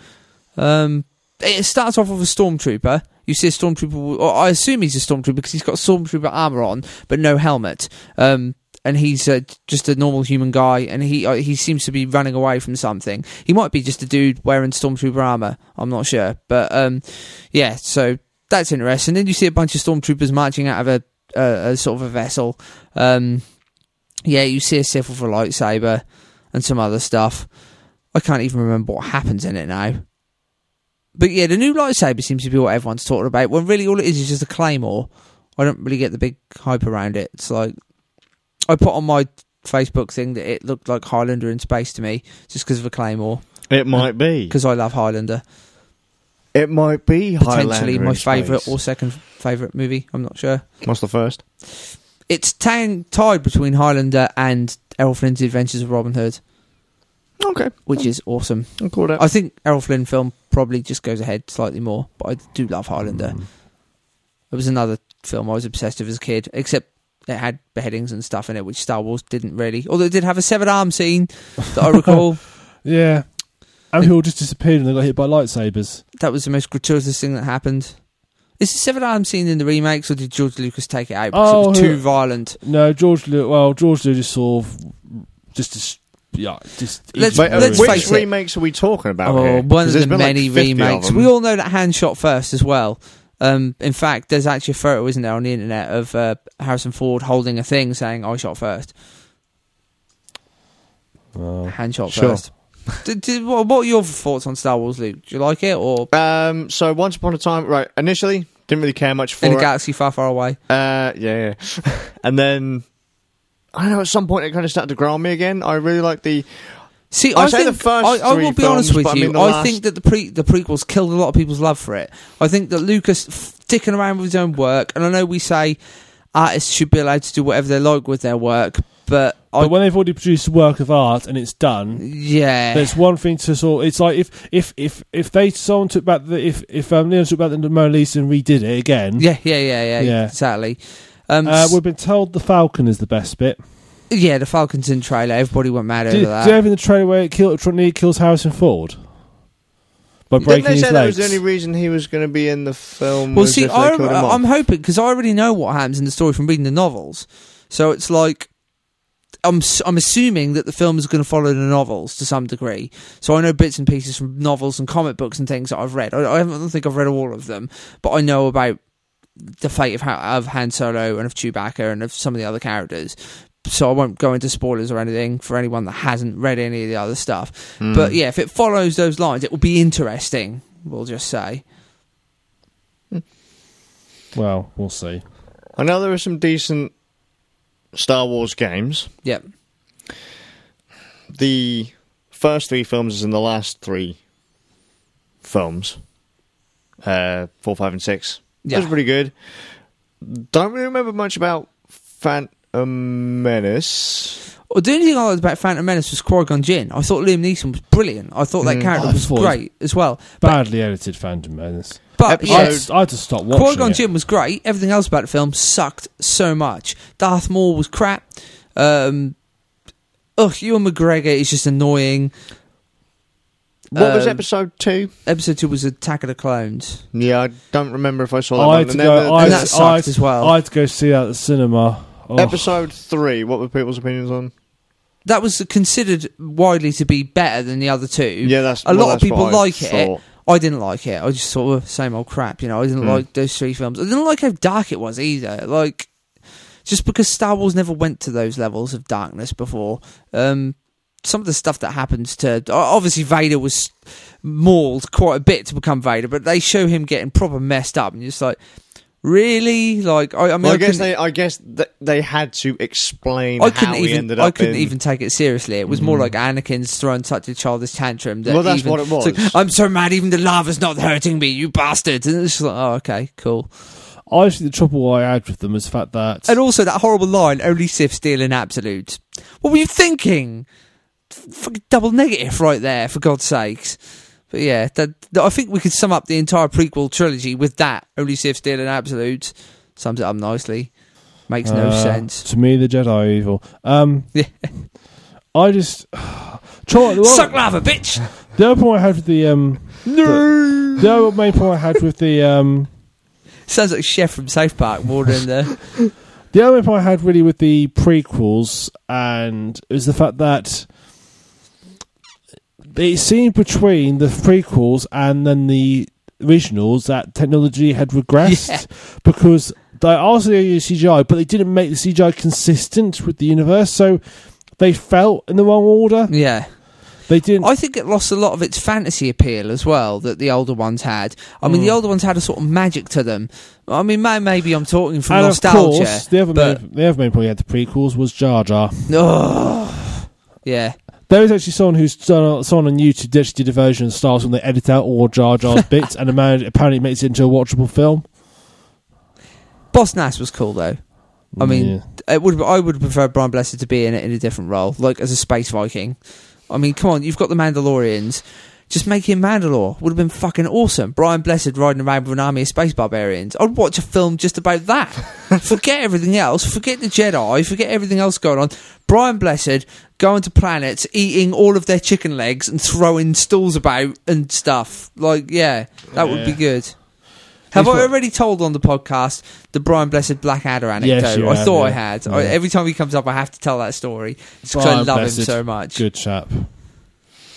Speaker 2: Um, it starts off with a stormtrooper. You see a stormtrooper. Or I assume he's a stormtrooper because he's got stormtrooper armor on, but no helmet. Um, and he's uh, just a normal human guy, and he uh, he seems to be running away from something. He might be just a dude wearing stormtrooper armor. I'm not sure, but um, yeah. So that's interesting. Then you see a bunch of stormtroopers marching out of a, a, a sort of a vessel. Um, yeah, you see a Sith with a lightsaber and some other stuff. I can't even remember what happens in it now. But yeah, the new lightsaber seems to be what everyone's talking about. When really all it is is just a claymore. I don't really get the big hype around it. It's like I put on my Facebook thing that it looked like Highlander in space to me, just because of a claymore.
Speaker 1: It might be.
Speaker 2: Because I love Highlander.
Speaker 1: It might be
Speaker 2: Potentially
Speaker 1: Highlander
Speaker 2: my
Speaker 1: in
Speaker 2: favourite
Speaker 1: space.
Speaker 2: or second favourite movie. I'm not sure.
Speaker 1: What's the first?
Speaker 2: It's tang- tied between Highlander and Errol Flynn's Adventures of Robin Hood,
Speaker 1: Okay,
Speaker 2: which is awesome.
Speaker 1: I'll call it.
Speaker 2: Uh, I think Errol Flynn film probably just goes ahead slightly more, but I do love Highlander.
Speaker 1: Mm.
Speaker 2: It was another film I was obsessed with as a kid, except it had beheadings and stuff in it, which Star Wars didn't really. Although it did have a severed arm scene that I recall.
Speaker 3: yeah. And people just disappeared and they got hit by lightsabers.
Speaker 2: that was the most gratuitous thing that happened. Is the severed arm scene in the remakes, or did George Lucas take it out because it was
Speaker 3: Oh,
Speaker 2: too
Speaker 3: yeah.
Speaker 2: violent?
Speaker 3: No, George. Lu- well, George Lucas saw just dis- yeah, just
Speaker 2: Let's-
Speaker 1: But, uh,
Speaker 2: let's
Speaker 1: which
Speaker 2: face it.
Speaker 1: remakes are we talking about
Speaker 2: oh,
Speaker 1: here?
Speaker 2: one
Speaker 1: 'Cause
Speaker 2: of
Speaker 1: there's
Speaker 2: the
Speaker 1: been, like,
Speaker 2: many
Speaker 1: 50 of
Speaker 2: remakes.
Speaker 1: them.
Speaker 2: We all know that hand shot first as well. Um, in fact, there's actually a photo, isn't there, on the internet of uh, Harrison Ford holding a thing saying, "I shot first,
Speaker 3: Oh.
Speaker 2: hand shot
Speaker 1: Sure.
Speaker 2: first." D- d- what, what are your thoughts on Star Wars, Luke? Do you like it, or
Speaker 1: Um, so once upon a time, right? Initially, didn't really care much for
Speaker 2: in a
Speaker 1: it.
Speaker 2: galaxy far, far away?
Speaker 1: Uh, yeah, yeah. and then I don't know. At some point, it kind of started to grow on me again. I really like the.
Speaker 2: See,
Speaker 1: I'd
Speaker 2: I
Speaker 1: say
Speaker 2: think
Speaker 1: the first
Speaker 2: I, I
Speaker 1: three
Speaker 2: will be
Speaker 1: films,
Speaker 2: honest with
Speaker 1: but I
Speaker 2: you. I,
Speaker 1: mean the last-
Speaker 2: think that the pre the prequels killed a lot of people's love for it. I think that Lucas f- dicking around with his own work, and I know we say artists should be allowed to do whatever they like with their work, but, I
Speaker 3: But when they've already produced a work of art and it's done,
Speaker 2: yeah,
Speaker 3: there's one thing to sort. It's like if if if if they someone took back the if if um, Leon took back the Mona Lisa and redid it again.
Speaker 2: yeah, yeah, yeah, yeah,
Speaker 3: Yeah.
Speaker 2: exactly. Um,
Speaker 3: Uh, we've been told the Falcon is the best bit.
Speaker 2: yeah, the Falcons in trailer, everybody went mad
Speaker 3: Do,
Speaker 2: over
Speaker 3: do you
Speaker 2: that.
Speaker 3: have in the trailer where it kill, Nearly kills Harrison Ford by breaking
Speaker 1: didn't they
Speaker 3: his
Speaker 1: say that was
Speaker 3: legs?
Speaker 1: the only reason he was going to be in the film?
Speaker 2: Well,
Speaker 1: was
Speaker 2: see,
Speaker 1: if they
Speaker 2: I,
Speaker 1: killed him off?
Speaker 2: I'm hoping because I already know what happens in the story from reading the novels, so it's like I'm s- I'm assuming that the film is going to follow the novels to some degree. So I know bits and pieces from novels and comic books and things that I've read. I, I haven't I don't think I've read all of them, but I know about the fate of ha- of Han Solo and of Chewbacca and of some of the other characters. So I won't go into spoilers or anything for anyone that hasn't read any of the other stuff.
Speaker 1: Hmm.
Speaker 2: But yeah, if it follows those lines, it will be interesting. We'll just say.
Speaker 3: Well, we'll see.
Speaker 1: I know there are some decent Star Wars games.
Speaker 2: Yep.
Speaker 1: The first three films is in the last three films. Uh, four, five, and six.
Speaker 2: Yeah.
Speaker 1: Those are pretty good. Don't really remember much about Phantom Menace.
Speaker 2: Well, the only thing I liked about Phantom Menace was Qui Gon Jinn. I thought Liam Neeson was brilliant. I thought that
Speaker 1: Mm.
Speaker 2: character
Speaker 3: I
Speaker 2: was
Speaker 3: thought-
Speaker 2: great as well.
Speaker 3: Badly edited Phantom Menace.
Speaker 2: But
Speaker 1: Episode-
Speaker 2: yes,
Speaker 3: I, I had to stop watching
Speaker 2: Qui Gon
Speaker 3: it.
Speaker 2: Jinn was great. Everything else about the film sucked so much. Darth Maul was crap. Um, ugh, Ewan McGregor is just annoying.
Speaker 1: What was
Speaker 2: Um,
Speaker 1: episode two?
Speaker 2: Episode two was Attack of the Clones,
Speaker 1: Yeah, I don't remember if I saw that
Speaker 3: I
Speaker 1: one.
Speaker 3: had to
Speaker 1: And then
Speaker 3: go-
Speaker 1: the-
Speaker 3: I-
Speaker 2: and
Speaker 1: the
Speaker 2: that sucked
Speaker 3: I-
Speaker 2: as well.
Speaker 3: I had to go see that at the cinema. Oh,
Speaker 1: episode three. What were people's opinions on?
Speaker 2: that was considered widely to be better than the other two.
Speaker 1: Yeah, that's
Speaker 2: a
Speaker 1: well,
Speaker 2: lot of
Speaker 1: that's what
Speaker 2: people
Speaker 1: I
Speaker 2: like it.
Speaker 1: thought.
Speaker 2: I didn't like it. I just sort of same old crap, you know. I didn't
Speaker 1: Hmm.
Speaker 2: like those three films. I didn't like how dark it was either. Like just because Star Wars never went to those levels of darkness before. Um, some of the stuff that happens to o- obviously Vader was mauled quite a bit to become Vader, but they show him getting proper messed up, and you're just like, really? Like I, I mean,
Speaker 1: Well, I,
Speaker 2: I
Speaker 1: guess
Speaker 2: couldn't-
Speaker 1: they, I guess th- they had to explain
Speaker 2: I
Speaker 1: how
Speaker 2: couldn't
Speaker 1: he
Speaker 2: even.
Speaker 1: ended up.
Speaker 2: I couldn't
Speaker 1: in- Hmm.
Speaker 2: even take it seriously. It was more like Anakin's throwing such a childish tantrum. That
Speaker 1: Well, that's
Speaker 2: even-
Speaker 1: what it was.
Speaker 2: it's like, I'm so mad. Even the lava's not hurting me, you bastard. And it's just like, oh, okay, cool.
Speaker 3: I think the trouble I had with them is the fact that
Speaker 2: And also that horrible line: "Only Sith steal in absolutes." What were you thinking? F- Fucking double negative right there, for God's sakes. But yeah, that, that- I think we could sum up the entire prequel trilogy with that. Only Sith steal in absolutes sums it up nicely. Makes no
Speaker 3: Uh,
Speaker 2: sense.
Speaker 3: To me, the Jedi are evil. Um,
Speaker 2: Yeah.
Speaker 3: I just. Try, well,
Speaker 2: Suck lava, bitch.
Speaker 3: the other point I had with the. Um,
Speaker 2: No.
Speaker 3: the other main point I had with the. Um,
Speaker 2: Sounds like Chef from South Park more than uh, the.
Speaker 3: the other main point I had really with the prequels and is the fact that it seemed between the prequels and then the originals that technology had regressed because they also used CGI, but they didn't make the CGI consistent with the universe, so they fell in the wrong order.
Speaker 2: yeah.
Speaker 3: They didn't.
Speaker 2: I think it lost a lot of its fantasy appeal as well that the older ones had. I mean, the
Speaker 3: Mm.
Speaker 2: older ones had a sort of magic to them. I mean, may- maybe I'm talking from
Speaker 3: and
Speaker 2: nostalgia.
Speaker 3: of course, the other,
Speaker 2: but-
Speaker 3: main, the other main point you had the prequels was Jar Jar.
Speaker 2: Ugh. yeah.
Speaker 3: There is actually someone who's done, someone on YouTube that actually did a version of Star Wars when they edit out all Jar Jar's bits, and a man apparently makes it into a watchable film.
Speaker 2: Boss Nass was cool though. I mean,
Speaker 3: Yeah.
Speaker 2: It would I would prefer Brian Blessed to be in it in a different role, like as a space Viking. I mean, come on, you've got the Mandalorians. Just make him Mandalore. Would have been fucking awesome. Brian Blessed riding around with an army of space barbarians. I'd watch a film just about that. forget everything else. Forget the Jedi. Forget everything else going on. Brian Blessed going to planets, eating all of their chicken legs and throwing stools about and stuff. Like, yeah, that would be
Speaker 3: Yeah.
Speaker 2: good. Have
Speaker 3: He's
Speaker 2: I
Speaker 3: what-
Speaker 2: already told on the podcast the Brian Blessed Blackadder anecdote?
Speaker 3: Yes, you
Speaker 2: I
Speaker 3: have,
Speaker 2: thought I
Speaker 3: yeah.
Speaker 2: had. I,
Speaker 3: Yeah.
Speaker 2: every time he comes up, I have to tell that story because I
Speaker 3: Brian
Speaker 2: love him
Speaker 3: Blessed.
Speaker 2: so much.
Speaker 3: good chap.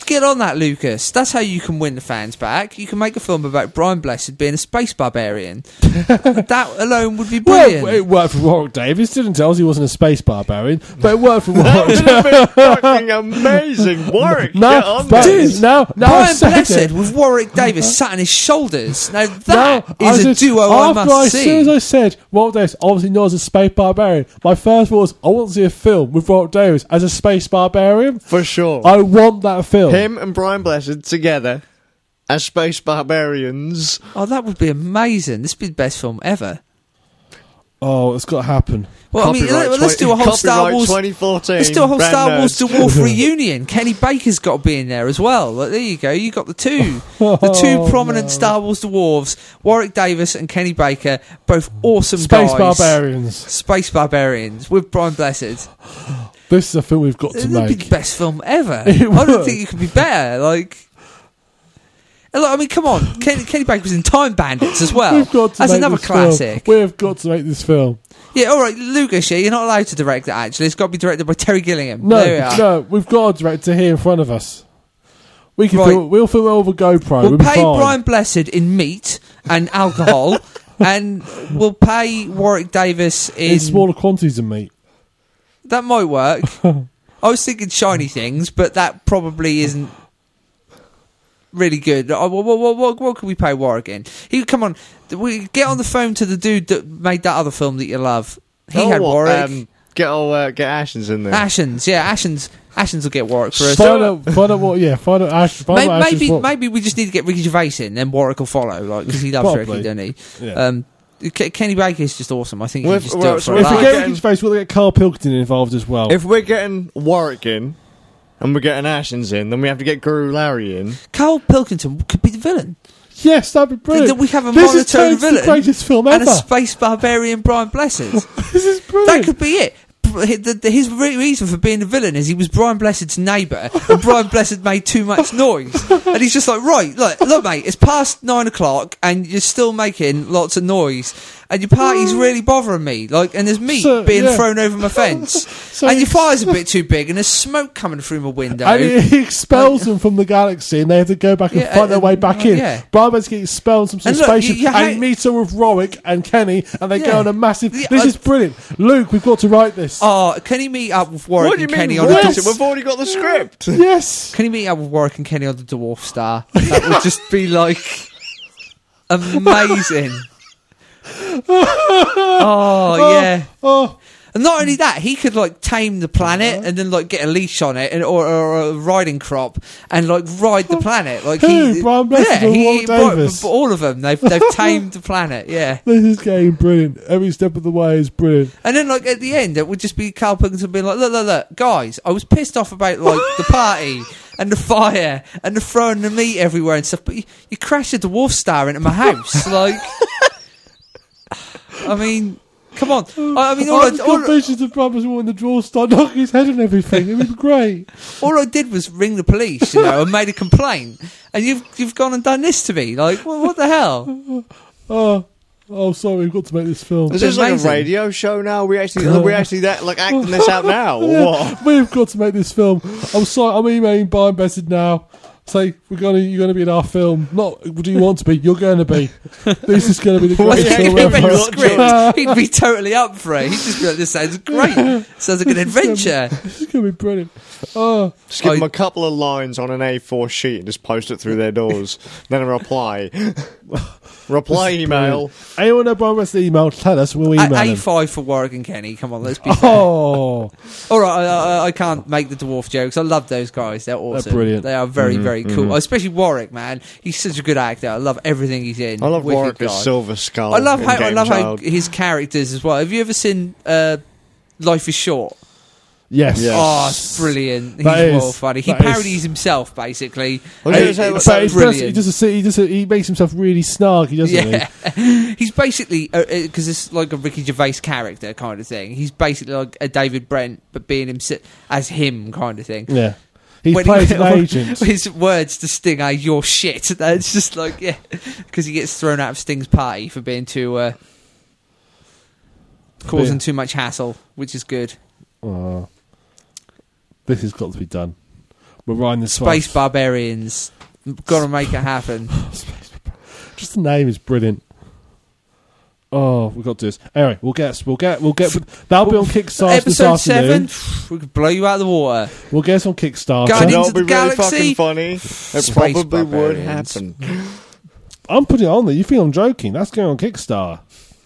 Speaker 2: Get on that, Lucas. That's how you can win the fans back. You can make a film about Brian Blessed being a space barbarian. that alone would be brilliant.
Speaker 3: Well, it worked for Warwick Davis. Didn't tell us he wasn't a space barbarian, but it worked for Warwick.
Speaker 1: That would have been fucking amazing, Warwick. get
Speaker 3: no,
Speaker 1: on
Speaker 3: but,
Speaker 1: this.
Speaker 2: Dude,
Speaker 3: no, no, I
Speaker 2: Brian
Speaker 3: said
Speaker 2: Blessed
Speaker 3: it.
Speaker 2: with Warwick Davis sat on his shoulders. Now
Speaker 3: No,
Speaker 2: that is
Speaker 3: I
Speaker 2: a
Speaker 3: just-
Speaker 2: duo I
Speaker 3: after
Speaker 2: must
Speaker 3: I, As soon as
Speaker 2: see.
Speaker 3: I said Walt Davis, obviously not as a space barbarian, my first thought was I want to see a film with Walt Davis as a space barbarian.
Speaker 1: for sure.
Speaker 3: I want that film.
Speaker 1: Him and Brian Blessed together as space barbarians.
Speaker 2: oh, that would be amazing. This would be the best film ever.
Speaker 3: Oh, it's got to happen.
Speaker 2: Well, I mean,
Speaker 1: Copyright
Speaker 2: let,
Speaker 1: 20
Speaker 2: us do a whole Star
Speaker 1: copyright
Speaker 2: Wars
Speaker 1: 2014.
Speaker 2: Let's do a whole
Speaker 1: brand
Speaker 2: Star
Speaker 1: nerds.
Speaker 2: Wars Dwarf reunion. Kenny Baker's got to be in there as well. Like, there you go. You got the two, the two
Speaker 3: Oh,
Speaker 2: prominent
Speaker 3: no.
Speaker 2: Star Wars dwarves, Warwick Davis and Kenny Baker, both awesome
Speaker 3: Space
Speaker 2: guys.
Speaker 3: barbarians.
Speaker 2: Space barbarians with Brian Blessed.
Speaker 3: This is a film we've got to
Speaker 2: It'd be the
Speaker 3: make.
Speaker 2: best film ever.
Speaker 3: It
Speaker 2: I don't
Speaker 3: would.
Speaker 2: think it could be better. Like. and, like, I mean, come on, Kenny, Kenny Baker was in Time Bandits as well.
Speaker 3: We've got to
Speaker 2: That's
Speaker 3: make
Speaker 2: another
Speaker 3: this
Speaker 2: classic.
Speaker 3: Film. We've got to make this film.
Speaker 2: Yeah, all right, Lucas, yeah, you're not allowed to direct it. Actually, it's got to be directed by Terry Gilliam.
Speaker 3: No,
Speaker 2: there we are.
Speaker 3: no, we've got a director here in front of us. We can
Speaker 2: Right.
Speaker 3: film, we'll film it over GoPro.
Speaker 2: We'll
Speaker 3: will be
Speaker 2: pay
Speaker 3: fine.
Speaker 2: Brian Blessed in meat and alcohol, and we'll pay Warwick Davis in.
Speaker 3: in smaller quantities than me.
Speaker 2: that might work. I was thinking shiny things, but that probably isn't really good. Uh, What, what, what, what, what can we pay Warwick in? He come on, we get on the phone to the dude that made that other film that you love. He
Speaker 1: Oh,
Speaker 2: had
Speaker 1: what,
Speaker 2: Warwick.
Speaker 1: um, get all, uh, get Ashens in there.
Speaker 2: Ashens, yeah, Ashens. Ashens will get Warwick for us.
Speaker 3: Find out, find out what. Yeah, find out. Ash, find
Speaker 2: Maybe
Speaker 3: out Ash's
Speaker 2: maybe,
Speaker 3: what-
Speaker 2: maybe we just need to get Ricky Gervais in, then Warwick will follow, like because he loves Ricky,
Speaker 3: Probably.
Speaker 2: doesn't he?
Speaker 3: yeah.
Speaker 2: Um, K- Kenny Baker is just awesome. I think you
Speaker 1: Well,
Speaker 2: can
Speaker 1: if-
Speaker 2: just do
Speaker 1: well,
Speaker 2: it for
Speaker 1: so
Speaker 2: a
Speaker 3: if we
Speaker 1: Right.
Speaker 2: laugh.
Speaker 3: get Ricky Space, we'll get Carl Pilkington involved as well.
Speaker 1: If we're getting Warwick in, and we're getting Ashens in, then we have to get Guru Larry in.
Speaker 2: Carl Pilkington could be the villain.
Speaker 3: yes, that'd be
Speaker 2: Think
Speaker 3: brilliant.
Speaker 2: that we have a
Speaker 3: this is
Speaker 2: monotone
Speaker 3: Tony's the
Speaker 2: villain
Speaker 3: greatest film
Speaker 2: and
Speaker 3: ever.
Speaker 2: a space barbarian Brian Blessed.
Speaker 3: this is
Speaker 2: that
Speaker 3: brilliant.
Speaker 2: could be it. P- the- the- His re- reason for being the villain is he was Brian Blessed's neighbour, and Brian Blessed made too much noise. And he's just like, right, look, look, mate, it's past nine o'clock, and you're still making lots of noise. and your party's really bothering me. Like, and there's meat
Speaker 3: Mm. So,
Speaker 2: being
Speaker 3: yeah.
Speaker 2: thrown over my fence,
Speaker 3: So
Speaker 2: and
Speaker 3: you-
Speaker 2: your fire's a bit too big, and there's smoke coming through my window.
Speaker 3: And he- he expels them from the galaxy, and they have to go back and
Speaker 2: Yeah,
Speaker 3: fight their
Speaker 2: and-
Speaker 3: way back
Speaker 2: uh,
Speaker 3: in.
Speaker 2: yeah.
Speaker 3: Barman's getting expelled from some
Speaker 2: And look,
Speaker 3: spaceship,
Speaker 2: you- you
Speaker 3: and
Speaker 2: hate-
Speaker 3: he meets up with Rowick and Kenny, and they
Speaker 2: Yeah.
Speaker 3: go on a massive.
Speaker 2: Yeah,
Speaker 3: this
Speaker 2: I-
Speaker 3: is brilliant, Luke. We've got to write this.
Speaker 2: Oh, can he meet up with Warwick
Speaker 1: What do you
Speaker 2: and Kenny
Speaker 1: mean?
Speaker 2: on the
Speaker 1: what?
Speaker 3: Yes.
Speaker 2: dwarf?
Speaker 1: We've already got the script.
Speaker 3: yes,
Speaker 2: Can he meet up with Warwick and Kenny on the Dwarf Star? That would just be like amazing. oh yeah.
Speaker 3: oh,
Speaker 2: And not only that, he could like tame the planet
Speaker 1: Uh-huh.
Speaker 2: and then like get a leash on it and or, or a riding crop and like ride the planet. Like
Speaker 3: Who?
Speaker 2: he,
Speaker 3: Brian Blessed or
Speaker 2: Bri-
Speaker 3: Walt Davis?
Speaker 2: b- all of them. They've they've tamed the planet. Yeah.
Speaker 3: this is getting brilliant. Every step of the way is brilliant.
Speaker 2: And then like at the end, it would just be Carl Pilkington being like, look, look, look, guys, I was pissed off about like the party. And the fire and the throwing the meat everywhere and stuff, but you, you crashed a dwarf star into my house. Like, I mean, come on. I, I mean, all,
Speaker 3: I've
Speaker 2: I, all,
Speaker 3: got visions of Barman's wanting the drawer start knocking his head and everything. It was great.
Speaker 2: all I did was ring the police, you know, and made a complaint. And you've you've gone and done this to me. Like, well, what the hell?
Speaker 3: Oh, oh, sorry, we've got to make this film.
Speaker 1: Is this like
Speaker 2: amazing.
Speaker 1: a radio show now? we actually are we actually that like acting this out now or
Speaker 3: Yeah,
Speaker 1: what?
Speaker 3: We've got to make this film. I'm sorry, I'm emailing Brian Bested now. Say we're gonna, you're going to be in our film. Not do you want to be? You're going to be. This is going to be the
Speaker 1: Well,
Speaker 3: greatest
Speaker 1: yeah, give
Speaker 3: film
Speaker 1: me
Speaker 2: If
Speaker 3: ever.
Speaker 2: he
Speaker 1: your
Speaker 2: was script, he'd be totally up for it. He'd just be like, "This sounds great. Sounds like an adventure."
Speaker 3: This is going to be brilliant. Oh,
Speaker 1: Just give
Speaker 2: I-
Speaker 1: them a couple of lines on an A4 sheet and just post it through their doors. then a reply, reply email.
Speaker 3: anyone know Brian Best's email? Tell us. We'll email
Speaker 2: A
Speaker 3: him.
Speaker 2: five for Warwick and Kenny. Come on, let's be.
Speaker 3: Oh,
Speaker 2: All right, I, I, I can't make the dwarf jokes. I love those guys. They're awesome.
Speaker 3: brilliant. Mm-hmm,
Speaker 2: They are very, very cool. Especially Warwick, man. He's such a good actor. I love everything he's in.
Speaker 1: I love
Speaker 2: Wicked
Speaker 1: Warwick as
Speaker 2: guy.
Speaker 1: Silver Skull.
Speaker 2: I love
Speaker 1: in
Speaker 2: how I
Speaker 1: Game
Speaker 2: love
Speaker 1: Child.
Speaker 2: how his characters as well. Have you ever seen uh, Life is Short?
Speaker 3: yes.
Speaker 1: Yeah.
Speaker 2: Oh, it's brilliant. He's
Speaker 3: That is-
Speaker 2: well funny. He
Speaker 3: that is-
Speaker 2: parodies himself, basically.
Speaker 1: I was
Speaker 3: Hey,
Speaker 1: gonna say,
Speaker 3: but
Speaker 1: like,
Speaker 3: he
Speaker 1: that's
Speaker 3: does- he
Speaker 2: brilliant.
Speaker 3: does a, he does a, he makes himself really snarky, doesn't he?
Speaker 2: yeah. he's basically, because it's like a Ricky Gervais character kind of thing. He's basically like a David Brent, but being him as him kind of thing.
Speaker 3: Yeah. He
Speaker 2: When
Speaker 3: plays an agent.
Speaker 2: His words to Sting are your shit. That's just like, yeah. Because he gets thrown out of Sting's party for being too. Uh, causing
Speaker 3: being-
Speaker 2: too much hassle, which is good.
Speaker 3: Oh. This has got to be done. We're writing this one.
Speaker 2: Space barbarians. Gotta make it happen.
Speaker 3: Just the name is brilliant. Oh, we've got to do this. Anyway, we'll get we'll get we'll get that'll be on Kickstarter this
Speaker 2: Episode
Speaker 3: afternoon.
Speaker 2: seven, we could blow you out of the water.
Speaker 3: We'll get us on Kickstarter.
Speaker 2: Guardians
Speaker 1: That
Speaker 2: into
Speaker 1: would be
Speaker 2: the
Speaker 1: really
Speaker 2: galaxy.
Speaker 1: fucking funny. It
Speaker 2: Space
Speaker 1: probably would
Speaker 2: barbarians.
Speaker 1: happen.
Speaker 3: I'm putting it on there. You think I'm joking? That's going on Kickstarter.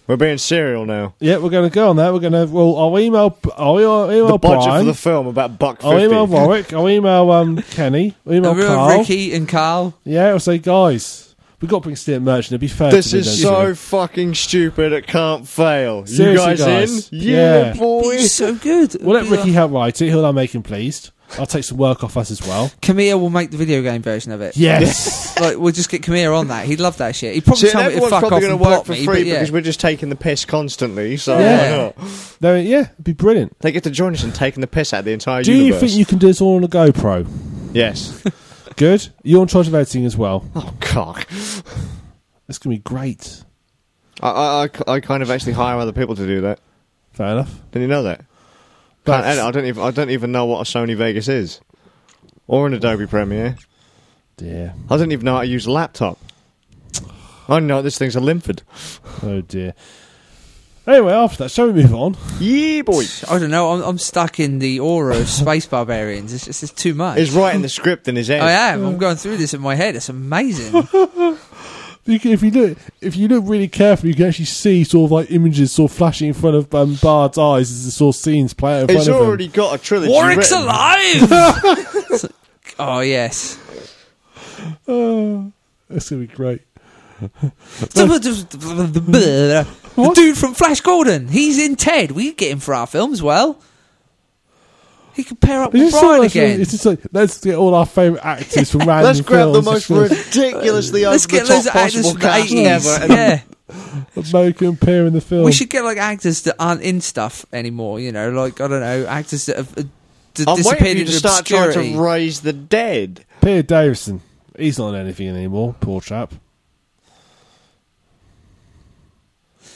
Speaker 1: We're being serial now.
Speaker 3: Yeah, we're going to go on that. We're going to well, I'll email I'll email, email
Speaker 1: The budget
Speaker 3: Brian.
Speaker 1: for the film about buck
Speaker 3: I'll
Speaker 1: fifty.
Speaker 3: email Warwick. I'll email um Kenny. I'll email
Speaker 2: And we were
Speaker 3: Carl.
Speaker 2: Ricky and Carl.
Speaker 3: Yeah, I'll say guys, we've got to bring Steve Merchant. It'd be fair.
Speaker 1: This
Speaker 3: to
Speaker 1: is
Speaker 3: them,
Speaker 1: so fucking stupid. It can't fail. you
Speaker 3: Seriously,
Speaker 1: guys,
Speaker 3: guys.
Speaker 1: in? Yeah,
Speaker 3: Yeah.
Speaker 1: boy.
Speaker 2: He's so good.
Speaker 3: We'll let Ricky help write it. He'll now make him pleased. I'll take some work off us as well.
Speaker 2: Camille will make the video game version of it.
Speaker 3: Yes.
Speaker 2: Like we'll just get Camille on that. He'd love that shit. He'd probably
Speaker 1: See,
Speaker 2: tell me to
Speaker 1: everyone's
Speaker 2: fuck
Speaker 1: probably
Speaker 2: off
Speaker 1: going to
Speaker 2: and
Speaker 1: work
Speaker 2: block
Speaker 1: for
Speaker 2: me.
Speaker 1: free
Speaker 2: but yeah.
Speaker 1: because we're just taking the piss constantly. So
Speaker 2: Yeah.
Speaker 1: why not?
Speaker 3: no, yeah, it'd be brilliant.
Speaker 1: They get to join us in taking the piss out of the entire
Speaker 3: Do you
Speaker 1: universe.
Speaker 3: think you can do this all on a GoPro?
Speaker 1: yes.
Speaker 3: Good. You're in charge of editing as well.
Speaker 1: oh cock.
Speaker 3: It's going to be great.
Speaker 1: I, I, I- I kind of actually hire other people to do that.
Speaker 3: Fair enough.
Speaker 1: Did you know that? Can't edit.
Speaker 3: That's-
Speaker 1: I don't even I don't even know what a Sony Vegas is, or an Adobe Premiere.
Speaker 3: oh dear.
Speaker 1: I don't even know how to use a laptop. I know this thing's a Linford.
Speaker 3: Oh, dear. Anyway, after that, shall we move on?
Speaker 1: Yeah, boy.
Speaker 2: I don't know. I'm, I'm stuck in the aura of space barbarians. It's just it's too much.
Speaker 1: He's writing the script in his head.
Speaker 2: I am. I'm going through this in my head. It's amazing.
Speaker 3: You can- if you look, if you look really carefully, you can actually see sort of like images sort of flashing in front of um, Bard's eyes as the sort of scenes play out in
Speaker 1: He's
Speaker 3: front of him.
Speaker 1: already got a trilogy.
Speaker 2: Warwick's
Speaker 1: written.
Speaker 2: alive. It's like, oh yes.
Speaker 3: Oh, that's going to be great.
Speaker 2: the dude from Flash Gordon. He's in Ted. We could get him for our film as well. He could pair up
Speaker 3: It's
Speaker 2: with
Speaker 3: just
Speaker 2: Brian
Speaker 3: so much-
Speaker 2: again.
Speaker 3: It's just like, let's get all our favourite actors from random
Speaker 1: Let's grab the most
Speaker 3: films. Let's
Speaker 1: ridiculously over
Speaker 2: Let's
Speaker 1: the
Speaker 2: get loads
Speaker 1: top
Speaker 2: of actors
Speaker 1: possible
Speaker 2: from the
Speaker 1: cast
Speaker 2: eighties.
Speaker 1: ever. and
Speaker 2: Yeah,
Speaker 3: just Make them appear in the film.
Speaker 2: we should get like actors that aren't in stuff anymore. You know, like I don't know, actors that have uh, d-
Speaker 1: I'm waiting for
Speaker 2: disappeared
Speaker 1: you to
Speaker 2: into
Speaker 1: start
Speaker 2: obscurity.
Speaker 1: trying to raise the dead.
Speaker 3: Peter Davison. He's not in anything anymore. Poor chap.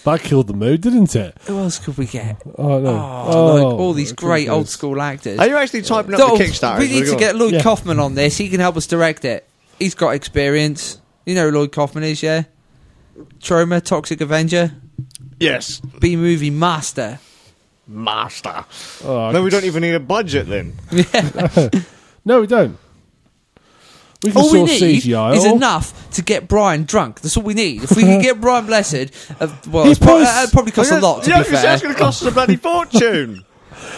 Speaker 3: That killed the mood, didn't it?
Speaker 2: Who else could we get?
Speaker 3: Oh no!
Speaker 2: Oh, like all these great old school actors.
Speaker 1: Are you actually typing up
Speaker 2: Oh,
Speaker 1: the Kickstarter?
Speaker 2: We need to get Lloyd
Speaker 3: Yeah.
Speaker 2: Kaufman on this. He can help us direct it. He's got experience. You know who Lloyd Kaufman is, yeah? Trauma, Toxic Avenger,
Speaker 1: yes,
Speaker 2: B movie master.
Speaker 1: master.
Speaker 3: Oh,
Speaker 1: No, we don't even need a budget then.
Speaker 3: No, we don't. We can
Speaker 2: All we
Speaker 3: source
Speaker 2: need
Speaker 3: CGI.
Speaker 2: is
Speaker 3: or-
Speaker 2: enough to get Brian drunk. That's all we need. If we can get Brian Blessed, uh, well,
Speaker 3: He's
Speaker 2: it's pro-
Speaker 3: probably-
Speaker 2: uh, it'd probably cost a lot. To
Speaker 1: yeah,
Speaker 2: be
Speaker 1: because
Speaker 2: fair,
Speaker 1: that's going to cost us a bloody fortune.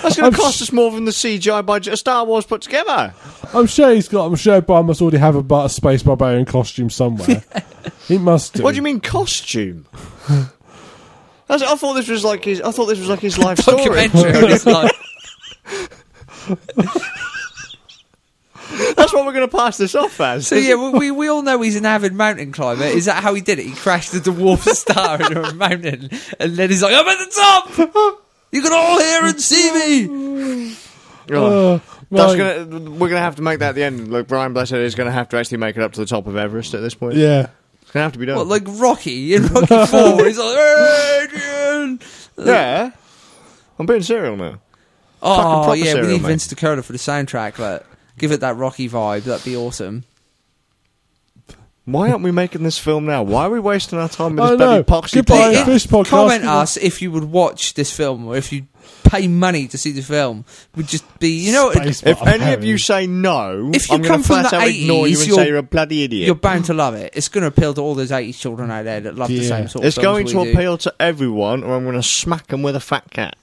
Speaker 1: That's going
Speaker 3: I'm
Speaker 1: to
Speaker 3: sh-
Speaker 1: cost us more than the CGI budget of Star Wars put together.
Speaker 3: I'm sure he's got. I'm sure Brian must already have a, bar- a space barbarian costume somewhere. he must do.
Speaker 1: What do you mean costume? That's, I thought this was like his. I thought this was like his life story.
Speaker 2: documentary on his life.
Speaker 1: That's what we're going to pass this off as.
Speaker 2: So yeah, we, we we all know he's an avid mountain climber. Is that how he did it? He crashed the dwarf star into a mountain, and then he's like, "I'm at the top. You can all hear and see me."
Speaker 1: Oh.
Speaker 3: Uh,
Speaker 1: That's
Speaker 3: right.
Speaker 1: gonna. We're gonna have to make that the end. Like Brian Blessed is gonna have to actually make it up to the top of Everest at this point.
Speaker 3: Yeah.
Speaker 1: it's gonna have to be done.
Speaker 2: What, like Rocky in Rocky Four? He's like, "Adrian."
Speaker 1: yeah, I'm being serial now.
Speaker 2: Oh
Speaker 1: proper
Speaker 2: yeah, we
Speaker 1: serial,
Speaker 2: need
Speaker 1: mate.
Speaker 2: Vince Dakota for the soundtrack. But give it that Rocky vibe. That'd be awesome.
Speaker 1: Why aren't we making this film now? Why are we wasting our time with
Speaker 3: I
Speaker 1: this bloody
Speaker 3: know.
Speaker 1: poxy
Speaker 3: Goodbye,
Speaker 1: podcast?
Speaker 3: Fish Podcast.
Speaker 2: Comment us if you would watch this film or if you pay money to see the film. Would just be you know
Speaker 3: Space
Speaker 1: If any
Speaker 3: barbarian.
Speaker 1: of you say no,
Speaker 2: If you
Speaker 1: I'm going
Speaker 2: come
Speaker 1: to
Speaker 2: from
Speaker 1: flat
Speaker 2: the
Speaker 1: out ignore you
Speaker 2: 80s,
Speaker 1: and
Speaker 2: you're-
Speaker 1: say you're a bloody idiot.
Speaker 2: you're bound to love it. It's going to appeal to all those 80s children out there that love the
Speaker 3: Yeah.
Speaker 2: same sort of
Speaker 1: it's going
Speaker 2: films
Speaker 1: to
Speaker 2: we do.
Speaker 1: appeal to everyone, or I'm going to smack them with a fat cat.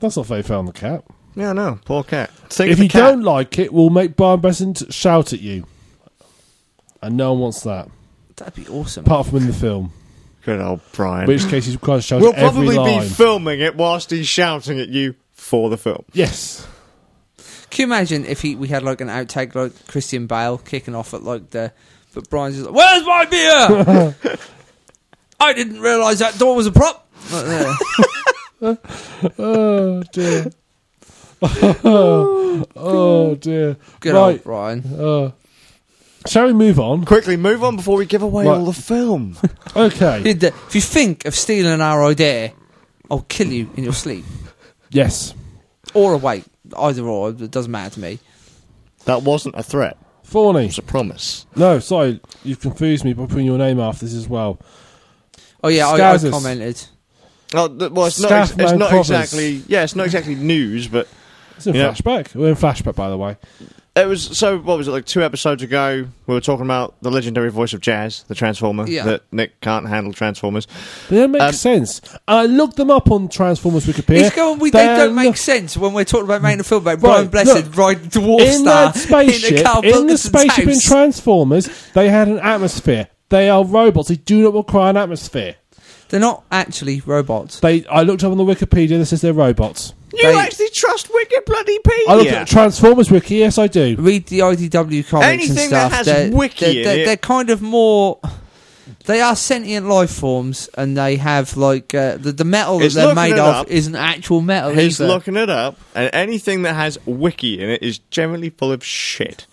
Speaker 3: that's not fair. Found the cat.
Speaker 1: Yeah, no, poor cat. Think
Speaker 3: if
Speaker 1: of the
Speaker 3: you
Speaker 1: cat.
Speaker 3: don't like it, we'll make Brian Besant shout at you, and no one wants that,
Speaker 2: That'd be awesome.
Speaker 3: apart from in the film.
Speaker 1: good old Brian.
Speaker 3: In which case, he's required to shout
Speaker 1: we'll
Speaker 3: at every
Speaker 1: probably
Speaker 3: line.
Speaker 1: be filming it whilst he's shouting at you for the film.
Speaker 3: yes.
Speaker 2: Can you imagine if he, we had like an outtake like Christian Bale kicking off at like the. But Brian's just like, Where's my beer? I didn't realise that door was a prop. Like that.
Speaker 3: Oh dear. oh dear.
Speaker 2: Good
Speaker 3: right.
Speaker 2: old Brian.
Speaker 3: Uh, shall we move on?
Speaker 1: Quickly, move on before we give away
Speaker 3: Right.
Speaker 1: all the film.
Speaker 3: Okay.
Speaker 2: Did the- If you think of stealing our idea, I'll kill you in your sleep
Speaker 3: yes.
Speaker 2: or awake. Either or, it doesn't matter to me.
Speaker 1: that wasn't a threat. It
Speaker 3: Forney.
Speaker 1: was a promise.
Speaker 3: No, sorry, you've confused me by putting your name after this as well.
Speaker 2: Oh yeah, I, I
Speaker 3: Scousers.
Speaker 2: commented.
Speaker 1: Oh, th- well, it's not, ex-
Speaker 3: Staff man
Speaker 1: it's not
Speaker 3: covers.
Speaker 1: exactly. Yeah, it's not exactly news, but
Speaker 3: It's in
Speaker 1: Yeah.
Speaker 3: flashback. We're in flashback, by the way.
Speaker 1: it was. So, what was it like? Two episodes ago, we were talking about the legendary voice of jazz, the Transformer.
Speaker 2: Yeah.
Speaker 1: That Nick can't handle Transformers.
Speaker 3: They don't make
Speaker 1: Um,
Speaker 3: sense. I looked them up on Transformers Wikipedia.
Speaker 2: It's going, we, they
Speaker 3: They're
Speaker 2: don't make
Speaker 3: not-
Speaker 2: sense when we're talking about making a film about Brian
Speaker 3: Right,
Speaker 2: Blessed
Speaker 3: look.
Speaker 2: riding Dwarf
Speaker 3: in
Speaker 2: Star
Speaker 3: that spaceship,
Speaker 2: in a Carl
Speaker 3: in the
Speaker 2: Wilkinson's
Speaker 3: spaceship in
Speaker 2: house.
Speaker 3: Transformers, they had an atmosphere. They are robots. They do not require an atmosphere.
Speaker 2: They're not actually robots.
Speaker 3: They. I looked up on the Wikipedia. This is their robots.
Speaker 1: You
Speaker 2: They-
Speaker 1: actually trust Wicked Bloody Pedia?
Speaker 3: I looked at Transformers Wiki. Yes, I do.
Speaker 2: Read the IDW comics and
Speaker 1: Anything that
Speaker 2: stuff.
Speaker 1: has
Speaker 2: they're,
Speaker 1: wiki
Speaker 2: they're,
Speaker 1: in
Speaker 2: they're-
Speaker 1: it.
Speaker 2: they're kind of more. They are sentient life forms, and they have like uh, the, the metal that
Speaker 1: It's
Speaker 2: they're
Speaker 1: looking
Speaker 2: made
Speaker 1: it
Speaker 2: of
Speaker 1: up.
Speaker 2: isn't actual metal.
Speaker 1: He's
Speaker 2: either.
Speaker 1: looking it up, and anything that has wiki in it is generally full of shit.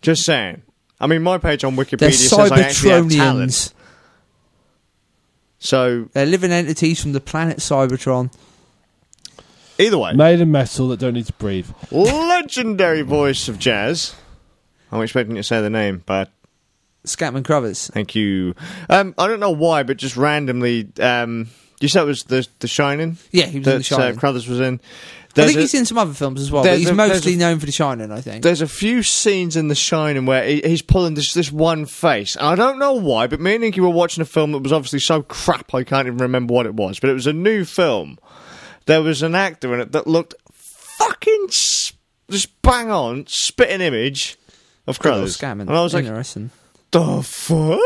Speaker 1: Just saying. I mean, my page on Wikipedia
Speaker 2: They're
Speaker 1: says I actually have talent.
Speaker 2: Cybertronians.
Speaker 1: So
Speaker 2: They're living entities from the planet Cybertron.
Speaker 1: either way,
Speaker 3: Made of metal that don't need to breathe.
Speaker 1: legendary voice of jazz. I'm expecting you to say the name, but
Speaker 2: Scatman Crothers.
Speaker 1: Thank you. Um, I don't know why, but just randomly, um, you said it was the the Shining.
Speaker 2: Yeah, he was
Speaker 1: that
Speaker 2: in The Shining.
Speaker 1: Uh, Crothers was in.
Speaker 2: I
Speaker 1: There's
Speaker 2: think
Speaker 1: a,
Speaker 2: he's in some other films as well, but
Speaker 1: there's
Speaker 2: he's
Speaker 1: a- there's
Speaker 2: mostly
Speaker 1: a-
Speaker 2: known for The Shining, I think.
Speaker 1: There's a few scenes in The Shining where he, he's pulling this this one face. I don't know why, but me and Nicky were watching a film that was obviously so crap I can't even remember what it was. But it was a new film. There was an actor in it that looked fucking s just bang on spitting image of
Speaker 2: Good old
Speaker 1: Crothers,
Speaker 2: Scatman.
Speaker 1: and I was like,
Speaker 2: Interesting.
Speaker 1: the fuck?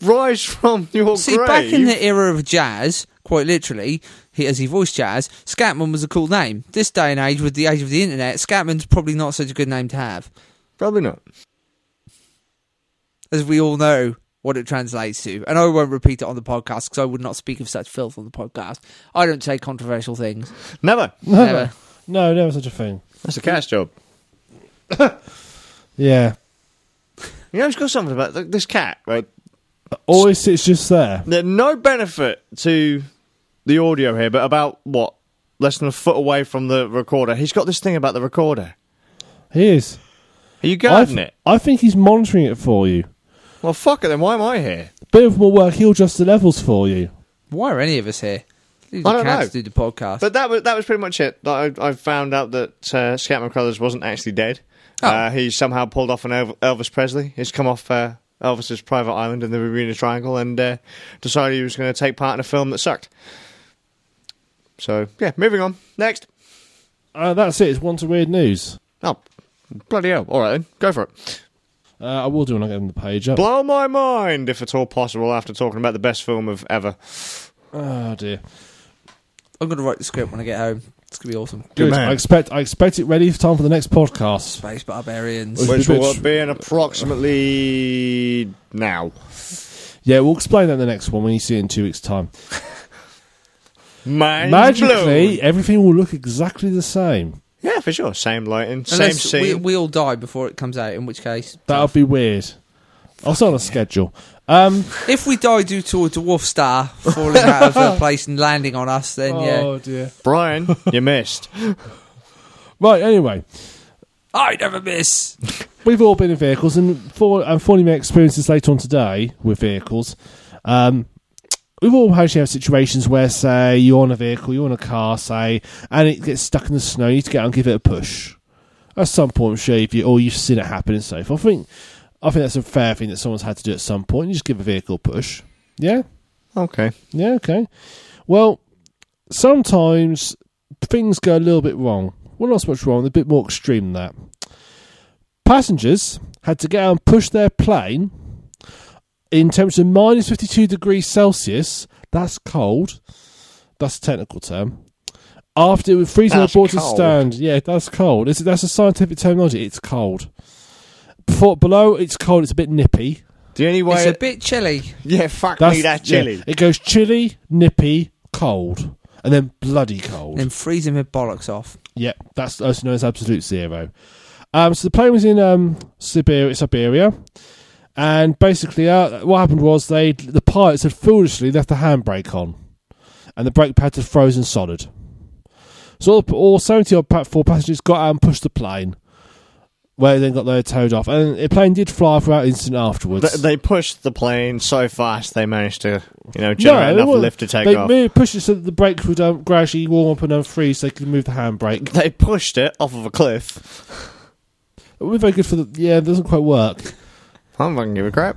Speaker 1: Rise from your
Speaker 2: See,
Speaker 1: grave.
Speaker 2: back in the era of jazz, quite literally, he, as he voiced jazz, Scatman was a cool name. This day and age, with the age of the internet, Scatman's probably not such a good name to have,
Speaker 1: Probably not.
Speaker 2: as we all know what it translates to. And I won't repeat it on the podcast because I would not speak of such filth on the podcast. I don't say controversial things.
Speaker 1: Never.
Speaker 2: Never.
Speaker 3: No, never such a thing.
Speaker 1: That's a cash job.
Speaker 3: Yeah.
Speaker 1: You know, it's got something about th- this cat, right?
Speaker 3: Or it sits just there.
Speaker 1: There's no benefit to the audio here, but about what? Less than a foot away from the recorder. He's got this thing about the recorder.
Speaker 3: He is.
Speaker 1: Are you
Speaker 3: I,
Speaker 1: guarding
Speaker 3: th-
Speaker 1: it?
Speaker 3: I think he's monitoring it for you.
Speaker 1: Well, fuck it then. Why am I here?
Speaker 3: Bit of more work, he'll adjust the levels for you.
Speaker 2: Why are any of us here? Leave
Speaker 1: I
Speaker 2: the
Speaker 1: don't
Speaker 2: cats
Speaker 1: know.
Speaker 2: to do the podcast.
Speaker 1: But that was that was pretty much it. I, I found out that uh, Scatman Crothers wasn't actually dead.
Speaker 2: Oh.
Speaker 1: Uh, he somehow pulled off an Elv- Elvis Presley. He's come off uh, Elvis's private island in the Bermuda Triangle and uh, decided he was going to take part in a film that sucked. So yeah, moving on. Next.
Speaker 3: Uh, that's it. It's one to weird news.
Speaker 1: Oh, bloody hell! All right, then. go for it.
Speaker 3: Uh, I will do when I get the page up.
Speaker 1: Blow my mind if at all possible after talking about the best film of ever.
Speaker 3: oh dear.
Speaker 2: I'm going to write the script when I get home. It's going to be awesome.
Speaker 1: Good
Speaker 3: Good.
Speaker 1: man.
Speaker 3: I expect I expect it ready for time for the next podcast.
Speaker 2: Space barbarians.
Speaker 3: Well,
Speaker 1: Which
Speaker 3: it's a bit
Speaker 1: will
Speaker 3: tr-
Speaker 1: be in approximately now.
Speaker 3: Yeah, we'll explain that in the next one when you see it in two weeks' time.
Speaker 1: Mind blown.
Speaker 3: Magically, everything will look exactly the same.
Speaker 1: Yeah, for sure. Same lighting,
Speaker 2: Unless
Speaker 1: same
Speaker 2: we,
Speaker 1: scene.
Speaker 2: we all die before it comes out, in which case.
Speaker 3: That would be weird. Also on a schedule. Um,
Speaker 2: If we die due to a dwarf star falling out of a place and landing on us, then yeah.
Speaker 3: Oh dear.
Speaker 1: Brian, you missed.
Speaker 3: Right. Anyway,
Speaker 2: I never miss!
Speaker 3: we've all been in vehicles, and for and forming my experiences later on today with vehicles, um, we've all actually have situations where, say, you're on a vehicle, you're on a car, say, and it gets stuck in the snow. You need to get out and give it a push. At some point, I'm sure if you or you've seen it happen and so forth. I think I think that's a fair thing that someone's had to do at some point. You just give a vehicle a push. Yeah.
Speaker 1: Okay.
Speaker 3: Yeah, okay. Well, sometimes things go a little bit wrong. Well, not so much wrong, they're a bit more extreme than that. Passengers had to get out and push their plane in temperature minus 52 degrees Celsius. That's cold. That's a technical term. After it was freezing
Speaker 1: That's
Speaker 3: aboard the
Speaker 1: cold.
Speaker 3: stand. Yeah, that's cold. It's, that's a scientific terminology. It's cold. Before, below, it's cold. It's a bit nippy.
Speaker 1: The only way.
Speaker 2: It's a bit chilly.
Speaker 1: yeah, fuck me that
Speaker 3: yeah.
Speaker 1: chili.
Speaker 3: it goes chilly, nippy, cold, and then bloody cold.
Speaker 2: Then freezing my bollocks off.
Speaker 3: Yeah, that's also known as absolute zero. Um, so the plane was in um, Siberia, Siberia, and basically uh, what happened was they the pilots had foolishly left the handbrake on, and the brake pads had frozen solid. So all, all seventy odd pa- four passengers got out and pushed the plane, where they then got their towed off, and the plane did fly without incident afterwards.
Speaker 1: Th- They pushed the plane so fast they managed to, you know, generate
Speaker 3: they
Speaker 1: enough
Speaker 3: wouldn't.
Speaker 1: lift to take
Speaker 3: they
Speaker 1: off.
Speaker 3: moved, pushed it so that the brakes would um, gradually warm up and unfreeze so they could move the handbrake.
Speaker 1: They pushed it off of a cliff.
Speaker 3: It would be very good for the. Yeah, it doesn't quite work.
Speaker 1: I'm fucking give a crap.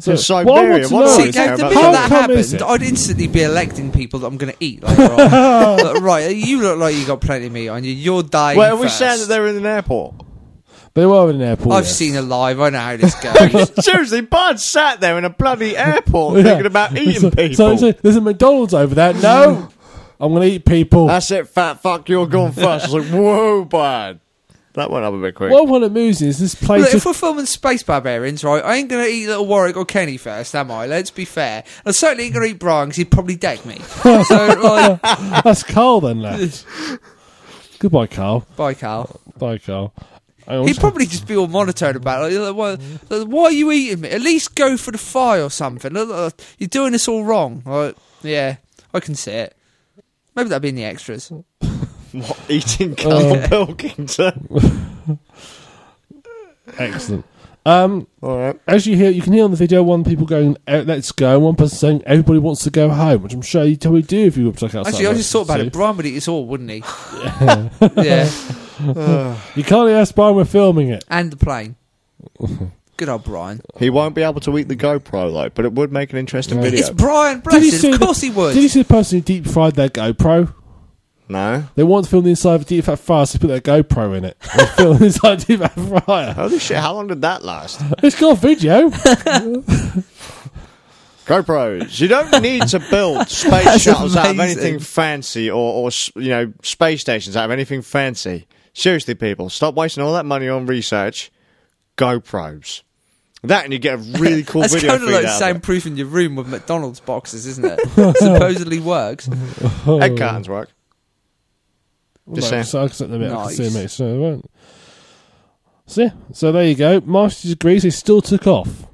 Speaker 3: So,
Speaker 1: In
Speaker 3: what I
Speaker 1: Siberia,
Speaker 3: want to
Speaker 1: what
Speaker 3: know
Speaker 1: Oh,
Speaker 2: See,
Speaker 1: is
Speaker 3: is-
Speaker 1: there
Speaker 2: now, the
Speaker 1: about
Speaker 2: minute that
Speaker 3: that? How come is
Speaker 2: happened,
Speaker 3: it?
Speaker 2: I'd instantly be electing people that I'm going to eat later on. Like, right, you look like you got plenty of meat on you. You're dying.
Speaker 1: Well, are we
Speaker 2: first.
Speaker 1: saying that they were in an airport?
Speaker 3: They were in an airport.
Speaker 2: I've
Speaker 3: yeah.
Speaker 2: seen a live. I know how this goes.
Speaker 1: Seriously, Bud sat there in a bloody airport
Speaker 3: Yeah.
Speaker 1: thinking about
Speaker 3: So-
Speaker 1: eating people.
Speaker 3: So, so there's a McDonald's over there. No, I'm going to eat people.
Speaker 1: That's it, fat fuck. You're going first. I was like, whoa, Bud. That went up a bit quick.
Speaker 3: what I want to move is this plane.
Speaker 2: Look, if
Speaker 3: Took,
Speaker 2: we're filming Space Barbarians, right, I ain't going to eat Little Warwick or Kenny first, am I? Let's be fair. I certainly ain't going to eat Brian because he'd probably deck me. So, like,
Speaker 3: that's Carl then left. Goodbye, Carl.
Speaker 2: bye, Carl.
Speaker 3: Bye, Carl. I
Speaker 2: He'd
Speaker 3: also-
Speaker 2: probably just be all monotone about it. Like, why, like, why are you eating me? At least go for the fry or something. Look, look, You're doing this all wrong. Like, yeah, I can see it. Maybe that'd be in the extras.
Speaker 1: What,
Speaker 3: Oh.
Speaker 1: eating Carl Pilkington?
Speaker 3: excellent. Um,
Speaker 1: All right.
Speaker 3: as you hear, you can hear on the video one people going, "Eh, "Let's go," and one person saying, "Everybody wants to go home," which I'm sure you totally do if you were to check out.
Speaker 2: Actually, I just thought about it. Brian would eat us all, wouldn't he? yeah.
Speaker 3: You can't ask Brian we're filming it.
Speaker 2: And the plane. Good old Brian.
Speaker 1: He won't be able to eat the GoPro though, but it would make an interesting video.
Speaker 2: It's Brian, bless him. Of course
Speaker 3: the,
Speaker 2: he would.
Speaker 3: Did you see the person who deep fried their GoPro?
Speaker 1: no.
Speaker 3: They want to film the inside of a deep fat fryer, so they put their GoPro in it. They film the inside of a deep fat fryer.
Speaker 1: Holy shit! How long did that last?
Speaker 3: It's got video.
Speaker 1: GoPros. You don't need to build space
Speaker 2: That's
Speaker 1: shuttles out of
Speaker 2: amazing.
Speaker 1: anything fancy, or, or s- you know, space stations out of anything fancy. Seriously, people, stop wasting all that money on research. GoPros. That and you get a really cool
Speaker 2: That's
Speaker 1: video.
Speaker 2: kind of
Speaker 1: feed
Speaker 2: like
Speaker 1: out of it.
Speaker 2: soundproofing your room with McDonald's boxes, isn't it? Supposedly works.
Speaker 1: Egg cartons work. Just saying.
Speaker 3: Right, so I can sit in the middle, I can see
Speaker 2: Nice.
Speaker 3: me, so it won't. So yeah, so there you go. Master's degrees, they still took off.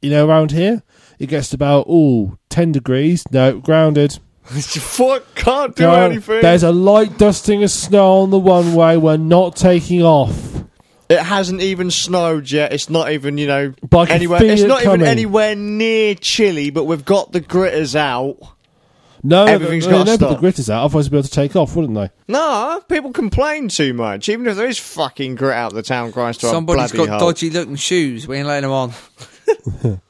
Speaker 3: you know, around here. It gets to about, ooh, 10 degrees. No, grounded.
Speaker 1: Fuck, can't do
Speaker 3: Ground-
Speaker 1: anything.
Speaker 3: There's a light dusting of snow on the one way. We're not taking off.
Speaker 1: It hasn't even snowed yet. It's not even, you know,
Speaker 3: But I can
Speaker 1: anywhere.
Speaker 3: feel
Speaker 1: It's
Speaker 3: it
Speaker 1: not
Speaker 3: coming.
Speaker 1: even anywhere near chilly. But we've got the gritters out.
Speaker 3: No,
Speaker 1: Everything's
Speaker 3: no, no,
Speaker 1: gotta
Speaker 3: no, but the
Speaker 1: stop.
Speaker 3: grit is out. Otherwise, they'd be able to take off, wouldn't they?
Speaker 1: Nah, people complain too much. Even if there is fucking grit out the town, grinds to
Speaker 2: Somebody's
Speaker 1: a bloody
Speaker 2: got
Speaker 1: hole.
Speaker 2: dodgy looking shoes. We ain't letting them on.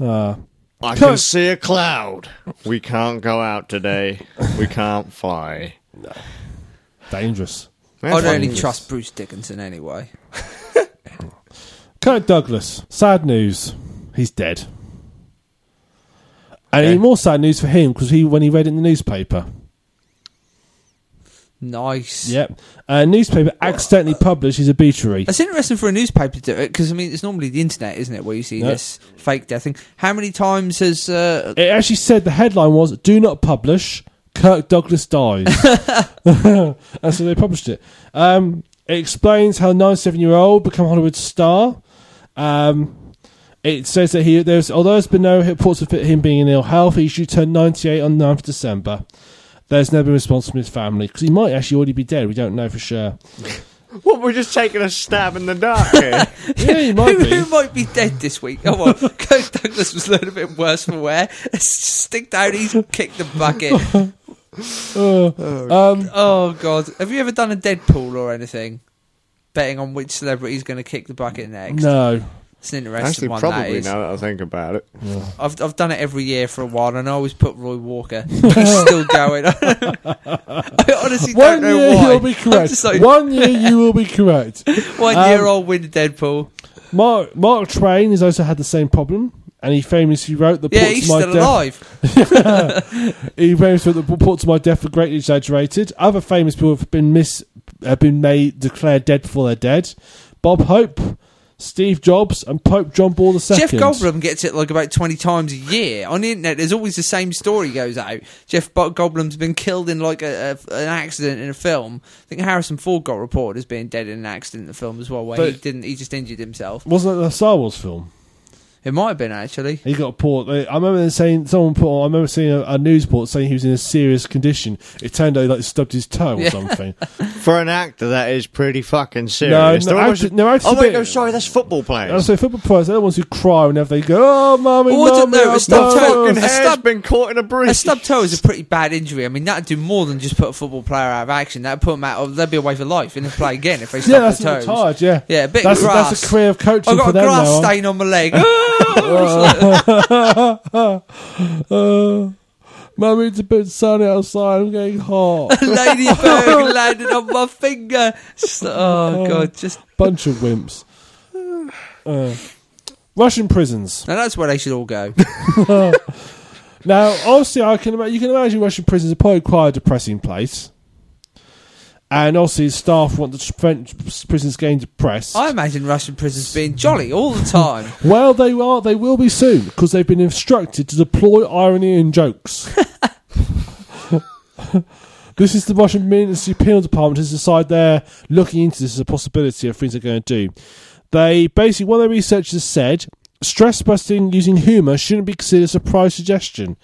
Speaker 3: Uh,
Speaker 1: I
Speaker 3: Come-
Speaker 1: can see a cloud. We can't go out today. We can't fly.
Speaker 3: dangerous.
Speaker 2: I
Speaker 1: That's
Speaker 2: don't really
Speaker 1: fine.
Speaker 2: trust Bruce Dickinson anyway.
Speaker 3: Kirk Douglas. Sad news. He's dead. And
Speaker 1: Okay.
Speaker 3: even more sad news for him because he, when he read it in the newspaper,
Speaker 2: Nice.
Speaker 3: yep, a newspaper accidentally published his obituary.
Speaker 2: It's interesting for a newspaper to do it because I mean it's normally the internet, isn't it, where you see
Speaker 3: Yeah.
Speaker 2: this fake death thing? How many times has uh,
Speaker 3: It actually said the headline was "Do not publish." Kirk Douglas dies, and so they published it. Um, it explains how a 97-year-old become a Hollywood star. Um, it says that he there's although there's been no reports of him being in ill health, he should turn 98 on 9th of December. There's never been a response from his family because he might actually already be dead. We don't know for sure.
Speaker 1: What, we're just taking a stab in the dark here.
Speaker 3: Yeah, he might
Speaker 2: who,
Speaker 3: be.
Speaker 2: who might be dead this week? Oh well, Kirk Douglas was a little bit worse for wear. Stick down, he's kicked the bucket.
Speaker 3: Um,
Speaker 2: Oh god, have you ever done a Deadpool or anything? Betting on which celebrity's going to kick the bucket next.
Speaker 3: no,
Speaker 2: It's an interesting
Speaker 1: Actually,
Speaker 2: one. that
Speaker 1: probably
Speaker 2: is.
Speaker 1: now that I think about it.
Speaker 2: I've I've done it every year for a while, and I always put Roy Walker. He's still going. I honestly don't
Speaker 3: one
Speaker 2: know
Speaker 3: year
Speaker 2: why.
Speaker 3: you'll be
Speaker 2: I'm
Speaker 3: correct.
Speaker 2: just like,
Speaker 3: one year you will be correct.
Speaker 2: One
Speaker 3: Um,
Speaker 2: year I'll win Deadpool.
Speaker 3: Mark, Mark Twain has also had the same problem, and he famously wrote the
Speaker 2: Yeah,
Speaker 3: port
Speaker 2: he's
Speaker 3: to my
Speaker 2: still
Speaker 3: death.
Speaker 2: alive.
Speaker 3: He famously wrote the port to my death were greatly exaggerated. Other famous people have been mis have been made declared dead before they're dead. Bob Hope, Steve Jobs, and Pope John Paul II.
Speaker 2: Jeff Goldblum gets it like about twenty times a year on the internet. There's always the same story goes out. Jeff Bo- Goldblum's been killed in like a, a, an accident in a film. I think Harrison Ford got reported as being dead in an accident in the film as well, where he
Speaker 3: But-
Speaker 2: didn't. He just injured himself.
Speaker 3: Wasn't that the Star Wars film?
Speaker 2: It might have been actually.
Speaker 3: He got port. I remember them saying someone put. on- I remember seeing a, a news report saying he was in a serious condition. It turned out he like stubbed his toe or
Speaker 2: Yeah.
Speaker 3: something.
Speaker 1: For an actor, that is pretty fucking
Speaker 3: No,
Speaker 1: serious.
Speaker 3: no,
Speaker 1: They're always-
Speaker 3: actor- no, actors
Speaker 1: oh
Speaker 3: are
Speaker 1: wait,
Speaker 3: bit-
Speaker 1: no, sorry, that's football
Speaker 3: And
Speaker 1: players.
Speaker 3: so football players, they're the ones who cry whenever they go, "Oh, mommy,
Speaker 2: Oh, I don't
Speaker 3: mommy,
Speaker 2: know,
Speaker 3: oh,
Speaker 2: a stubbed toe-
Speaker 3: mommy."
Speaker 1: Fucking
Speaker 2: a
Speaker 1: hair's
Speaker 2: stub-
Speaker 1: been caught in a
Speaker 2: A
Speaker 1: breeze.
Speaker 2: stub toe is a pretty bad injury. I mean, that'd do more than just put a football player out of action. That'd put them out. Of, they'd be away for life and they'd play again if they
Speaker 3: Yeah,
Speaker 2: stub
Speaker 3: that's
Speaker 2: their toes.
Speaker 3: retired. Yeah,
Speaker 2: Yeah, a bit
Speaker 3: that's
Speaker 2: of grass.
Speaker 3: that's a career of coaching
Speaker 2: I've got
Speaker 3: for
Speaker 2: a
Speaker 3: them
Speaker 2: grass
Speaker 3: now.
Speaker 2: stain on my leg.
Speaker 3: Uh, Mummy, it's a bit sunny outside. I'm getting hot.
Speaker 2: Ladybird landed on my finger. Just- oh god, just
Speaker 3: Bunch of wimps. Uh, Russian prisons.
Speaker 2: now that's where they should all go.
Speaker 3: Now, obviously, I can ima- you can imagine Russian prisons are probably quite a depressing place. And obviously, staff want the prevent prisons getting depressed.
Speaker 2: I imagine Russian prisons being jolly all the time.
Speaker 3: Well, they are. They will be soon because they've been instructed to deploy irony and jokes. this is the Russian Ministry of Penal Department has decided they're looking into this as a possibility of things they're going to do. They basically, one of their researchers said, stress busting using humour shouldn't be considered a surprise suggestion,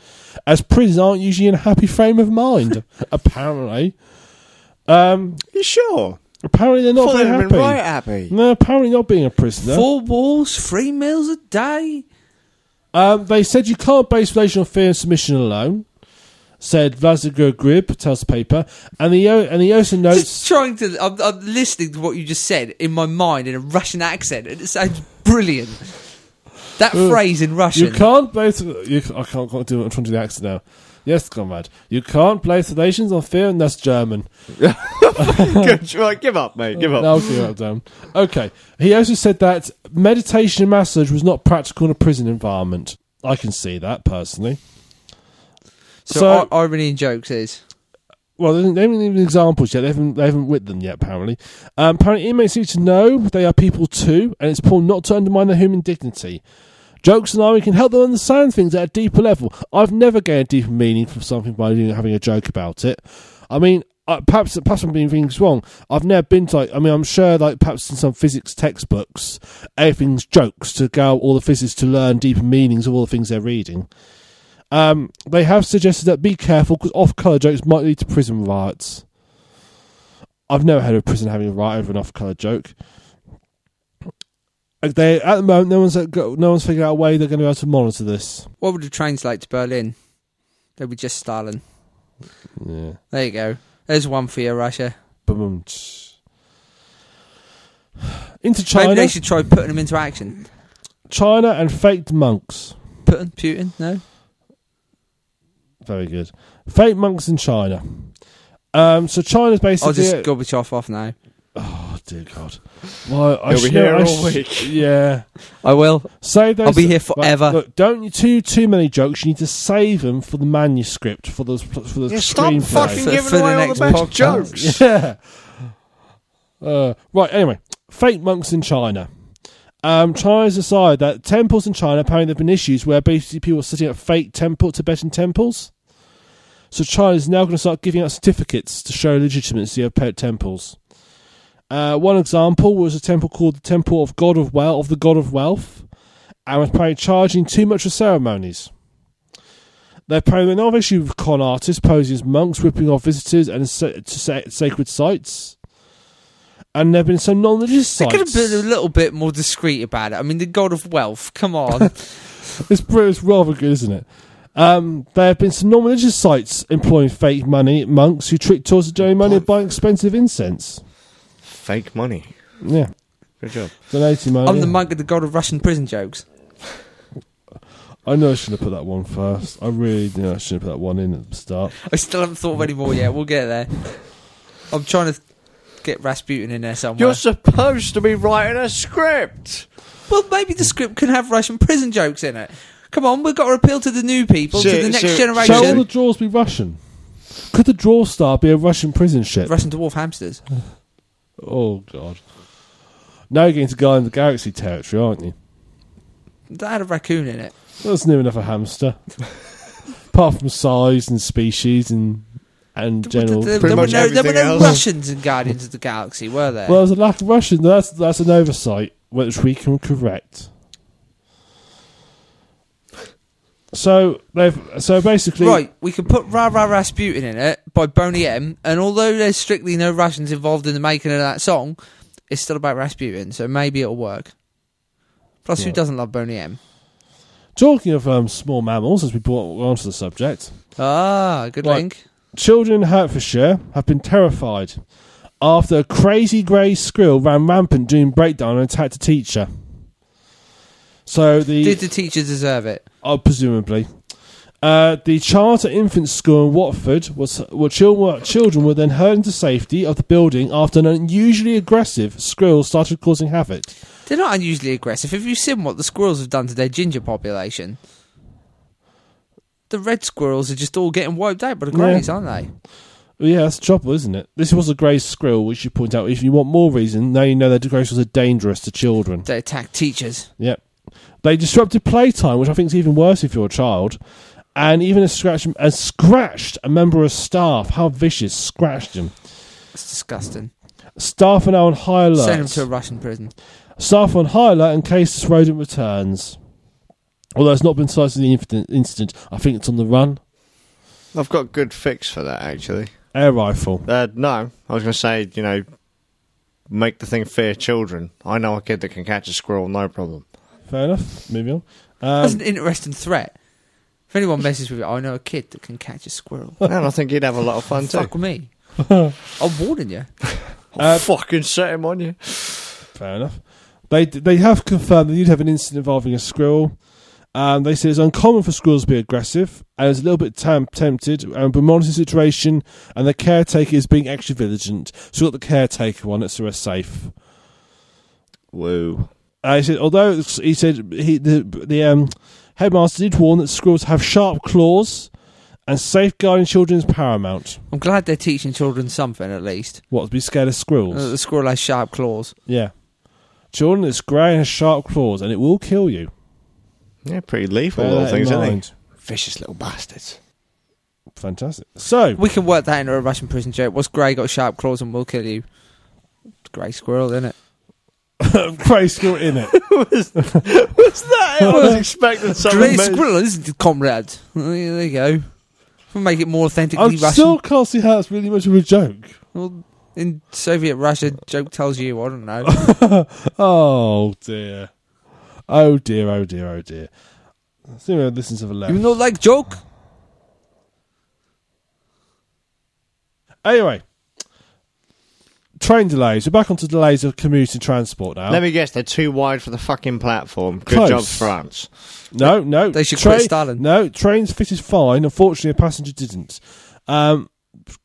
Speaker 3: as prisoners aren't usually in a happy frame of mind. apparently, um,
Speaker 1: you sure?
Speaker 3: apparently they're not
Speaker 1: Thought
Speaker 3: very
Speaker 1: they'd have been right
Speaker 3: happy.
Speaker 1: happy.
Speaker 3: No, apparently not being a prisoner.
Speaker 2: Four walls, three meals a day.
Speaker 3: Um, they said you can't base relational fear and submission alone. Said Vladimir Grib tells the paper, and the O- and he also
Speaker 2: Just
Speaker 3: notes.
Speaker 2: trying to. I'm, I'm listening to what you just said in my mind in a Russian accent, and it sounds brilliant. That phrase in
Speaker 3: You
Speaker 2: Russian.
Speaker 3: can't base. You, I can't, can't do it. I'm trying to do the accent now. Yes, comrade. You can't place relations on fear, and that's German.
Speaker 1: Good, right, give up, mate. Give up.
Speaker 3: No, okay, well done. Okay. He also said that meditation and massage was not practical in a prison environment. I can see that personally.
Speaker 2: so,
Speaker 3: so-
Speaker 2: ir- irony in jokes is.
Speaker 3: Well, they haven't, they haven't even examples yet. They haven't, they haven't with them yet, apparently. Um, apparently, inmates need to know they are people too, and it's important not to undermine their human dignity. Jokes and irony can help them understand things at a deeper level. I've never gained deeper meaning from something by doing- having a joke about it. I mean, uh, perhaps perhaps I'm being things wrong. I've never been to like I mean I'm sure like perhaps in some physics textbooks everything's jokes to go all the physicists to learn deeper meanings of all the things they're reading. Um, they have suggested that be careful because off-color jokes might lead to prison riots. I've never heard of a prison having a riot over an off-color joke. Like, They at the moment no one's at go- no one's figured out a way they're going to be able to monitor this.
Speaker 2: What would the trains like to Berlin? They'd be just Stalin.
Speaker 3: Yeah.
Speaker 2: There you go. There's one for you, Russia.
Speaker 3: Boom. Into
Speaker 2: Maybe
Speaker 3: China,
Speaker 2: they should try putting them into action.
Speaker 3: China and faked monks.
Speaker 2: Putin, Putin, no.
Speaker 3: Very good. Fake monks in China. Um, so China's basically.
Speaker 2: I'll just Gorbachev off now.
Speaker 3: oh dear God! Well, I
Speaker 1: He'll be
Speaker 3: should-
Speaker 1: here
Speaker 3: I
Speaker 1: all
Speaker 3: should-
Speaker 1: week.
Speaker 3: Yeah.
Speaker 2: I will.
Speaker 3: Save those.
Speaker 2: I'll be here forever.
Speaker 3: Right, look, don't you too too many jokes. You need to save them for the manuscript for those for the
Speaker 1: Yeah, stop
Speaker 3: screenplay.
Speaker 1: fucking
Speaker 2: For-
Speaker 1: giving
Speaker 2: for the
Speaker 1: away all
Speaker 2: next
Speaker 1: the best
Speaker 2: podcast.
Speaker 1: jokes.
Speaker 3: Yeah. Uh, right, anyway, fake monks in China. Um, China's decided that temples in China, apparently there have been issues where basically people are setting up fake temple, Tibetan temples. So China's now going to start giving out certificates to show legitimacy of pet temples. Uh, one example was a temple called the Temple of God of Wealth, of the God of Wealth, and was apparently charging too much for ceremonies. They're apparently not an issue with con artists posing as monks, ripping off visitors and sa- to sa- sacred sites. And there have been some non-religious
Speaker 2: They could have
Speaker 3: sites.
Speaker 2: been a little bit more discreet about it. I mean, the god of wealth. Come on.
Speaker 3: It's, br- it's rather good, isn't it? Um, there have been some non-religious sites employing fake money monks who trick tourists into doing money by expensive incense.
Speaker 1: Fake money.
Speaker 3: Yeah,
Speaker 1: Good job.
Speaker 3: donating money.
Speaker 2: I'm the monk of the god of Russian prison jokes.
Speaker 3: I know I should have put that one first. I really know I should have put that one in at the start.
Speaker 2: I still haven't thought of any more yet. We'll get there. I'm trying to get Rasputin in there somewhere.
Speaker 1: You're supposed to be writing a script.
Speaker 2: Well, maybe the script can have Russian prison jokes in it. Come on, we've got to appeal to the new people, to
Speaker 1: So-
Speaker 2: the next
Speaker 1: so-
Speaker 2: generation.
Speaker 3: Shall all the draws be Russian? Could the draw star be a Russian prison ship?
Speaker 2: Russian dwarf hamsters.
Speaker 3: Oh god. Now you're getting to Guardians of the Galaxy territory, aren't you?
Speaker 2: That had a raccoon in it.
Speaker 3: That's near enough a hamster. Apart from size and species and and general.
Speaker 1: Pretty
Speaker 2: There,
Speaker 3: Well,
Speaker 2: there were
Speaker 1: much
Speaker 2: no, there were
Speaker 1: everything
Speaker 2: no
Speaker 1: else.
Speaker 2: Russians in Guardians of the Galaxy, were there?
Speaker 3: there's a lack of Russian. That's that's an oversight, which we can correct. So they've so basically
Speaker 2: Right, we could put Ra Ra Rasputin in it by Boney M, and although there's strictly no Russians involved in the making of that song, it's still about Rasputin, so maybe it'll work. Plus, who
Speaker 3: Right.
Speaker 2: doesn't love Boney M?
Speaker 3: Talking of um, small mammals, as we brought onto the subject,
Speaker 2: Ah, good
Speaker 3: Right.
Speaker 2: link.
Speaker 3: Children in Hertfordshire have been terrified after a crazy grey squirrel ran rampant during breakdown and attacked a teacher. So the
Speaker 2: Did the teacher deserve it?
Speaker 3: oh, presumably uh, the charter infant school in Watford was well, children, children were then herded into safety of the building after an unusually aggressive squirrel started causing havoc.
Speaker 2: They're not unusually aggressive. Have you seen what the squirrels have done to their ginger population? The red squirrels are just all getting wiped out by the greys,
Speaker 3: Yeah.
Speaker 2: aren't they?
Speaker 3: Well, yeah, that's trouble, isn't it? This was a grey squirrel, which you point out. If you want more reason, now you know that grey squirrels are dangerous to children.
Speaker 2: They attack teachers.
Speaker 3: Yep. They disrupted playtime, which I think is even worse if you're a child. And even a scratch and scratched a member of staff. How vicious! Scratched him.
Speaker 2: It's disgusting.
Speaker 3: Staff are now on high alert.
Speaker 2: Send them to a Russian prison.
Speaker 3: Staff on high alert in case this rodent returns. Although it's not been cited in the infant- incident, I think it's on the run.
Speaker 1: I've got a good fix for that actually.
Speaker 3: Air rifle.
Speaker 1: Uh, no, I was going to say, you know, make the thing fear children. I know a kid that can catch a squirrel, no problem.
Speaker 3: Fair enough. Moving on.
Speaker 2: That's
Speaker 3: Um,
Speaker 2: an interesting threat. If anyone messes with it, I know a kid that can catch a squirrel.
Speaker 1: and I think you'd have a lot of fun too.
Speaker 2: Fuck with me. I'm warning you.
Speaker 1: I'll fucking set him on you.
Speaker 3: Fair enough. They they have confirmed that you'd have an incident involving a squirrel. Um, they say it's uncommon for squirrels to be aggressive and is a little bit tam- tempted and but monitoring the situation and the caretaker is being extra vigilant. So we've got the caretaker on it, so we're safe.
Speaker 1: Woo.
Speaker 3: Uh, he said, although it's- he said he, the, the um, headmaster did warn that squirrels have sharp claws and safeguarding children is paramount.
Speaker 2: I'm glad they're teaching children something at least.
Speaker 3: What, to be scared of squirrels?
Speaker 2: Uh, The squirrel has sharp claws.
Speaker 3: yeah. Children, it's grey and has sharp claws and it will kill you.
Speaker 1: Yeah, pretty lethal
Speaker 3: Bear
Speaker 1: little
Speaker 3: that in
Speaker 1: things, aren't
Speaker 3: mind.
Speaker 1: they? Vicious little bastards.
Speaker 3: Fantastic. So,
Speaker 2: We can work that into a Russian prison joke. What's grey got sharp claws and will kill you? Grey squirrel, isn't it?
Speaker 3: grey school in it.
Speaker 1: What's that? I was expecting
Speaker 2: Grey
Speaker 1: something.
Speaker 2: squirrel, isn't it, comrade? Well, yeah, There you go. We'll make it more authentically
Speaker 3: I
Speaker 2: Russian.
Speaker 3: still can't see how it's really much of a joke.
Speaker 2: Well, in Soviet Russia, joke tells you. I don't know.
Speaker 3: Oh dear. Oh dear, oh dear, oh dear. Let's see if this is of a
Speaker 2: you
Speaker 3: left.
Speaker 2: not like joke?
Speaker 3: Anyway. Train delays. We're back onto delays of commuting transport now.
Speaker 1: Let me guess, they're too wide for the fucking platform. Good
Speaker 3: Close.
Speaker 1: job, France.
Speaker 3: No, no.
Speaker 2: They should
Speaker 3: Tra-
Speaker 2: quit Stalin.
Speaker 3: No, trains fitted fine. Unfortunately, a passenger didn't. Um,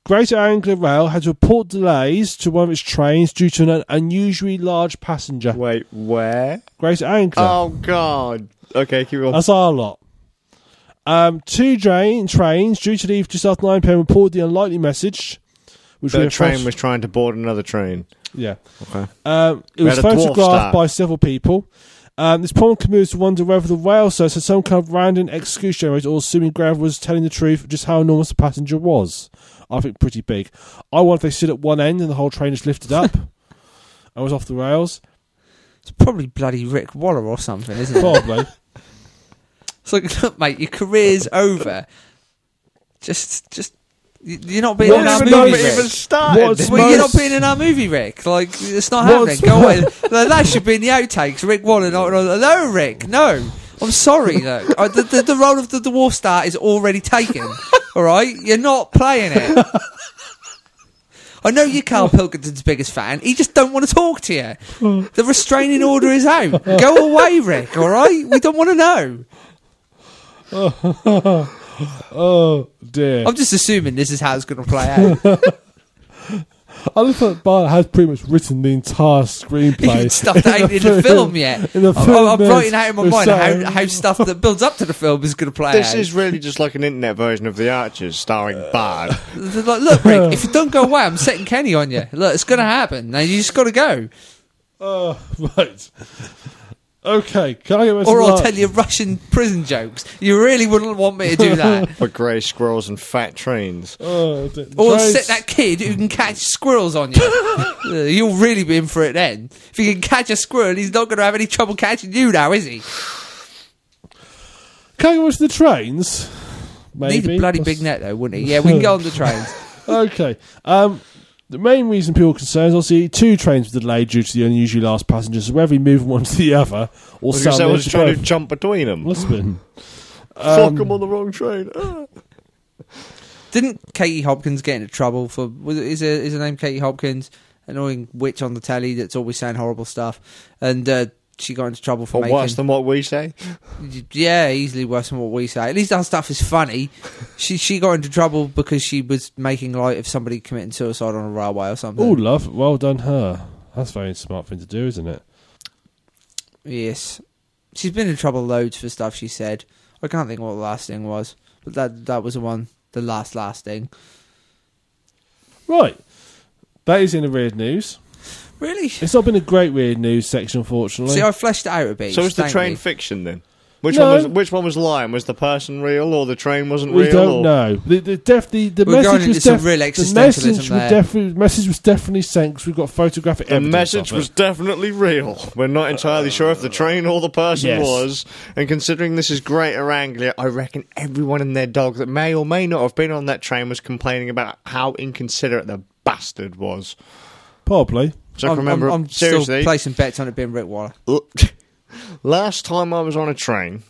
Speaker 3: Greater Anglia Rail had to report delays to one of its trains due to an unusually large passenger.
Speaker 1: Wait, where?
Speaker 3: Greater Anglia.
Speaker 1: Oh, God. Okay, keep on.
Speaker 3: That's our lot. Um, two train, trains due to leave just after 9 pm reported the unlikely message. Which
Speaker 1: The
Speaker 3: were
Speaker 1: train
Speaker 3: phot-
Speaker 1: was trying to board another train.
Speaker 3: Yeah.
Speaker 1: Okay.
Speaker 3: Um, it
Speaker 1: We
Speaker 3: was
Speaker 1: had a dwarf star.
Speaker 3: photographed by several people. Um, this problem commuters to wonder whether the rail service had some kind of random excuse generated or assuming Grav was telling the truth just how enormous the passenger was. I think pretty big. I wonder if they stood at one end and the whole train just lifted up I was off the rails.
Speaker 2: It's probably bloody Rick Waller or something, isn't it?
Speaker 3: Probably.
Speaker 2: It's like, look, mate, your career's over. Just, just, y- you're not being
Speaker 3: What
Speaker 2: in
Speaker 1: Not even,
Speaker 2: our
Speaker 3: even
Speaker 1: not
Speaker 2: movie,
Speaker 3: though it
Speaker 2: Rick.
Speaker 1: even started.
Speaker 3: What's-
Speaker 2: well, you're not
Speaker 3: most-
Speaker 2: being in our movie, Rick. Like, it's not happening.
Speaker 3: What's
Speaker 2: Go away. No, that should be in the outtakes. Rick Waller. No, no, no, Rick. No. I'm sorry, though. Uh, the, the, the role of the dwarf star is already taken. All right? You're not playing it. I know you're Carl Pilkington's biggest fan. He just don't want to talk to you. The restraining order is out. Go away, Rick, all right? We don't want to know.
Speaker 3: oh dear.
Speaker 2: I'm just assuming this is how it's going to play out.
Speaker 3: I love that Bart has pretty much written the entire
Speaker 2: Even
Speaker 3: screenplay.
Speaker 2: stuff that ain't in the film yet.
Speaker 3: In the
Speaker 2: I'm-
Speaker 3: film
Speaker 2: I'm,
Speaker 3: is-
Speaker 2: writing out in my
Speaker 3: is
Speaker 2: mind
Speaker 3: saying-
Speaker 2: how, how stuff that builds up to the film is going to play
Speaker 1: This
Speaker 2: out.
Speaker 1: is really just like an internet version of The Archers starring Bard.
Speaker 2: They're like, look, Rick, if you don't go away, I'm setting Kenny on you. Look, it's going to happen. Now you just got to go,
Speaker 3: Oh, right. Okay, can I get my
Speaker 2: or I'll
Speaker 3: smart-
Speaker 2: tell you Russian prison jokes. You really wouldn't want me to do that.
Speaker 1: For grey squirrels and fat trains.
Speaker 3: Oh, d-
Speaker 2: Or
Speaker 3: Trace-
Speaker 2: set that kid who can catch squirrels on you. Uh, You'll really be in for it then. If he can catch a squirrel, he's not going to have any trouble catching you now, is he?
Speaker 3: Can I go to the trains? Maybe.
Speaker 2: Need a bloody big net though, wouldn't he? Yeah, we can go on the trains.
Speaker 3: okay. Um, the main reason people were concerned is obviously two trains were delayed due to the unusually last passengers, so whether you move one to the other or
Speaker 1: Because I
Speaker 3: some
Speaker 1: was trying to jump between them.
Speaker 3: must have been. um,
Speaker 1: Fuck them on the wrong train. Ah.
Speaker 2: Didn't Katie Hopkins get into trouble for was it, is her, is her name Katie Hopkins? Annoying witch on the telly that's always saying horrible stuff, and uh, she got into trouble for
Speaker 1: Or
Speaker 2: making.
Speaker 1: worse than what we say.
Speaker 2: yeah, easily worse than what we say. At least our stuff is funny. she she got into trouble because she was making light of somebody committing suicide on a railway or
Speaker 3: Oh,
Speaker 2: something.
Speaker 3: love, well done her. That's a very smart thing to do, isn't it?
Speaker 2: Yes, she's been in trouble loads for stuff she said. I can't think what the last thing was, but that that was the one, the last last thing.
Speaker 3: Right. That is in the weird news.
Speaker 2: Really?
Speaker 3: It's not been a great weird news section, unfortunately.
Speaker 2: See, I fleshed it out a bit.
Speaker 1: So is the
Speaker 2: Thank
Speaker 1: train
Speaker 2: you.
Speaker 1: fiction then? Which
Speaker 3: No.
Speaker 1: one was which one was lying? Was the person real or the train wasn't
Speaker 3: we
Speaker 1: real?
Speaker 3: don't
Speaker 1: or-
Speaker 3: know. The, the, def, the, the
Speaker 2: We're going
Speaker 3: message was
Speaker 2: into some
Speaker 3: def-
Speaker 2: real
Speaker 3: the
Speaker 2: existentialism
Speaker 3: message, was
Speaker 2: there.
Speaker 3: defi- message was definitely sent because we've got photographic
Speaker 1: The
Speaker 3: evidence.
Speaker 1: message
Speaker 3: of it.
Speaker 1: was definitely real. We're not entirely sure if the train or the person
Speaker 3: Yes.
Speaker 1: was. And considering this is Greater Anglia, I reckon everyone and their dog that may or may not have been on that train was complaining about how inconsiderate the bastard was.
Speaker 3: Probably.
Speaker 1: So I can
Speaker 2: I'm-
Speaker 1: remember
Speaker 2: I'm, I'm
Speaker 1: seriously.
Speaker 2: still placing bets on it being Rick Waller.
Speaker 1: last time I was on a train,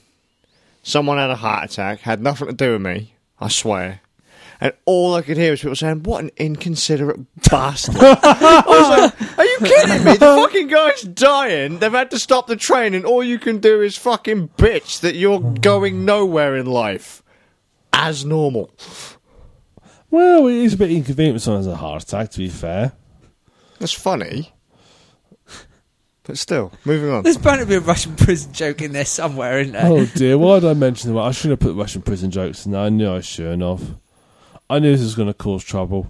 Speaker 1: someone had a heart attack, had nothing to do with me, I swear. And all I could hear was people saying, What an inconsiderate bastard. I was like, Are you kidding me? The fucking guy's dying. They've had to stop the train, and all you can do is fucking bitch that you're going nowhere in life. As normal.
Speaker 3: Well, it is a bit inconvenient when someone has a heart attack, to be fair.
Speaker 1: That's funny. But still, moving on.
Speaker 2: There's bound to be a Russian prison joke in there somewhere, isn't there?
Speaker 3: Oh dear, why did I mention that? I should have put Russian prison jokes in there. I knew I shouldn't have. I knew this was going to cause trouble.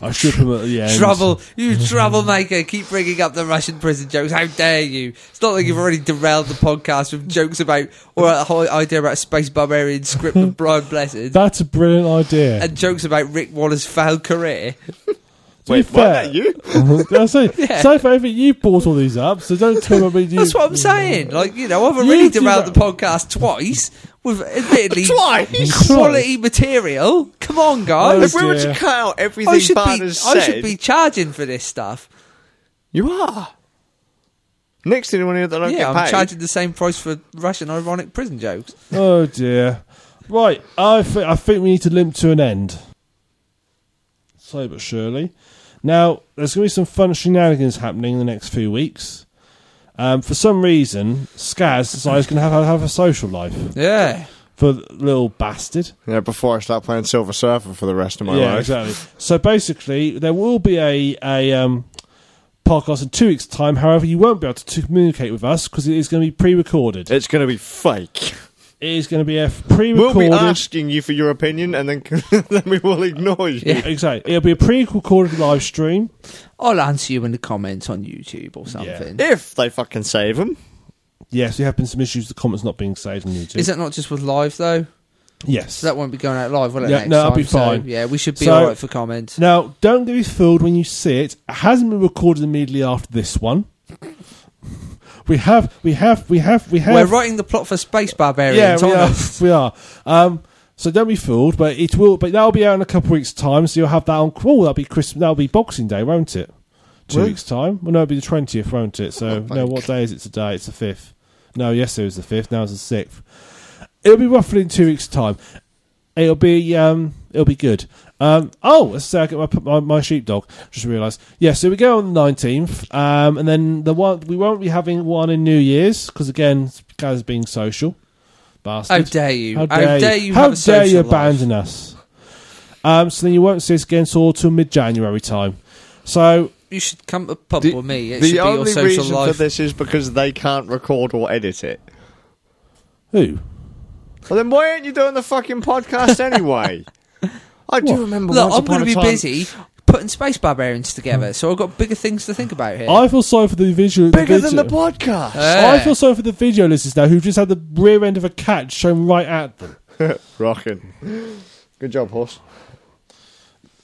Speaker 3: I I should have put them at the end.
Speaker 2: Trouble, you troublemaker! Keep bringing up the Russian prison jokes. How dare you? It's not like you've already derailed the podcast with jokes about or a whole idea about space barbarian script with Brian Blessed
Speaker 3: That's a brilliant idea.
Speaker 2: and jokes about Rick Waller's failed career.
Speaker 3: to be
Speaker 1: Wait, what?
Speaker 3: fair,
Speaker 1: That you?
Speaker 3: That's it.
Speaker 2: Yeah.
Speaker 3: So, favourite, you brought all these up, so don't tell me you.
Speaker 2: That's what I'm saying. Like you know, I've
Speaker 3: You
Speaker 2: already
Speaker 3: do
Speaker 2: derailed
Speaker 3: that.
Speaker 2: the podcast twice with admittedly
Speaker 1: Twice.
Speaker 2: quality material. Come on, guys.
Speaker 1: If we were to
Speaker 3: dear.
Speaker 1: cut out everything
Speaker 2: I should
Speaker 1: Bart
Speaker 2: be.
Speaker 1: has
Speaker 2: I
Speaker 1: said-
Speaker 2: should be charging for this stuff.
Speaker 1: You are. Next thing you want to that I don't
Speaker 2: yeah,
Speaker 1: get
Speaker 2: I'm
Speaker 1: paid.
Speaker 2: charging the same price for Russian ironic prison jokes.
Speaker 3: Oh dear. Right, I think I think we need to limp to an end. Slow but surely. Now there's going to be some fun shenanigans happening in the next few weeks. Um, for some reason, Skaz decides going to have have a social life
Speaker 2: Yeah.
Speaker 3: for the little bastard.
Speaker 1: Yeah, before I start playing Silver Surfer for the rest of my
Speaker 3: yeah,
Speaker 1: life.
Speaker 3: exactly. So basically, there will be a a um, podcast in two weeks' time. However, you won't be able to communicate with us because it is going to be pre-recorded.
Speaker 1: It's going to be fake.
Speaker 3: it is going to be a
Speaker 1: We'll
Speaker 3: pre-recorded.
Speaker 1: be asking you for your opinion, and then then we will ignore you.
Speaker 2: Yeah.
Speaker 3: Exactly. It'll be a pre-recorded live stream.
Speaker 2: I'll answer you in the comments on YouTube or something.
Speaker 1: If they fucking save them,
Speaker 3: Yes, there have been some issues. The comments not being saved on YouTube.
Speaker 2: Is that not just with live though?
Speaker 3: yes.
Speaker 2: So that won't be going out live, will it?
Speaker 3: Yeah,
Speaker 2: next
Speaker 3: no,
Speaker 2: time?
Speaker 3: that'll be
Speaker 2: So,
Speaker 3: fine.
Speaker 2: yeah, we should be
Speaker 3: So-
Speaker 2: alright for comments.
Speaker 3: now, don't get me fooled when you see it. It hasn't been recorded immediately after this one. We have, we have, we have, we have.
Speaker 2: We're writing the plot for Space Barbarians.
Speaker 3: Yeah, we are.
Speaker 2: aren't we?
Speaker 3: We are. Um, so don't be fooled, but it will. But that'll be out in a couple of weeks' time. So you'll have that on. Oh, that'll be Christmas. That'll be Boxing Day, won't it? Two
Speaker 1: Will it?
Speaker 3: weeks' time. Well, no, it'll be the twentieth, won't it? So
Speaker 1: Oh,
Speaker 3: no,
Speaker 1: thank.
Speaker 3: what day is it today? It's the fifth. No, yesterday was the fifth. Now it's the sixth. It'll be roughly in two weeks' time. It'll be um, it'll be good. Um, oh, let's say I get my, my my sheepdog. Just realised. Yeah, so we go on the nineteenth, um, and then the one we won't be having one in New Year's because again, guys being social,
Speaker 2: How
Speaker 3: bastard.
Speaker 2: dare you?
Speaker 3: How dare,
Speaker 2: you?
Speaker 3: How
Speaker 2: have a
Speaker 3: dare you
Speaker 2: social life?
Speaker 3: abandon us? Um, so then you won't see us again till till mid January time. So
Speaker 2: You should come to pub
Speaker 1: the,
Speaker 2: with me. It should
Speaker 1: the
Speaker 2: be your
Speaker 1: only
Speaker 2: social
Speaker 1: reason
Speaker 2: life.
Speaker 1: for this is because they can't record or edit it.
Speaker 3: who?
Speaker 1: Well, then why aren't you doing the fucking podcast anyway? I do remember.
Speaker 2: Look,
Speaker 1: once
Speaker 2: I'm
Speaker 1: upon
Speaker 2: going to
Speaker 1: a
Speaker 2: be
Speaker 1: time-
Speaker 2: busy putting Space Barbarians together, so I've got bigger things to think about here.
Speaker 3: I feel sorry for the visual.
Speaker 1: Bigger
Speaker 3: the
Speaker 1: than
Speaker 3: video-
Speaker 1: the podcast.
Speaker 2: Yeah.
Speaker 3: I feel sorry for the video listeners now who've just had the rear end of a cat shown right at them.
Speaker 1: Rocking. Good job, horse.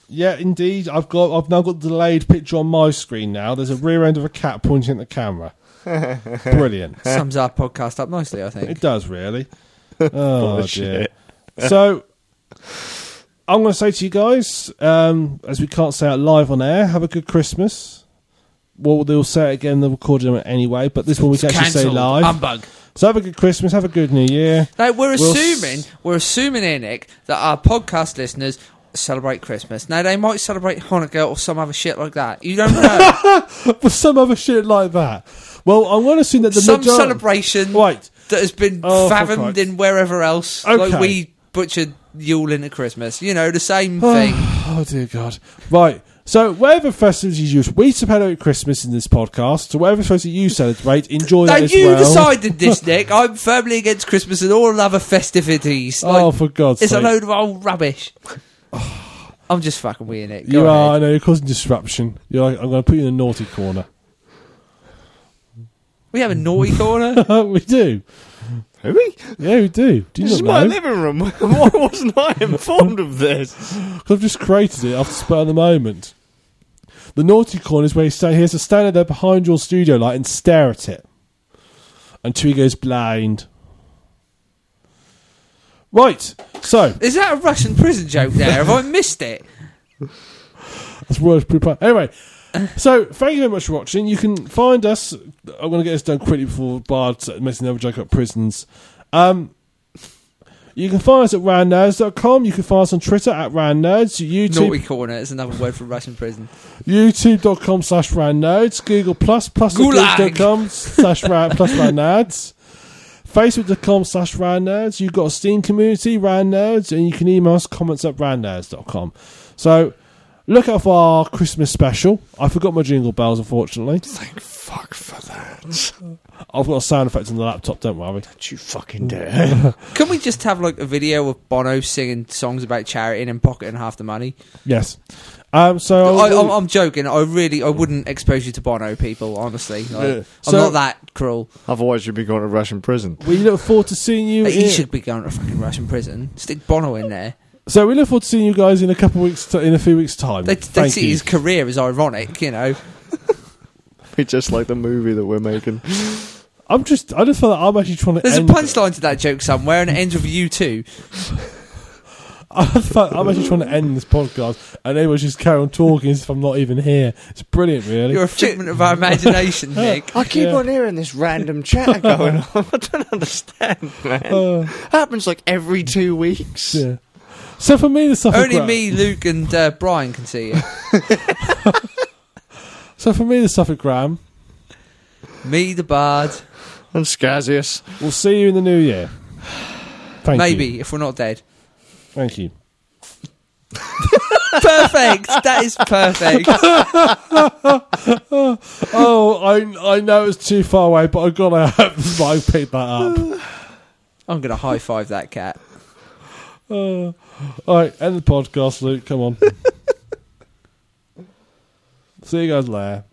Speaker 3: Yeah, indeed. I've got. I've now got the delayed picture on my screen now. There's a rear end of a cat pointing at the camera. Brilliant.
Speaker 2: Sums our podcast up nicely, I think.
Speaker 3: It does really. Oh dear.
Speaker 1: Bullshit.
Speaker 3: So I'm going to say to you guys, um, as we can't say it live on air, have a good Christmas. Well, they'll say it again. They'll record it anyway, but this one we can actually say
Speaker 2: Cancelled.
Speaker 3: live.
Speaker 2: Humbug.
Speaker 3: so have a good Christmas. Have a good New Year.
Speaker 2: Now we're
Speaker 3: We'll s-
Speaker 2: assuming we're assuming here, Nick, that our podcast listeners celebrate Christmas. Now they might celebrate Hanukkah or some other shit like that. You don't know.
Speaker 3: For some other shit like that. Well, I'm going to assume that the
Speaker 2: some
Speaker 3: major-
Speaker 2: celebration
Speaker 3: Right.
Speaker 2: that has been
Speaker 3: Oh, for
Speaker 2: fathomed
Speaker 3: Christ.
Speaker 2: in wherever else.
Speaker 3: Okay.
Speaker 2: Like we butchered Yule into Christmas. You know, the same thing.
Speaker 3: Oh dear God! Right. So whatever festivities you we celebrate Christmas in this podcast. So whatever festivity you celebrate, enjoy
Speaker 2: Now
Speaker 3: that as
Speaker 2: you
Speaker 3: well.
Speaker 2: decided this, Nick. I'm firmly against Christmas and all other festivities. Like,
Speaker 3: oh, for God's
Speaker 2: It's
Speaker 3: sake!
Speaker 2: a load of old rubbish. I'm just fucking weird, Nick. Go
Speaker 3: you are. I
Speaker 2: ahead.
Speaker 3: know you're causing disruption. You're like, I'm going to put you in a naughty corner.
Speaker 2: We have a naughty corner.
Speaker 3: Oh, we do.
Speaker 1: Who we?
Speaker 3: Yeah, we do. Do you
Speaker 1: This is my
Speaker 3: not know?
Speaker 1: living room. Why wasn't I informed of this?
Speaker 3: 'Cause I've just created it after spur of the moment. The naughty corner is where you stand. Here's a standing there behind your studio light and stare at it until he goes blind. Right. So
Speaker 2: Is that a Russian prison joke there? Have I missed it?
Speaker 3: That's worse prepare. Anyway, so thank you very much for watching. You can find us. I'm going to get this done quickly before Bard makes another joke about prisons. Um, you can find us at randnerds.com. You can find us on Twitter at randnerds.
Speaker 2: Naughty
Speaker 3: YouTube,
Speaker 2: corner is another word for Russian prison.
Speaker 3: youtube.com slash randnerds. Google plus plus the
Speaker 2: Gulag.
Speaker 3: goods.com slash rand plus randnerds. Facebook.com slash randnerds. You've got a Steam community, randnerds, and you can email us comments at randnerds.com. So look out for our Christmas special. I forgot my jingle bells, unfortunately.
Speaker 1: Thank fuck for that. sounds.
Speaker 3: I've got a sound effect on the laptop, don't worry.
Speaker 1: Don't you fucking dare.
Speaker 2: Can we just have like a video of Bono singing songs about charity and then pocketing half the money?
Speaker 3: Yes. Um, so
Speaker 2: I, I'm, I'm joking. I really, I wouldn't expose you to Bono, people. Honestly, I,
Speaker 1: Yeah.
Speaker 2: I'm
Speaker 3: So-
Speaker 2: not that cruel.
Speaker 1: Otherwise, you'd be going to Russian prison.
Speaker 3: we look forward to seeing you.
Speaker 2: He
Speaker 3: in-
Speaker 2: should be going to fucking Russian prison. Stick Bono in there.
Speaker 3: So we look forward to seeing you guys in a couple of weeks, t- in a few weeks' time.
Speaker 2: They, they
Speaker 3: Thank
Speaker 2: see
Speaker 3: you.
Speaker 2: his career as ironic, you know.
Speaker 1: Be just like the movie that we're making.
Speaker 3: I'm just, I just feel like I'm actually trying to.
Speaker 2: There's a
Speaker 3: end
Speaker 2: punchline to that joke somewhere, and it ends with you too.
Speaker 3: I feel like I'm actually trying to end this podcast, and everyone's just carry on talking as if I'm not even here. It's brilliant, really.
Speaker 2: You're a figment of our imagination, Nick.
Speaker 1: I keep
Speaker 3: Yeah.
Speaker 1: on hearing this random chatter going on. I don't understand, man.
Speaker 3: Uh,
Speaker 1: happens like every two weeks.
Speaker 3: yeah. So for me, the stuff
Speaker 2: Only
Speaker 3: at Gra-
Speaker 2: me, Luke, and uh, Brian can see it.
Speaker 3: So for me, the stuff at Graham.
Speaker 2: me, the bard.
Speaker 1: And Scazius.
Speaker 3: We'll see you in the new year. Thank
Speaker 2: Maybe
Speaker 3: you.
Speaker 2: if we're not dead.
Speaker 3: Thank you.
Speaker 2: Perfect. that is perfect.
Speaker 3: Oh, I I know it's too far away, but I gotta hope I picked that up.
Speaker 2: I'm gonna high five that cat.
Speaker 3: Uh, all right, end the podcast, Luke. Come on. see you guys later.